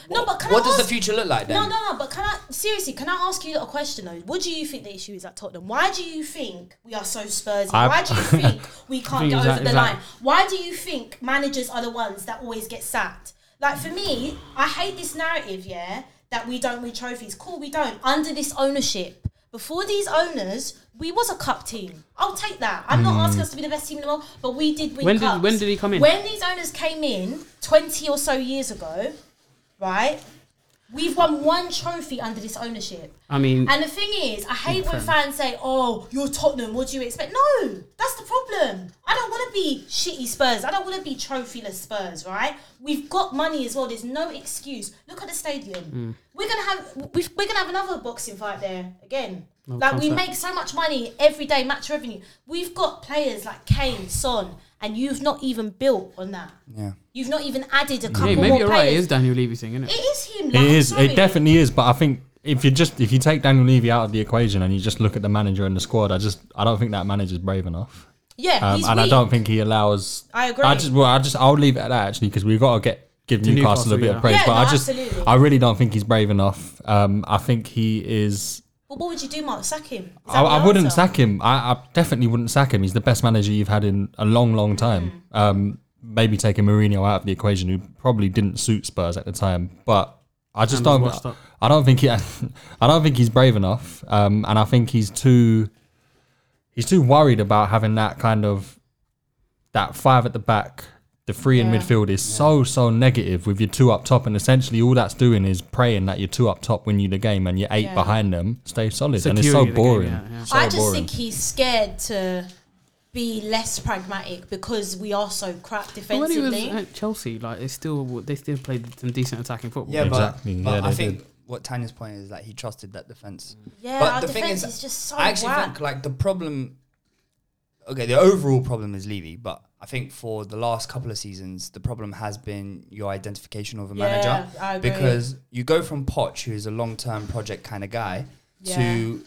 No, but can
what
I
does the
ask-
future look like then?
No, no, no. But can I seriously? Can I ask you a question though? What do you think the issue is at Tottenham? Why do you think we are so Spursy?
I-
Why do
*laughs*
you think we can't
think
get over
it's that-
the
it's
line?
that-
Why do you think managers are the ones that always get sacked? Like for me, I hate this narrative. Yeah, that we don't win trophies. Cool, we don't. Under this ownership, before these owners, we was a cup team. I'll take that. I'm not
Mm.
asking us to be the best team in the world, but we did win
When did-
cups.
when did he come in?
When these owners came in twenty or so years ago, right? We've won one trophy under this ownership.
I mean,
And the thing is, I hate when
Incredible.
fans say, "Oh, you're Tottenham. What do you expect?" No, that's the problem. I don't want to be shitty Spurs. I don't want to be trophyless Spurs. Right? We've got money as well. There's no excuse. Look at the stadium.
Mm.
We're gonna have we've, we're gonna have another boxing fight there again.
No
like we
contact.
make so much money every day, match revenue. We've got players like Kane, Son, and you've not even built on that.
Yeah.
You've not even added a couple
Yeah, maybe
more
you're
players.
right. It is Daniel Levy thing, isn't
It is him.
It is. It
definitely.
definitely is. But I think if you just if you take Daniel Levy out of the equation and you just look at the manager and the squad, I just I don't think that manager's brave enough.
Yeah,
um,
he's
and I
weak.
don't think he allows.
I agree.
I just well, I just I'll leave it at that actually because we've got to get give
To
Newcastle,
Newcastle,
a bit
yeah.
of praise.
Yeah,
but
no,
I just
absolutely.
I really don't think he's brave enough. Um, I think he is.
Well, what would you do, Mark? Sack him? Is that
I,
the
I wouldn't
answer?
sack him. I, I definitely wouldn't sack him. He's the best manager you've had in a long, long time. Um, maybe taking Mourinho out of the equation, who probably didn't suit Spurs at the time. But I just
And was washed
don't.
up.
I don't think he. *laughs* I don't think he's brave enough. Um, and I think he's too. He's too worried about having that kind of that five at the back. The three in midfield is so so negative with your two up top, and essentially all that's doing is praying that your two up top win you the game, and your eight
Yeah.
behind them stay solid, and it's
Security
so
of the game,
boring.
yeah, yeah.
So
I just
boring.
think he's scared to be less pragmatic because we are so crap
But when he was uh,
defensively.
at Chelsea, like it's still they still played some decent attacking football.
Yeah,
Exactly,
but,
yeah,
but
they
I think what Tanya's point is that he trusted that defense.
Yeah,
but
our
the thing
defense
is,
is just so
I actually
whack.
think like the problem. Okay, the overall problem is Levy, but I think for the last couple of seasons, the problem has been your identification of a
Yeah,
manager
I agree.
because you go from Poch, who's a long-term project kind of guy,
Yeah.
to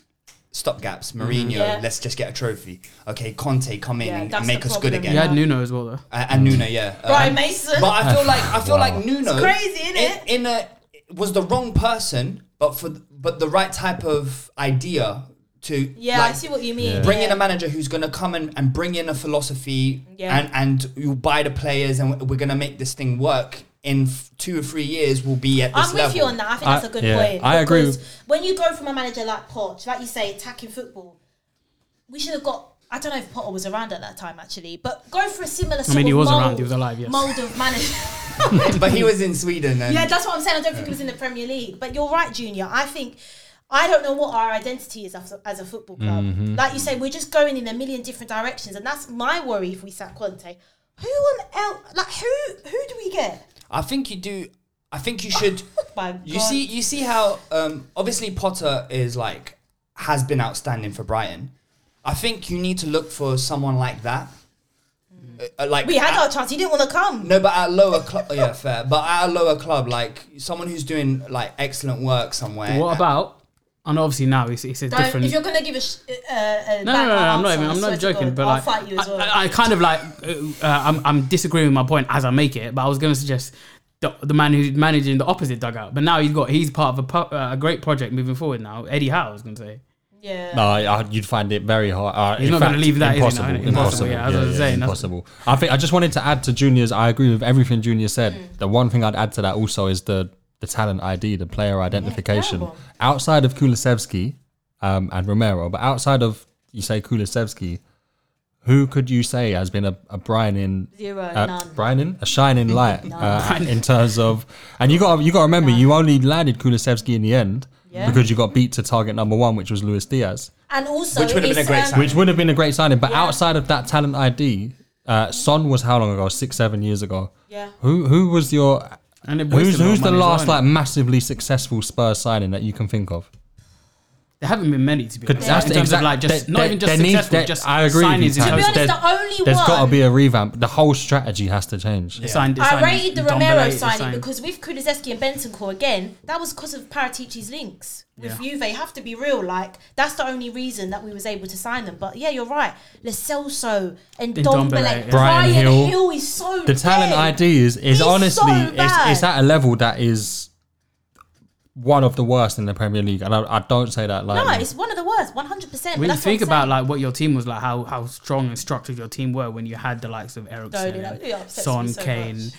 stopgaps.
Mm-hmm.
Mourinho,
Yeah.
let's just get a trophy. Okay, Conte, come in
Yeah,
and,
that's
and make
the
us good
problem.
again.
You had Nuno as well though.
A- and Nuno, yeah.
Right, Mason.
um, But I feel like I feel like Nuno
It's crazy, isn't it?
In, in a was the wrong person, but for th- but the right type of idea to
yeah, I
like,
see what you mean.
Bring in
Yeah.
a manager who's gonna come in and bring in a philosophy,
Yeah.
and and you buy the players, and we're gonna make this thing work. In f- two or three years, we'll be at this
I'm
level.
with you on that. I think
I-
that's a good
yeah,
point.
I agree
because
with-
When you go from a manager like Poch, like you say, attacking football, we should have got. I don't know if Potter was around at that time actually, but go for a similar. Sort
mean, he
of
was
mold,
around, he was alive, yes.
Mold of manager.
*laughs*
*laughs*
but he was in Sweden, and
yeah, that's what I'm saying. I don't think it was in the Premier League, but you're right, Junior. I think I don't know what our identity is as a, as a football club.
Mm-hmm.
Like you say, we're just going in a million different directions, and that's my worry. If we sack Conte, who on el Like who? Who do we get?
I think you do. I think you should.
My
you
God.
see, you see how um, obviously Potter is like has been outstanding for Brighton. I think you need to look for someone like that. Uh, uh, like
We had
at-
our chance. He didn't want to come.
no, but at a lower club, yeah, fair. But at a lower club, like someone who's doing like excellent work somewhere.
What about? And obviously now it's, it's a
Don't-
different.
if you're gonna give a, sh- uh, a back
No, no, no, no, I'm not
answer,
even.
I
I'm
swear
not
to
joking.
God,
But
I'll
like,
fight you as
I-
well.
I, I kind of like. Uh, uh, I'm, I'm disagreeing with my point as I make it. But I was going to suggest the, the man who's managing the opposite dugout. But now he's got. He's part of a, pu- uh, a great project moving forward now. Eddie Howe, I was going to say.
yeah.
No, I, I, you'd find it very hard. Uh,
He's
in
not gonna
fact,
leave that, is he, no?
impossible. impossible.
Impossible, yeah, that's what I was saying, that's-
Impossible. I think I just wanted to add to Junior's. I agree with everything Junior said.
Mm.
The one thing I'd add to that also is the the talent ID, the player identification.
terrible.
outside of Kulisevsky um, and Romero, but outside of you say Kulisevsky, who could you say has been a, a Brian in
Zero,
uh,
none.
Brian in
*laughs*
a shining light uh, in terms of, and you got you got to remember you only landed Kulisevsky in the end
Yeah.
because you got beat to target number one, which was Luis Diaz,
And also,
Which would've
it's,
been a great
um,
signing.
which would have been a great signing. But outside of that talent ID, uh, Son was how long ago? Six seven years ago.
Yeah.
Who who was your
And it
Who's,
wasted a lot of
who's the
money as well,
last
innit?
like massively successful Spurs signing that you can think of?
There haven't been many to be honest.
That's
in
the
terms
exact-
of like just
there-
not
there-
even just
there needs-
successful.
there-
just
I agree with
signings
you,
in
Tam.
terms
To be honest,
of
There's-
the only
There's
one.
got to be a revamp. The whole strategy has to change.
signed-
I
signed
rated the
Dombele,
Romero signing
signed-
because with Kulizeski and Bentancur again, that was because of Paratici's links with
Yeah.
Juve. Have to be real, like that's the only reason that we was able to sign them. But yeah, you're right. Lo Celso and
And Dombele,
Dombele,
yeah.
Brian,
Brian Hill.
Hill. is so
The talent
dead.
ID is, is
He's
honestly
so
it's, it's
bad.
at a level that is one of the worst in the Premier League, and I, I don't say that
No,
lightly.
it's one of the worst. One hundred percent.
When you think about like what your team was like, how how strong and structured your team were when you had the likes of
dude,
Ericsson,
that really upsets me
Son,
so
Kane,
much.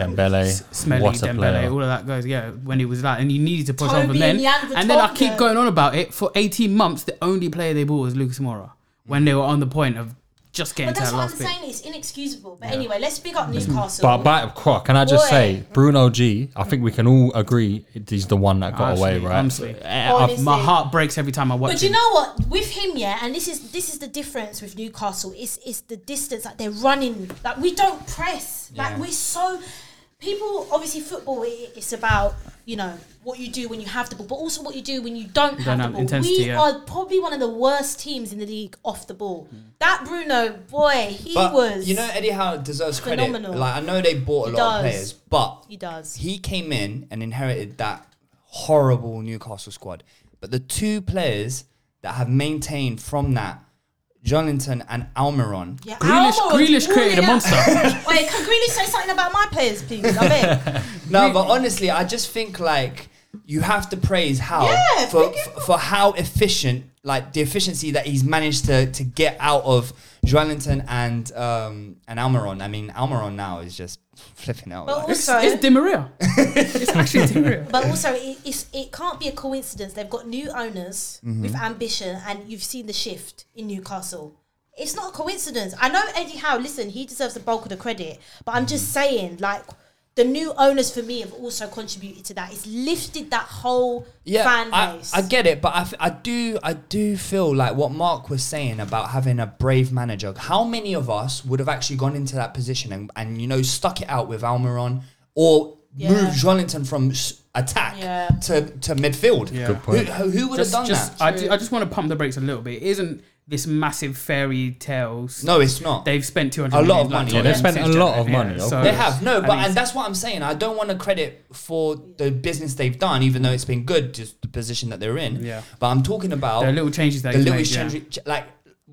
Dembele,
Uh, Smelly,
what a
Dembele,
player!
all of that goes. Yeah, when he was that, and you needed to push
Toby
on from then.
and Leandro
And then I keep
Tonga.
going on about it for 18 months. The only player they bought was Lucas Moura when they were on the point of just getting
But
to
that's
that
what I'm
last bit.
saying. It's inexcusable. But anyway, let's pick up Newcastle.
But by Croc, can I just
Boy.
say Bruno G? I think we can all agree he's the one that got away,
Honestly,
right?
honestly.
Eh,
Honest-
I've-
My heart breaks every time I watch.
But you
him.
know what? With him, yeah, and this is this is the difference with Newcastle. It's it's the distance that they're running. Like we don't press. Like
Yeah.
we're so people. Obviously, football. It, it's about you know what you do when you have the ball, but also what you do when you don't have
don't
the
have
ball.
intensity,
we
yeah. Mm.
are probably one of the worst teams in the league off the ball. That Bruno boy, he
But
was.
you know Eddie Howe deserves credit.
phenomenal.
Like I know they bought a
He
lot of
does.
players, but
He does.
He came in and inherited that horrible Newcastle squad. But the two players that have maintained from that, Jolinton and Almiron.
yeah,
Grealish,
Almiron,
Grealish created a
Julia. *laughs*
monster.
Wait, can Grealish say something about my players, please? I beg.
No, but honestly, I just think like you have to praise how
Yeah,
for,
big
for for how efficient, like the efficiency that he's managed to to get out of Joelinton and um and Almiron. I mean, Almiron now is just *laughs* flipping out.
But
like-
also,
*laughs* It's Di Maria. it's actually Di Maria.
but also it, it's, it can't be a coincidence. They've got new owners
Mm-hmm.
with ambition, and you've seen the shift in Newcastle. It's not a coincidence. I know Eddie Howe. Listen, he deserves the bulk of the credit, but I'm
Mm-hmm.
just saying, like. The new owners for me have also contributed to that. It's lifted that whole fan
I,
base.
I get it, but I, f- I do I do feel like what Mark was saying about having a brave manager. How many of us would have actually gone into that position and, and you know stuck it out with Almiron or
Yeah.
moved Jolinton from s- attack
Yeah.
to, to midfield?
Good
Who, who, who would
Just-
have done
just-
that?
I, ju- I just want to pump the brakes a little bit. It isn't this massive fairy tales?
no, it's not.
They've spent 200
A lot of
million
money.
on
Yeah, they've
it
spent
since
a lot of
January.
money,
Yeah,
of
so-
course.
They have no,
I
but
mean,
and that's what I'm saying. I don't want to credit for the business they've done, even though it's been good, just the position that they're in.
Yeah.
But I'm talking about
The little changes that
the
he's
little
made, yeah.
change- ch- like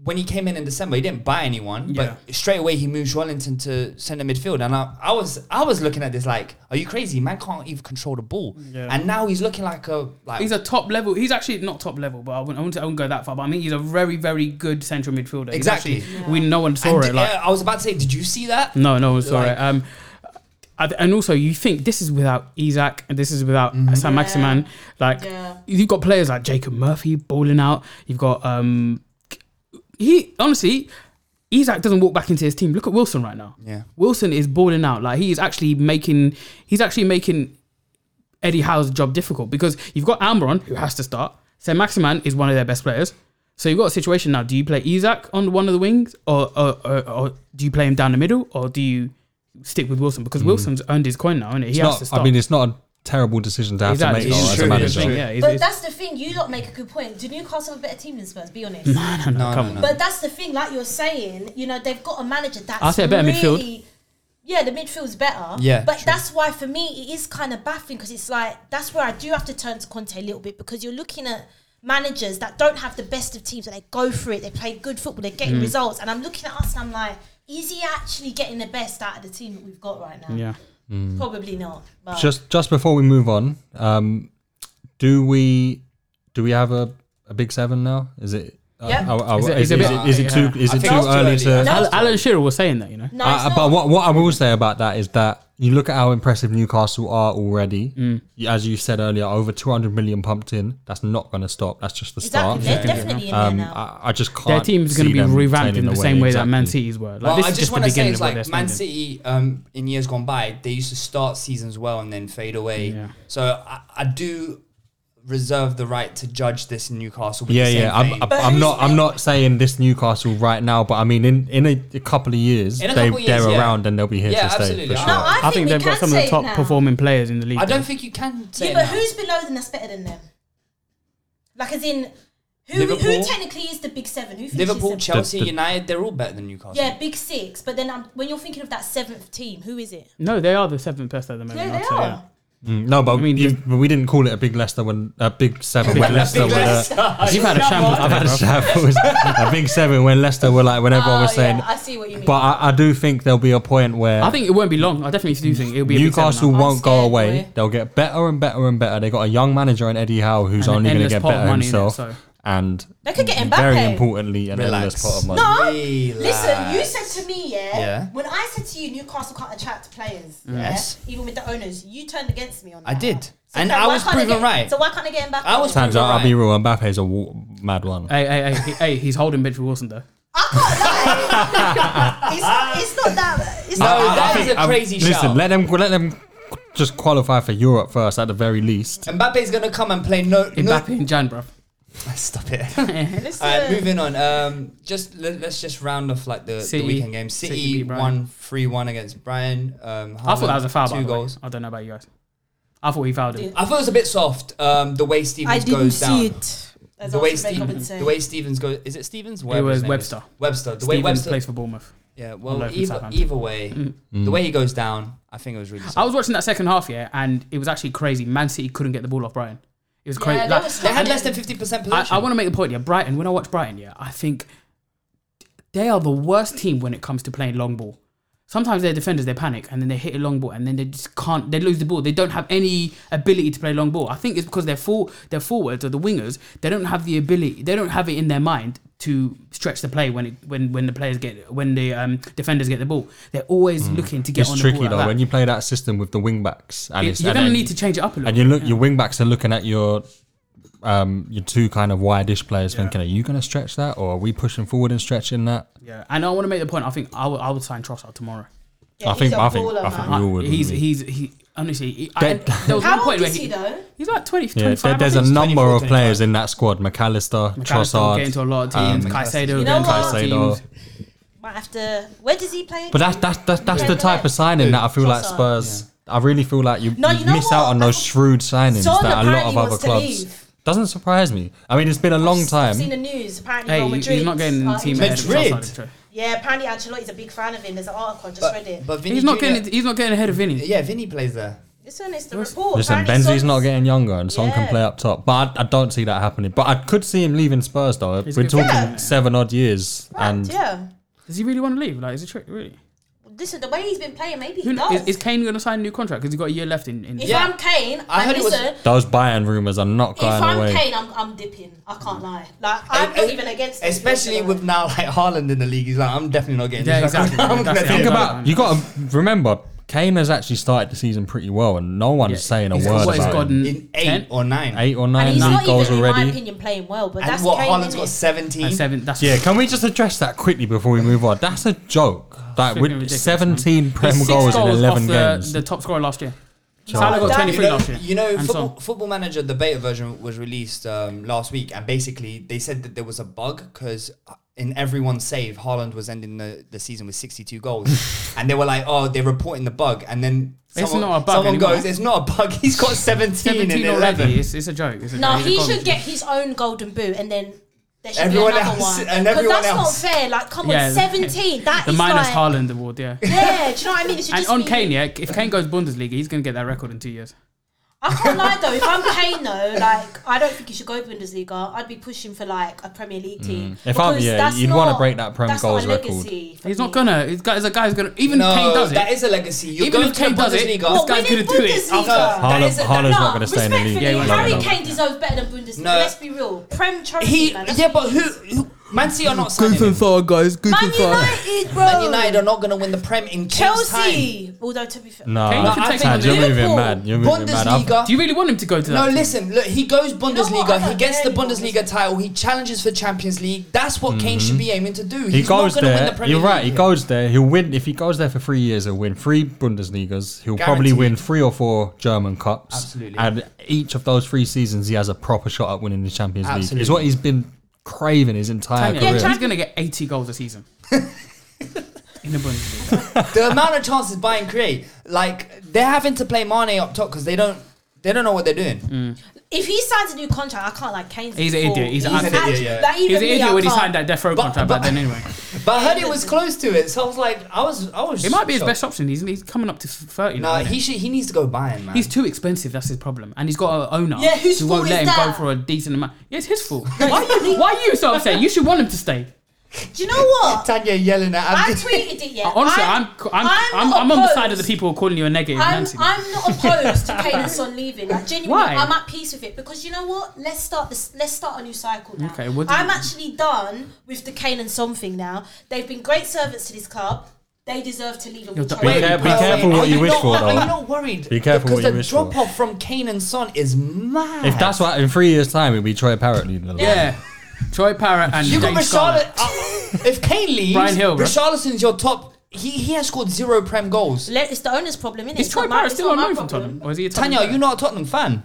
when he came in in December, he didn't buy anyone,
Yeah.
but straight away he moved Wellington to centre midfield, and I, I was I was looking at this like, are you crazy? Man can't even control the ball, and now he's looking like a like
He's a top level. He's actually not top level, but I wouldn't, I wouldn't, I wouldn't go that far. But I mean, he's a very, very good central midfielder. He's
Exactly.
actually- We no one saw
and
it.
di-
Like,
yeah, I was about to say, did you see that?
No, no, I'm sorry.
Like-
um, I th- and also, you think this is without Isaac and this is without
Mm-hmm.
Sam Maximan. Like,
Yeah.
you've got players like Jacob Murphy balling out. You've got um, he honestly, Isaac doesn't walk back into his team. Look at Wilson right now.
Yeah.
Wilson is balling out. Like he is actually making, he's actually making Eddie Howe's job difficult because you've got Almiron who has to start. Sam Maximan is one of their best players. So you've got a situation now. Do you play Isaac on one of the wings, or or, or, or do you play him down the middle, or do you stick with Wilson? Because Wilson's earned his coin now, and
Mm.
he
It's
has
not-
to start.
I mean, it's not a terrible decision to have
Exactly.
to make
It's
though, as
true,
a
it's
manager.
true. Yeah, it's-
but
it's-
that's the thing. You lot make a good point. Do Newcastle have a better team than Spurs? Be
*laughs*
honest.
No, no, no,
But that's the thing, like you're saying, you know, they've got a manager that's
I'll say a better
really,
midfield.
Yeah, the midfield's better.
Yeah,
but
true.
that's why for me it is kind of baffling because it's like that's where I do have to turn to Conte a little bit because you're looking at managers that don't have the best of teams and they go for it, they play good football, they're getting results, and I'm looking at us and I'm like, is he actually getting the best out of the team that we've got right now?
yeah.
probably not. But
Just just before we move on, um, do we do we have a, a big seven now? Is it?
Yeah.
Uh, uh,
Is it-
is,
it's a
it-
bit-
is it
yeah.
too is
I
it too
think it's too
early
early,
to?
yeah.
no,
Al-
it's not.
Alan Shearer was saying that, you know.
no, it's
Uh,
not.
but what what I will say about that is that you look at how impressive Newcastle are already.
Mm.
Y- As you said earlier, over 200 million pumped in. That's not going to stop. That's just the
exactly,
start.
they're definitely in
Um,
there now.
I, I just can't.
Their team's going
see
to be
them
revamped in
turning
the same way that
exactly.
Man City's were. Like,
Well,
this
I
is just
just
the
want to say
beginning of
it's
what they're
like Man
spending.
City um, in years gone by, they used to start seasons well and then fade away.
Yeah.
So I, I do reserve the right to judge this in Newcastle. With
Yeah,
the same
yeah. I'm,
vein.
I'm, I'm not. I'm not saying this Newcastle right now, but I mean, in in a, a couple of years,
In a
they
couple of
they're
years, yeah.
around and they'll be here
Yeah,
to stay.
absolutely.
For
I-
sure.
no, I,
I think
we
they've
can
got some of
say
the
it
top
now.
performing players in the league.
I don't
though.
think you can say
Yeah, but
that.
who's below them that's better than them? Like, as in, who, who
Liverpool?
technically is the big seven? Who finishes
Liverpool,
seventh?
Chelsea,
The- the-
United, they're all better than Newcastle.
Yeah, big six. But then um, when you're thinking of that seventh team, who is it?
No, they are the seventh best at the moment.
Yeah,
I'd
they
say,
are.
yeah.
Mm, no, but
mean,
you-
just-
we didn't call it a big Leicester when a big
*laughs*
seven when Leicester
Big
were.
*laughs* Leicester.
You've had a shambles.
I've had a
day, bruv.
*laughs* shambles. a big seven when Leicester were like when
Oh,
everyone was saying.
yeah, I see what you mean.
But I, I do think there'll be a point where
I think it won't be long. I definitely do think it'll be a big seven
Newcastle
now.
won't go
scared,
away.
boy.
They'll get better and better and better. They got a young manager in Eddie Howe who's
And an
only going to
endless
get
pot of
better
money, innit,
himself.
so.
And
They could get
very
Mbappe.
importantly an
Relax.
endless pot of money.
No,
Relax.
listen. You said to me, yeah,
Yeah. Mm.
When I said to you, Newcastle can't attract players.
Yes.
Yeah, even with the owners, you turned against me on that.
I did.
So
And
then
I
why
was
can't they
proven
get-
right.
So why can't they get Mbappe?
I was
*laughs*
Turns out, I'll
Right.
be real. Mbappe's a w- mad one.
Hey, hey, hey, hey, he's holding Mitchell Wilson though.
I can't lie. it's, not, it's not that. It's
No,
not
that
that.
is a
Um,
crazy
listen,
shout.
let them let them just qualify for Europe first at the very least.
Mbappe's going to come and play no. no Oh,
Mbappe and Jan, bruv.
*laughs*
*laughs*
stop
*laughs*
it.
Listen.
All right, moving on. Um, just let, us just round off like the,
City.
the weekend game. City,
City beat Brighton.
won three one against Brighton. Um,
I thought that was a foul.
Two
by the way.
goals.
I don't know about you guys. I thought he fouled him.
I thought it was a bit soft. Um, the way Stevens
I didn't
goes down.
see it. As
The
I
way,
was making up and
Stevens,
saying.
the way Stevens goes, is it Stevens? Whatever
was
his name is.
Webster.
Webster. The way
Stevens
Webster
plays for Bournemouth.
Yeah,
Hello
well,
from
either,
Southampton.
either way,
Mm.
the way he goes down, I think it was really.
I
Soft.
was watching that second half, yeah, and it was actually crazy. Man City couldn't get the ball off Brighton. It was crazy.
that
Like,
was-
They had less than fifty percent
I,
possession.
I want to make the point, yeah. Brighton, when I watch Brighton, yeah, I think they are the worst team when it comes to playing long ball. Sometimes their defenders they panic and then they hit a long ball and then they just can't. They lose the ball. They don't have any ability to play long ball. I think it's because their for, their forwards or the wingers they don't have the ability. They don't have it in their mind to stretch the play when it when when the players get when the um, defenders get the ball. They're always looking to get
Mm. it's
on
tricky
the ball.
though
like that.
when you play that system with the wing backs. And
You-
it's,
you're
and
gonna
then-
need to change it up a little
And you
bit,
look, your wing backs are looking at your um, your two kind of wide-ish players, thinking, "Are you going to stretch that, or are we pushing forward and stretching that?"
Yeah, and I want to make the point. I think I would I would sign Trossard tomorrow.
Yeah, I think- he's a I think- baller, I think man. we all would,
He's
wouldn't
he's he. Honestly, he, I,
That-
there was
How
one
old
point where
is he, though?
He's like 20,
Yeah,
25.
there, there's a number of players in that squad: McAllister,
Trossard
Trossard,
get into a lot of teams.
um,
Caicedo
You
get
know
into a lot of
Caicedo.
teams.
Might have to. Where does he play?
But that's that's that's, that's
Yeah,
the
but
type of
like-
signing that I feel like
Trossard.
Spurs. I really feel like you,
No,
you
you know
miss
what?
out on
I
those
thought-
shrewd signings
Son
that a lot
apparently
of other
wants to
clubs.
leave.
Doesn't surprise me. I mean, it's been a long
I've seen
time.
the news. Apparently,
Hey,
Real
he-
Madrid.
he's not getting in the
started-
team. ahead of
Madrid.
Trossard, Trossard.
Yeah, apparently Ancelotti's a big fan of him. There's an article I just read it.
But Vinny
He's not
Junior-
getting. He's not getting ahead of Vinny.
Yeah, Vinny plays there.
This one is the report.
Listen,
Apparently
Benzi's
Son's-
not getting younger, and Son can
Yeah.
play up top. But I, I don't see that happening. But I could see him leaving Spurs though.
He's
We're
good for-
talking
Yeah.
seven odd years, and
Yeah.
Does he really want to leave? Like, is it true? Really?
Listen, the way he's been playing, maybe
Who
he
knows?
does.
Is, is Kane going to sign a new contract? Because he's got a year left in. in
if
Yeah.
I'm Kane, I
I heard it was-
listen.
those Bayern rumors are not
if
going
I'm
away. Mm.
Kane, I'm, I'm dipping. I can't lie. Like I'm
Eh,
not
eh,
even against. this
Especially
person.
with now like Haaland in the league, he's like, I'm definitely not getting.
Yeah,
this. *laughs*
exactly.
I'm
That's
gonna
it.
take
Think
Yeah.
him out.
about you got to remember Kane has actually started the season pretty well, and no one's
Yeah.
saying a
He's-
word
what he's
about
got
him.
in eight
Ten?
or nine.
eight or
and
nine
he's
league
not
goals
even, in
already.
my opinion, playing well. But
And
that's
what
Kane.
Haaland's
innit?
got 17.
And seven. That's
Yeah, can we just address that quickly before we move on? That's a joke. Like
freaking
with
ridiculous,
seventeen
He's
prem
six
goals, in
goals
eleven
off
games.
The, the top scorer last year. Salah got
Damn.
23
you know,
last year.
you know
And
football,
Son.
football Manager, the beta version was released um, last week, and basically they said that there was a bug because in everyone's save, Haaland was ending the, the season with 62
*laughs*
goals. and they were like, oh, they're reporting the bug. And then
It's
someone,
not a bug
someone
anymore.
goes, it's not a bug. *laughs* He's got 17,
17
and
already.
11.
It's, it's a joke. It's a
No,
joke. He's a
he
garbage
should get his own golden boot, and then there should
Everyone
be another
else-
one.
*laughs* and
'Cause
everyone
that's
else.
not fair. Like, come on,
Yeah,
seventeen. That
the
is
minus
like,
Haaland award, yeah.
Yeah, do you know what I mean? It should
And
just
on
be-
Kane, yeah, if Kane goes Bundesliga, he's going to get that record in two years.
I can't lie though. If I'm Kane though, like I don't think you should go Bundesliga. I'd be pushing for like a Premier League team.
If I'm-
Because
yeah,
that's
you'd wanna
not-
break that Prem
that's not a
goals record.
legacy for
He's
me.
not gonna. He's got. He's a guy who's gonna. Even if Kane
No,
does it.
that is a legacy. You're
Even
going
if
to
Kane
the
does it,
Bundesliga.
this
Well,
guy's
within
gonna do it.
Bundesliga-
After- That
Haaland,
is a-
Haaland's not
No,
going to stay in the league.
respectfully,
Yeah, he won't
Harry
stay.
Kane deserves better than Bundesliga.
No.
Let's be real. Prem trophy.
He,
man, that's
yeah,
what
but
he
who,
is.
who? Man City are not signing him.
far, guys. Good
*laughs*
Man United, bro.
Man United are not going to win the Prem in Kane's time.
Chelsea. Although to be fair,
No,
Kane
can take on
Chad, you're moving
Liverpool.
mad. You're moving mad. I've-
Bundesliga.
Do you really want him to go to that?
No,
team?
listen. Look, he goes
know
Bundesliga.
what? I
he
don't
gets the
care anymore.
Bundesliga title. He challenges for Champions League. That's what Kane should be aiming to do.
Mm-hmm. He
He's
goes
not going
there.
to win the Premier
you're right.
League.
He goes there. He'll win. If he goes there for three years, he'll win three Bundesligas. He'll probably
Guaranteed.
win three or four German cups.
Absolutely.
And each of those three seasons, he has a proper shot at winning the Champions League. Is
Absolutely.
what he's been craving his entire
Tanya,
career.
he's going to get 80 goals
*laughs*
a season. in the Bundesliga.
The amount of chances Bayern create, like they're having to play Mane up top because they don't, they don't know what they're doing.
Mm.
if he signs a new contract, I can't like Kane.
He's an idiot. He's an
He's an
idiot.
yeah.
Like, even
He's an
me,
idiot
I
when he
can't.
signed that death row
But-
contract
but-
back
*laughs*
then, anyway.
But I heard it was close to it, so I was like, I was, I was.
It might be his
shocked.
best option. He's, he's coming up to 30
No,
now. isn't
he should, he needs to go Bayern, man.
He's too expensive. That's his problem, and he's got an owner
Yeah, whose
who won't
fault
let him
is
go
that?
for a decent amount. Yeah, it's his fault. why,
*laughs*
are you, why are you so upset? You should want him to stay.
Do you know what?
Tanya yelling at
I
Andy.
tweeted it. Yeah.
Uh, Honestly, I'm I'm I'm, I'm, on the side of the
opposed.
people who are calling you a negative
I'm,
Nancy.
I'm not opposed to Kane and
*laughs*
Son leaving. Like genuinely,
Why?
I'm at peace with it because you know what? Let's start this. Let's start a new cycle now.
Okay, what do
I'm
you-
actually done with the Kane and Son thing now. They've been great servants to this club. They deserve to leave. And
You're
walk
done.
away.
Be care- be
Wait,
careful
wait,
what
are
you wish
not-
for,
Are
though.
you not worried?
Be careful
because
what you wish
the
for.
drop off from Kane and Son is mad.
if that's what in three years' time, it'll be Troy Parrott leading the line.
yeah, Troy Parrott and
You got
James Scarlett.
Richarlison. Uh, if
*laughs*
Kane leaves,
Brian Hill, bro.
Richarlison's your top. He he has scored zero prem goals.
Let, it's the owner's problem, isn't it?
Is Troy Parrott still on loan from Tottenham, or is he a Tottenham
Tanya, are
player?
you not a Tottenham fan?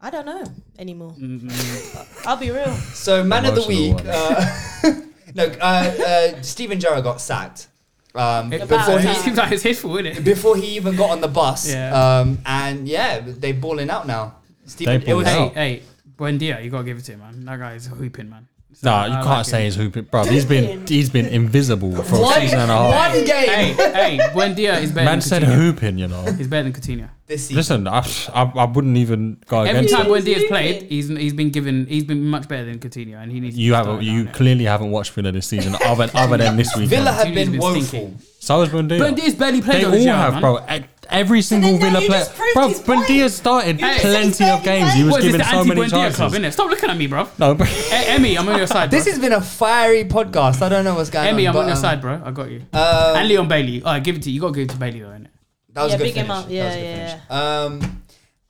I don't know anymore.
Mm-hmm.
I'll be real.
So man of the
Emotional
week.
one.
Uh, *laughs* no, uh, uh, Steven Gerrard got sacked um,
It-
before
it
he
*laughs* seems like it's his fault, isn't it?
before he even got on the bus.
Yeah.
Um, and yeah, they balling out now. Steven,
They balling
Hey,
out.
*laughs* hey, Buendia, you gotta give it to him, man. That guy is hooping, man. So,
Nah, you
I
can't
like
say
him.
he's hooping, bro. He's been he's been invisible for a
one,
season and a half.
one game
Hey, hey, Buendia is better
Man
than
said
Coutinho.
hooping, you know.
He's better than Coutinho.
this season.
Listen, I, I, I wouldn't even go
Every
against
time
it.
Buendia's played, he's he's been given he's been much better than Coutinho, and he needs. to
You
start
haven't.
now,
You
innit?
clearly haven't watched Villa this season, other other than this weekend.
Villa have
Coutinho's
been
been
woeful.
stinking.
So is Buendia.
Buendia's barely played
They
on the
all
show,
have,
man.
bro. E- Every single
then now
Villa
you
player,
just proved
bro.
his point.
Buendia started
Hey.
plenty of games. He was
What is
given
this, the
so many
anti-Buendia club,
chances.
innit? Stop looking at me, bro.
No, but
*laughs* Eh, Emmy, I'm on your side.
This has been a fiery podcast. I don't know what's going on.
Emmy, I'm
but,
on your
um,
side, bro. I got you.
Um,
Uh,
and Leon Bailey. All right, give it to you. You got to give it to Bailey, though, innit?
That was
Yeah,
a good
big him
finish.
up.
That was a
Yeah,
good finish.
yeah.
Um,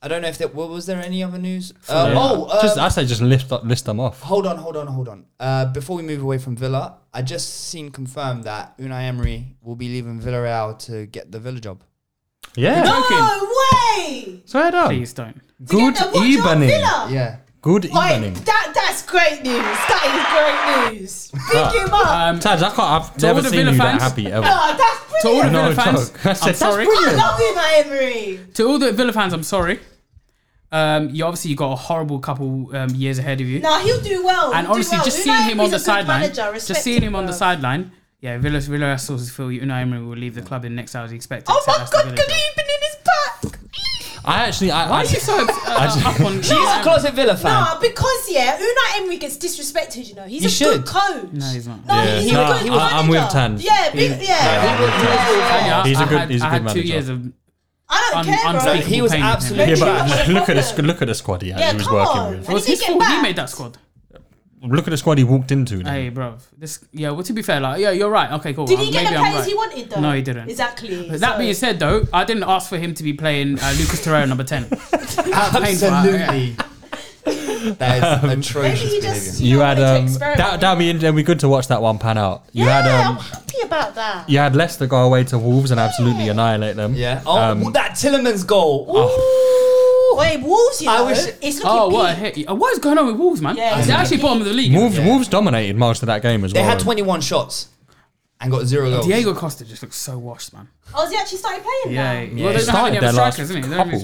I don't know if there what was there any other news. Uh,
Yeah.
Oh, uh,
*laughs* just I say, just lift up, list them off.
hold on, hold on, hold on. Uh, before we move away from Villa, I just seen confirmed that Unai Emery will be leaving Villarreal to get the Villa job.
Yeah,
No way!
swear down.
Please don't.
Good
Together, what, John
evening.
Villa?
Yeah.
Good
Like,
evening.
that, that's great news. That is great news. Big him up.
Uh,
Taj, I can't, I've
all
never
the
seen
Villa
you
fans-
that happy ever.
oh, that's
Um, To all the
brilliant.
No
Villa fans,
joke. I
I'm
said, that's
sorry.
I love you, my Emery.
To all the Villa fans, I'm sorry. Um, you obviously you got a horrible couple um, years ahead of you.
No, he'll do well.
and
he'll do
honestly,
well.
just
Unai
seeing him on
Emery's a
the
good
sideline,
manager.
just
Respect
seeing
him,
him on the
bro.
sideline. Yeah, Villa Villa sources feel Unai Emery will leave the club in next hours. Expected.
Oh my
That's the
God,
Villa
good
job.
evening is back.
I actually, I, *laughs*
Why
I,
are you so uh, up on?
She's a closet Villa fan.
No, because yeah, Unai Emery gets disrespected. You know, he's
He
a
should.
good coach.
No, he's not.
No,
Yeah,
he's
no,
a good
he was-
manager.
I'm with Tan.
Yeah, big, yeah.
Yeah,
He's a
I
good-
Had,
he's a
I
good
had
manager.
two years of
I don't
Un-
care, bro.
unspeakable
He was
pain with him.
absolutely-
yeah,
He was
but
on
look at
the
this, look at the squad he, had,
Yeah,
he was
come
working
on.
with.
It was
Did he
his
get
fault. He
backed?
made that squad.
Look at the squad he walked into.
Hey, bro. This yeah. Well, to be fair, like yeah, you're right. Okay, cool.
Did
Uh,
he get
maybe
the
I'm
players
right.
he wanted though?
No, he didn't.
Exactly.
But That
so-
being said, though, I didn't ask for him to be playing uh, Lucas Torreira
*laughs*
number ten.
Absolutely. *laughs* that is atrocious
maybe he
behavior.
just
You
know,
had
wanted to
um,
experiment
that
with
that'd be that'd be good to watch that one pan out. You
yeah,
had
I'm
um,
happy about that.
you had Leicester go away to Wolves and absolutely annihilate them.
yeah. Oh,
Um,
that Tillemans goal.
oh, Wait, Wolves, you
I
know,
wish-
it's looking
Oh, what? a
peak.
hit. Uh, What is going on with Wolves, man?
Yeah,
Yeah,
yeah.
actually bottom of the league.
Wolves
Yeah.
Wolves dominated most of that game as
They
well.
had 21 shots and got zero goals.
Diego Costa just looks so washed, man.
Oh, has he actually started playing
Yeah,
now?
well, they don't have
started
any other
their last
strikers, isn't it? They don't have any
couple,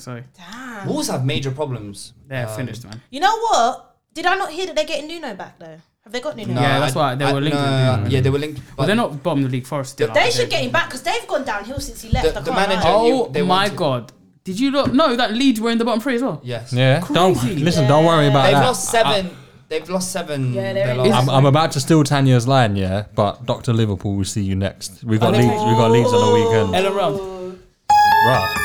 strikers,
yeah.
innit? So
Wolves have major problems.
they're
Um,
finished, man.
You know what? Did I not hear that they're getting Nuno back though? Have they got
uh,
Nuno?
Yeah, that's why they were linked with Nuno.
yeah, they were linked. But
But they're not bottom of the league. Forest still.
They
are.
should get him back because they've gone downhill since he left.
The-
I
the
can't
manager-
lie.
Oh
They
my
wanted-
god! Did you not know that Leeds were in the bottom three as well?
Yes.
yeah, don't
Crazy.
listen. Don't worry about
They've
that.
lost seven. they've lost seven.
Yeah,
their
they're-
last-
I'm, I'm about to steal Tanya's line, yeah, but Doctor Liverpool will see you next. We got
Oh.
Leeds. We got Leeds on the weekend.
Ellen Road.
*laughs* Right.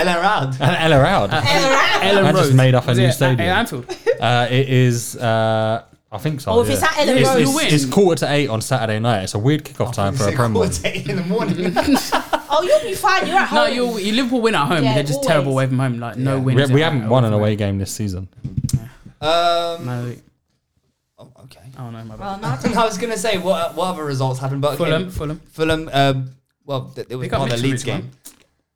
Ellen Rad.
and Ella
*laughs*
Oh.
out. I
*laughs* Ellen
just made up a
Was
new
it
stadium.
At Anfield.
Uh, it is. Uh, I think so.
Oh, if
yeah.
it's at Ellen
it's,
Road,
it's-
you win.
it's quarter to eight on Saturday night. It's a weird kickoff time for a Prem one.
Quarter eight in the morning. *laughs*
Oh, you'll be fine. You're at home.
No, you you Liverpool win at home.
Yeah,
they're just
always.
terrible away from home. Like no
We,
wins.
we
at
haven't
home.
won an away game this season.
um,
No,
oh, okay. *laughs*
I don't know my bad.
Oh, no.
I was gonna say what what other results happened, but okay.
Fulham, Fulham.
Fulham. Um, well, th- it was
Pick up
part of the
Mitrovic,
Leeds game.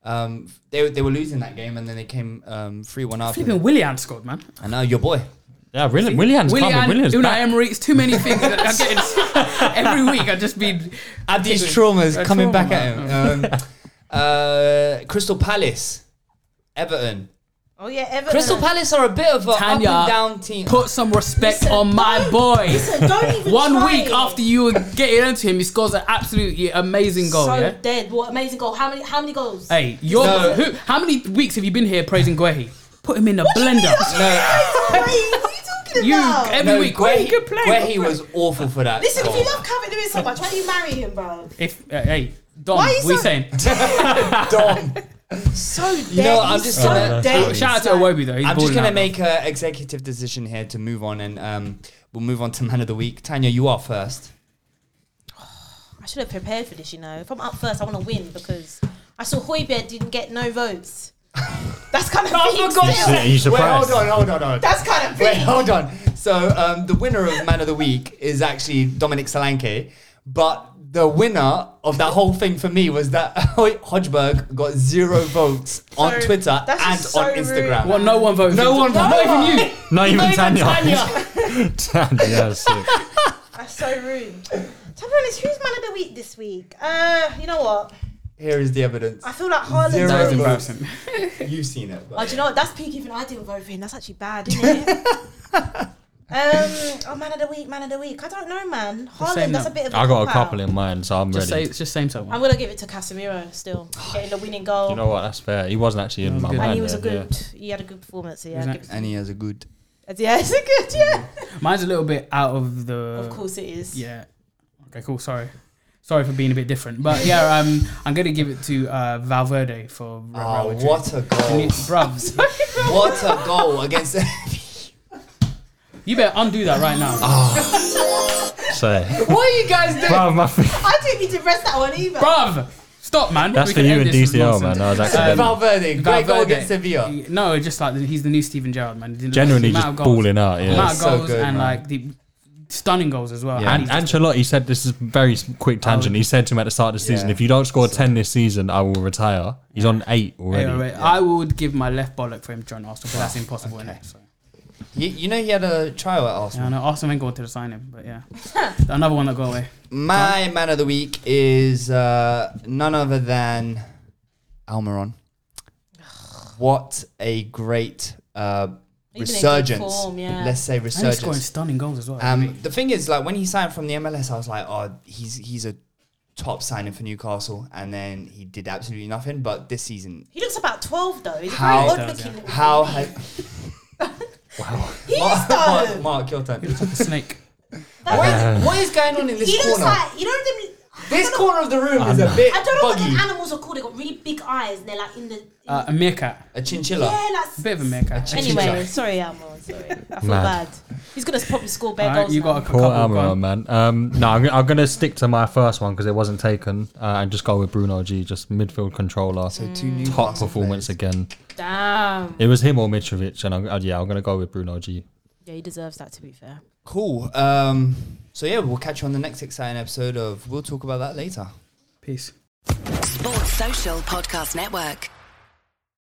man.
Um, they they were losing that game, and then they came um three one after.
Flipping Willian scored, man.
And now your *laughs* boy.
Yeah, William. William's
Willian,
coming. William's
Unai
back.
Emery. It's too many things. That I'm
*laughs*
getting every week. I just been
Add these
Particularly-
traumas
a
coming
trauma,
back at him. *laughs* Um, uh, Crystal Palace, Everton.
Oh yeah, Everton.
Crystal Palace are a bit of a
Tanya,
up and down team.
put some respect
Listen,
on my
don't-
boy.
Listen, don't even
One
try
week
it.
after you were getting into him, he scores an absolutely amazing goal.
so
yeah.
dead. What amazing goal? How many? How many goals?
Hey, you're
No.
who, how many weeks have you been here praising Guehi? Put him in a
do you mean? *laughs*
blender.
What are you talking
You
about?
every
*laughs* no,
week. Guehi
Guehi,
could play.
Guehi was awful for that.
Listen, if
goal.
you love Calvin Lewin so much, why don't you marry him, bro?
If uh, hey Don,
Why
what
is
are you
that-
*laughs*
saying?
Dom.
So dead.
know what, I'm
He's
just
so
gonna-
dead.
Shout out to Awobi though. He's
I'm just
balling
going to
out.
make an executive decision here to move on, and um, we'll move on to Man of the Week. Tanya, you are first.
I should have prepared for this, you know. If I'm up first, I want to win because I saw Hoybed didn't get no *laughs* votes. That's kind of big.
Are you surprised?
Wait, hold on, hold on, hold on.
That's kind of
Wait,
big.
hold on. So um, the winner of Man of the Week is actually Dominic Solanke, but the winner of that whole thing for me was that *laughs* Hodgeberg got zero votes on
So,
Twitter and
that's
on
just so rude.
Instagram.
What? No one voted.
No one,
No
not
one.
even *laughs* you.
Not even Tanya.
Tanya.
*laughs* Tanya, that's sick.
That's so rude. To be honest, who's man of the week this week? Uh, you know what?
Here is the evidence.
I feel like Haaland's
Zero
That was
votes.
already-
embarrassing.
You've seen it. but-
Oh, do you know what? That's peak even I didn't vote for him. That's actually bad, isn't it?
*laughs*
um, oh, man of the week, man of the week. I don't know, man.
same
Haaland, that's
now.
a bit of a
I got a
cop-out.
couple in mind, so I'm
Just say
ready.
just same someone.
I'm going to give it to Casemiro still. Getting the winning goal.
You know what? That's fair. He wasn't actually in my
good.
mind.
and he was a
yeah, yeah.
good, he had a good performance. So yeah,
Exactly.
give it to-
And he has a good.
yeah, it's a good, yeah.
Uh,
Mine's a little bit out of
*laughs*
the.
Of course it is.
Yeah. Okay. Cool. Sorry. Sorry for being a bit different, but yeah, um, I'm gonna give it to uh, Valverde for. Red
Oh,
Real Madrid.
what a goal.
And
*laughs*
you- bruv.
What a goal *laughs* against.
you better undo that right now.
Ah.
So,
What are you guys doing?
Bruv, my feet.
I didn't need to press that one either.
Bruv, stop, man.
That's
We
for
can
you
end
and
this
DCL,
nonsense. Uh,
man. That was accidental.
Valverde, great goal
Valverde.
against Sevilla.
No, just like he's the new Steven Gerrard, man. The
Generally
amount
just
of goals-
balling out, yeah.
Amount of
So
goals
good,
and
man.
like the stunning goals as well.
And
And he's-
Ancelotti said this is very s- quick tangent. He said to him at the start of the season,
Yeah.
"If you don't score ten this season, I will retire." He's on eight already.
Anyway, I would give my left bollock for him to join Arsenal, but that's impossible. innit? So.
You, you know he had a trial at
Yeah, I
Arsenal.
know Arsenal ain't going to sign him,
*laughs*
but yeah, another one that got away.
My man of the week is uh, none other than Almiron. What a great uh,
in good
resurgence!
form, yeah.
Let's say
And he's scoring
resurgence.
stunning goals as well.
Um, the thing is, like when he signed from the MLS, I was like, oh, he's he's a top signing for Newcastle, and then he did absolutely nothing. But this season,
He looks about 12 though. He's
How-
very odd looking. little
how
thing.
has
He is
Mark, Mark,
though.
Mark, your turn.
It's like a snake.
What is, what is going on in this
He looks
corner?
like, you know them.
this corner of the room is a bit
I don't know what
buggy.
them animals are called. They got really big eyes and they're like in the. in
Uh, a meerkat,
A
the-
chinchilla.
yeah,
a
like.
bit of a meerkat.
Actually.
Anyway, sorry, Amon. Sorry, I feel bad.
Mad.
He's gonna probably score
All
bare
right,
goals.
you
now.
got a
Poor
couple. go
Almiron,
on.
man. Um, no, I'm, I'm going to stick to my first one because it wasn't taken, uh, and just go with Bruno G, just midfield controller. So
two new
top performance again.
Damn.
It was him or Mitrovic, and I'm, uh, yeah, I'm going to go with Bruno G.
Yeah, he deserves that. To be fair.
Cool. Um, so yeah, we'll catch you on the next exciting episode of. We'll talk about that later.
Peace.
Sports Social Podcast Network.